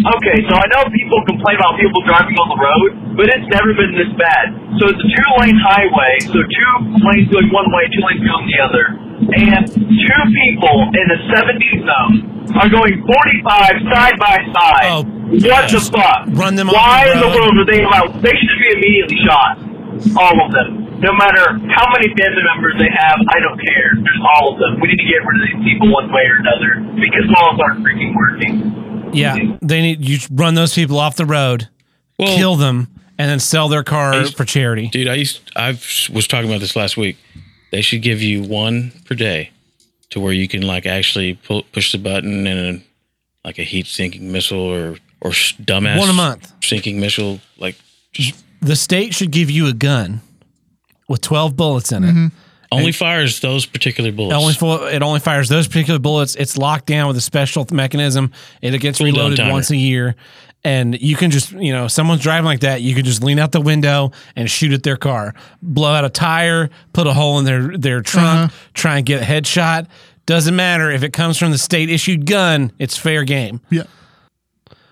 [SPEAKER 8] Okay, so I know people complain about people driving on the road, but it's never been this bad. So it's a two lane highway, so two lanes going one way, two lanes going the other. And two people in a 70 zone are going 45 side by side.
[SPEAKER 1] Oh,
[SPEAKER 8] what the fuck?
[SPEAKER 1] Run them off
[SPEAKER 8] Why
[SPEAKER 1] the
[SPEAKER 8] in the
[SPEAKER 1] road.
[SPEAKER 8] world are they allowed? They should be immediately shot. All of them. No matter how many family members they have, I don't care. There's all of them. We need to get rid of these people one way or another because laws aren't freaking working.
[SPEAKER 1] Yeah, they need you run those people off the road,
[SPEAKER 3] Well,
[SPEAKER 1] kill them, and then sell their car for charity.
[SPEAKER 3] Dude, I used I was talking about this last week. They should give you one per day, to where you can like actually pull, push the button and like a heat sinking missile or or s- dumbass
[SPEAKER 1] One a month.
[SPEAKER 3] sinking missile. Like
[SPEAKER 1] The state should give you a gun with twelve bullets in it.
[SPEAKER 3] only fires those particular bullets.
[SPEAKER 1] It only fo- it only fires those particular bullets. It's locked down with a special th- mechanism. It gets
[SPEAKER 3] Cooldown
[SPEAKER 1] reloaded
[SPEAKER 3] timer.
[SPEAKER 1] once a year, and you can just you know someone's driving like that. You can just lean out the window and shoot at their car, blow out a tire, put a hole in their their trunk,
[SPEAKER 2] Uh-huh.
[SPEAKER 1] try and get a headshot. Doesn't matter if it comes from the state issued gun. It's fair game.
[SPEAKER 2] Yeah.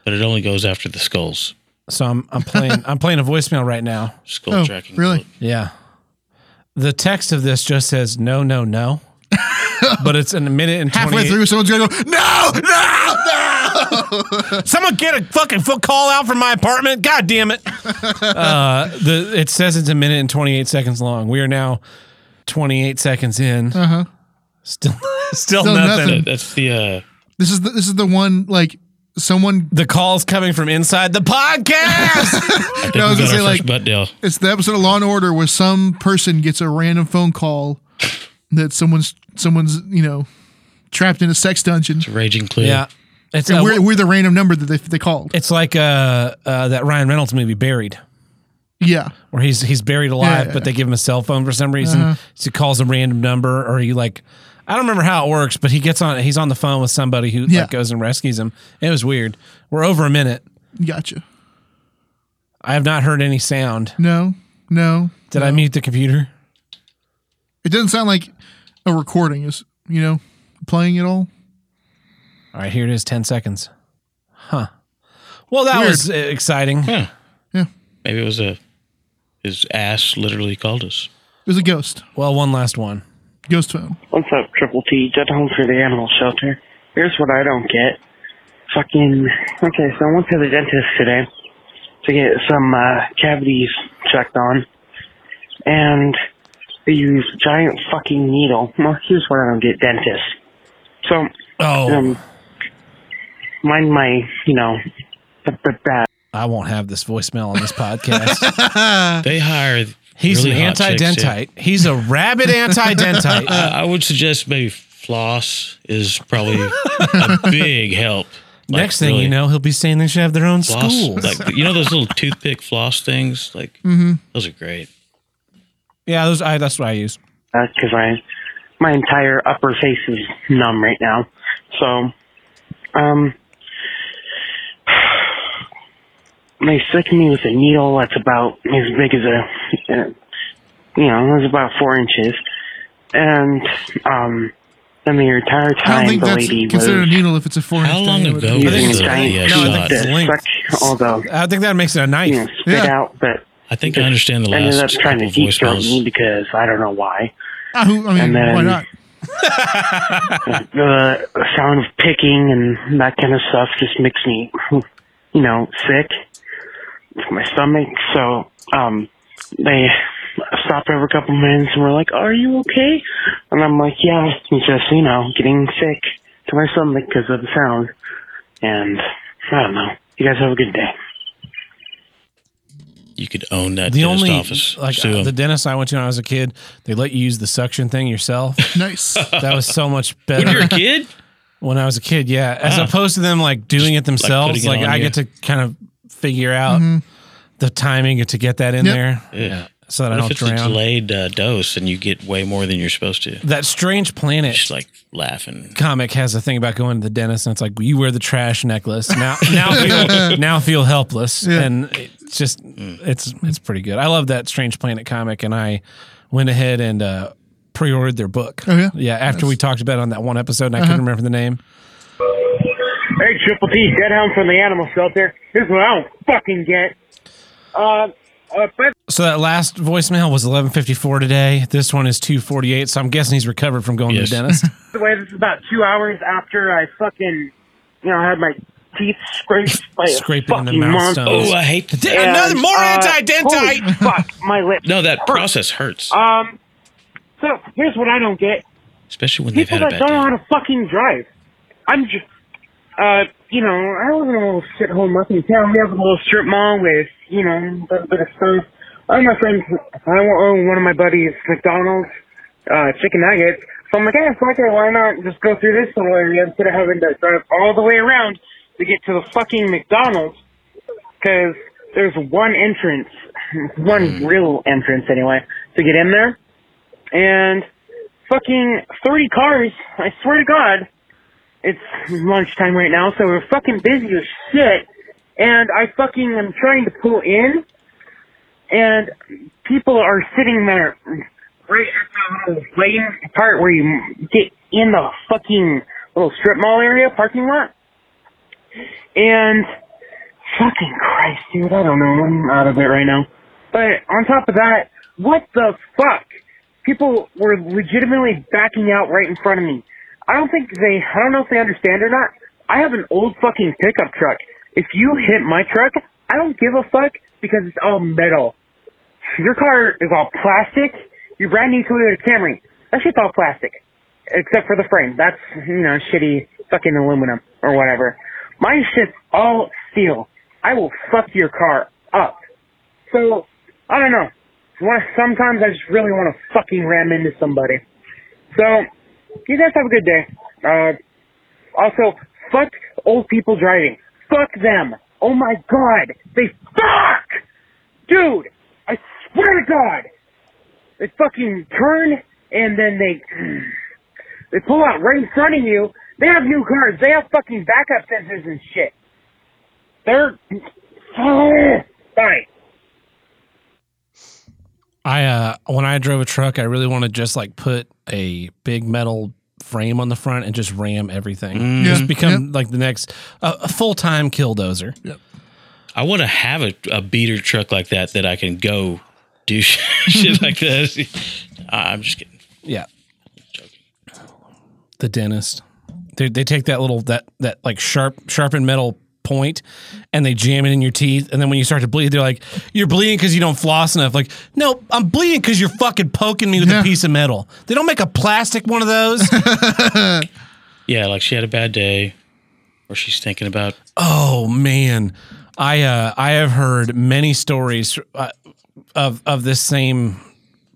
[SPEAKER 3] but it only goes after the skulls.
[SPEAKER 1] So I'm I'm playing I'm playing a voicemail right now.
[SPEAKER 3] Skull
[SPEAKER 2] Oh,
[SPEAKER 3] tracking.
[SPEAKER 2] really?
[SPEAKER 3] bullet.
[SPEAKER 1] Yeah. the text of this just says no, no, no. but it's in a minute and
[SPEAKER 2] Halfway
[SPEAKER 1] 28
[SPEAKER 2] through, someone's gonna go, no, no, no.
[SPEAKER 1] Someone get a fucking foot call out from my apartment. God damn it. Uh, the, it says it's a minute and 28 seconds long. We are now 28 seconds in. Uh huh. Still, still,
[SPEAKER 2] Uh-huh. Still
[SPEAKER 1] nothing.
[SPEAKER 2] nothing.
[SPEAKER 3] That's the uh,
[SPEAKER 2] This is the, this is the one like someone.
[SPEAKER 1] The call's coming from inside the podcast.
[SPEAKER 3] I think
[SPEAKER 2] No, I was gonna
[SPEAKER 3] we got
[SPEAKER 2] say
[SPEAKER 3] our
[SPEAKER 2] like
[SPEAKER 3] first butt deal.
[SPEAKER 2] it's the episode of Law and Order where some person gets a random phone call that someone's someone's you know trapped in a sex dungeon.
[SPEAKER 3] Raging Clue.
[SPEAKER 1] yeah. It's,
[SPEAKER 2] And
[SPEAKER 1] uh,
[SPEAKER 2] we're, we're the random number that they, they called.
[SPEAKER 1] it's like uh, uh, that Ryan Reynolds movie, Buried.
[SPEAKER 2] Yeah.
[SPEAKER 1] where he's he's buried alive,
[SPEAKER 2] yeah, Uh-huh.
[SPEAKER 1] but they give him a cell phone for some reason. So he calls a random number, or he like I don't remember how it works, but he gets on he's on the phone with somebody who
[SPEAKER 2] Yeah.
[SPEAKER 1] like goes and rescues him. It was weird. We're over a minute.
[SPEAKER 2] Gotcha.
[SPEAKER 1] I have not heard any sound.
[SPEAKER 2] No. No.
[SPEAKER 1] Did I mute the computer?
[SPEAKER 2] It doesn't sound like a recording is, you know, playing at all.
[SPEAKER 1] All right, here it is. Ten seconds. Huh. Well, that
[SPEAKER 2] Weird.
[SPEAKER 1] was uh, exciting.
[SPEAKER 3] Huh.
[SPEAKER 2] Yeah.
[SPEAKER 3] Maybe it was a his ass literally called us.
[SPEAKER 2] It was a ghost.
[SPEAKER 1] Well, one last one.
[SPEAKER 2] Ghost phone.
[SPEAKER 9] What's up, Triple T? Dead home for the animal shelter. Here's what I don't get. Fucking okay, so I went to the dentist today to get some uh, cavities checked on, and they use giant fucking needle. Well, here's what I don't get, dentists. So
[SPEAKER 1] Oh,
[SPEAKER 9] um, mind my you know, b- b- b-
[SPEAKER 1] I won't have this voicemail on this podcast.
[SPEAKER 3] They hire
[SPEAKER 1] Uh, He's
[SPEAKER 3] really
[SPEAKER 1] an
[SPEAKER 3] hot chicks, yeah.
[SPEAKER 1] anti-dentite. He's a rabid anti-dentite.
[SPEAKER 3] I, I would suggest maybe floss is probably a big help. Like,
[SPEAKER 1] Next thing
[SPEAKER 3] really
[SPEAKER 1] you know, he'll be saying they should have their own
[SPEAKER 3] floss,
[SPEAKER 1] schools.
[SPEAKER 3] like you know those little toothpick floss things, like
[SPEAKER 1] Mm-hmm.
[SPEAKER 3] those are great.
[SPEAKER 1] yeah, those, I, that's what I use.
[SPEAKER 9] because I Uh, my entire upper face is numb right now. So, um, they stick me with a needle that's about as big as a, uh, you know, it was about four inches, and um, then the entire
[SPEAKER 2] I don't
[SPEAKER 9] time
[SPEAKER 2] think
[SPEAKER 9] the
[SPEAKER 2] that's
[SPEAKER 9] lady
[SPEAKER 2] considered a
[SPEAKER 9] was
[SPEAKER 2] needle if it's a four
[SPEAKER 3] How
[SPEAKER 2] inch
[SPEAKER 3] long
[SPEAKER 2] thing.
[SPEAKER 3] ago
[SPEAKER 2] It
[SPEAKER 3] was
[SPEAKER 2] would
[SPEAKER 9] using
[SPEAKER 2] be-
[SPEAKER 9] a
[SPEAKER 3] the
[SPEAKER 9] giant
[SPEAKER 1] No,
[SPEAKER 3] yeah,
[SPEAKER 1] I
[SPEAKER 3] shot?
[SPEAKER 1] think that's-
[SPEAKER 9] to
[SPEAKER 1] linked.
[SPEAKER 9] suck all the
[SPEAKER 1] I think that makes it a knife.
[SPEAKER 9] you know, spit
[SPEAKER 2] Yeah.
[SPEAKER 9] out, but
[SPEAKER 3] I think I understand the
[SPEAKER 9] ended up
[SPEAKER 3] last couple
[SPEAKER 9] trying to
[SPEAKER 3] of
[SPEAKER 9] deep throat me
[SPEAKER 3] voicemails.
[SPEAKER 9] because I don't know why.
[SPEAKER 2] Ah, who- I mean,
[SPEAKER 9] And then-
[SPEAKER 2] why not?
[SPEAKER 9] the sound of picking and that kind of stuff just makes me, you know, sick to my stomach. So, um, they stopped over a couple minutes and were like, "Are you okay?" And I'm like, "Yeah, I'm just you know, getting sick to my stomach because of the sound." And I don't know. You guys have a good day.
[SPEAKER 3] You could own that
[SPEAKER 1] The
[SPEAKER 3] dentist
[SPEAKER 1] only
[SPEAKER 3] office.
[SPEAKER 1] like
[SPEAKER 3] Sue
[SPEAKER 1] uh,
[SPEAKER 3] 'em.
[SPEAKER 1] the dentist I went to when I was a kid, they let you use the suction thing yourself.
[SPEAKER 2] Nice.
[SPEAKER 1] that was so much better
[SPEAKER 3] when
[SPEAKER 1] when,
[SPEAKER 3] you're a kid,
[SPEAKER 1] I was a kid. Yeah, as
[SPEAKER 3] Ah.
[SPEAKER 1] opposed to them like doing it themselves.
[SPEAKER 3] putting it
[SPEAKER 1] Like,
[SPEAKER 3] on
[SPEAKER 1] I
[SPEAKER 3] you.
[SPEAKER 1] get to kind of figure out the timing to get that in
[SPEAKER 2] Mm-hmm. Yep.
[SPEAKER 1] there
[SPEAKER 3] yeah.
[SPEAKER 1] so that
[SPEAKER 3] What
[SPEAKER 1] I
[SPEAKER 3] if
[SPEAKER 1] don't
[SPEAKER 3] it's a
[SPEAKER 1] drown.
[SPEAKER 3] delayed uh, dose and you get way more than you're supposed to?
[SPEAKER 1] That strange planet.
[SPEAKER 3] She's like laughing.
[SPEAKER 1] Comic has a thing about going to the dentist, and it's like you wear the trash necklace now. Now feel now feel helpless, and it's just it's it's pretty good. I love that Strange Planet comic, and I went ahead and uh, pre-ordered their book.
[SPEAKER 2] Oh, yeah? Uh-huh.
[SPEAKER 1] After we talked about it on that one episode, and I couldn't remember the name.
[SPEAKER 9] Hey, Triple T, Deadhound from the Animal Shelter. Here's what I don't fucking get. Uh, uh, by
[SPEAKER 1] So that last voicemail was eleven fifty four today. This one is two forty eight. So I'm guessing he's recovered from going
[SPEAKER 3] Yes.
[SPEAKER 1] to the dentist.
[SPEAKER 9] the way, this is about two hours after I fucking, you know, had my teeth scraped by a
[SPEAKER 1] Scraping the
[SPEAKER 9] fucking
[SPEAKER 1] mouth
[SPEAKER 9] monster.
[SPEAKER 1] stones.
[SPEAKER 3] Oh, I hate the
[SPEAKER 1] Did- Another more
[SPEAKER 9] uh,
[SPEAKER 1] anti-dentite.
[SPEAKER 9] Holy fuck, my lips.
[SPEAKER 3] No, that
[SPEAKER 9] hurt.
[SPEAKER 3] process hurts,
[SPEAKER 9] Um, so here's what I don't get:
[SPEAKER 3] especially when they've
[SPEAKER 9] people
[SPEAKER 3] had a
[SPEAKER 9] that
[SPEAKER 3] bad
[SPEAKER 9] don't
[SPEAKER 3] day.
[SPEAKER 9] know how to fucking drive. I'm just, uh, you know, I live in a little shithole muffin town. We have a little strip mall with, you know, a little bit of stuff. One of my friends, I own one of my buddies McDonald's uh, chicken nuggets. So I'm like, hey, fuck it, why not just go through this little area instead of having to drive all the way around to get to the fucking McDonald's? Because there's one entrance,
[SPEAKER 3] Mm-hmm.
[SPEAKER 9] one real entrance anyway, to get in there. And fucking 30 cars, I swear to God, it's lunchtime right now, so we're fucking busy as shit. And I fucking am trying to pull in, and people are sitting there right at the little lane part where you get in the fucking little strip mall area parking lot. And fucking Christ, dude, I don't know. I'm out of it right now. But on top of that, what the fuck? people were legitimately backing out right in front of me. I don't think they, I don't know if they understand or not. I have an old fucking pickup truck. If you hit my truck, I don't give a fuck because it's all metal. Your car is all plastic. Your brand new Toyota Camry, that shit's all plastic. Except for the frame. That's, you know, shitty fucking aluminum or whatever. My shit's all steel. I will fuck your car up. So, I don't know. Wanna- Sometimes I just really want to fucking ram into somebody. So, you guys have a good day. Uh, also, fuck old people driving. Fuck them. Oh my god. They fuck! Dude, I swear to god. They fucking turn and then they, they pull out right in front of you. They have new cars. They have fucking backup sensors and shit. They're, bye.
[SPEAKER 1] I uh when I drove a truck, I really want to just like put a big metal frame on the front and just ram everything. Just
[SPEAKER 2] Yeah.
[SPEAKER 1] become like the next uh, a full time killdozer.
[SPEAKER 3] I want to have a, a beater truck like that that I can go do shit like this. I- I'm just kidding.
[SPEAKER 1] Yeah. The dentist. They they take that little that that like sharp sharpened metal point and they jam it in your teeth and then when you start to bleed they're like you're bleeding because you don't floss enough like no i'm bleeding because you're fucking poking me with
[SPEAKER 2] Yeah.
[SPEAKER 1] a piece of metal they don't make a plastic one of those
[SPEAKER 3] Yeah, like she had a bad day, or she's thinking about.
[SPEAKER 1] Oh man, I uh, I have heard many stories uh, of of this same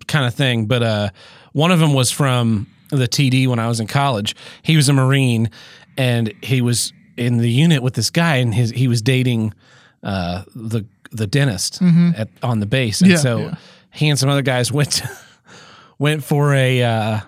[SPEAKER 1] kind of thing, but uh, one of them was from the TD when I was in college. He was a Marine, and he was in the unit with this guy, and his he was dating uh, the the dentist at, on the base, and
[SPEAKER 2] Mm-hmm. Yeah,
[SPEAKER 1] so
[SPEAKER 2] yeah.
[SPEAKER 1] he and some other guys went went for a. Uh,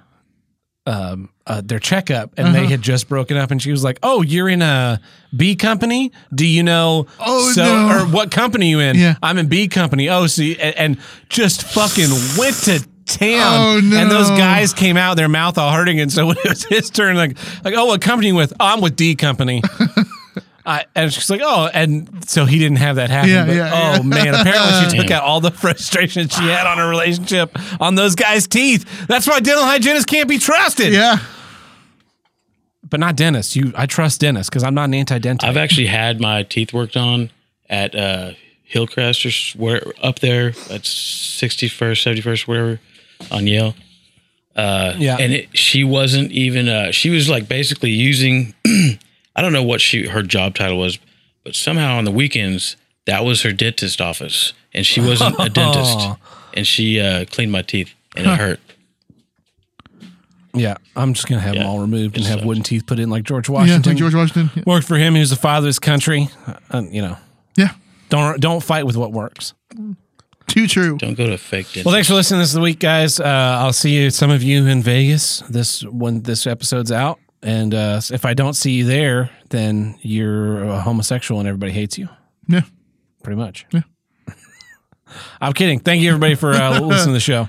[SPEAKER 1] um, uh, their checkup and
[SPEAKER 2] Uh-huh.
[SPEAKER 1] they had just broken up and she was like, "Oh, you're in a B company? Do you know
[SPEAKER 2] Oh,
[SPEAKER 1] so
[SPEAKER 2] no.
[SPEAKER 1] or what company you in?
[SPEAKER 2] Yeah.
[SPEAKER 1] I'm in B company. Oh, see, and, and just fucking went to town.
[SPEAKER 2] Oh, no.
[SPEAKER 1] And those guys came out, their mouth all hurting, and so when it was his turn, like, like, oh, what company you with? Oh, I'm with D company. I, and she's like, oh, and so he didn't have that happen.
[SPEAKER 2] Yeah,
[SPEAKER 1] but,
[SPEAKER 2] yeah,
[SPEAKER 1] oh
[SPEAKER 2] yeah.
[SPEAKER 1] man, apparently she took
[SPEAKER 3] Damn.
[SPEAKER 1] out all the frustration she had on her relationship on those guys' teeth. That's why dental hygienists can't be trusted
[SPEAKER 2] Yeah.
[SPEAKER 1] but not dentists. You, I trust dentists because I'm not an anti-dentist.
[SPEAKER 3] I've actually had my teeth worked on at uh, Hillcrest or s- where up there at 61st, 71st, wherever on Yale. Uh,
[SPEAKER 1] Yeah.
[SPEAKER 3] And it, she wasn't even. Uh, she was like basically using. I don't know what she her job title was, but somehow on the weekends that was her dentist office, and she wasn't a dentist, and she uh, cleaned my teeth and it hurt.
[SPEAKER 1] Yeah, I'm just gonna have them
[SPEAKER 3] Yeah.
[SPEAKER 1] all removed and
[SPEAKER 3] It
[SPEAKER 1] have
[SPEAKER 3] sucks.
[SPEAKER 1] wooden teeth put in like George
[SPEAKER 2] Yeah.
[SPEAKER 1] Washington.
[SPEAKER 2] Like George Washington. Yeah.
[SPEAKER 1] Worked for him. He was the father of his country. Uh, you know,
[SPEAKER 2] Yeah.
[SPEAKER 1] don't don't fight with what works.
[SPEAKER 2] Too true.
[SPEAKER 3] Don't go to a fake dentist.
[SPEAKER 1] Well, thanks for listening this week, guys. Uh, I'll see you, some of you in Vegas this when this episode's out. And uh, if I don't see you there, then you're a homosexual and everybody hates you.
[SPEAKER 2] Yeah.
[SPEAKER 1] Pretty much.
[SPEAKER 2] Yeah.
[SPEAKER 1] I'm kidding. Thank you everybody for uh, listening to the show.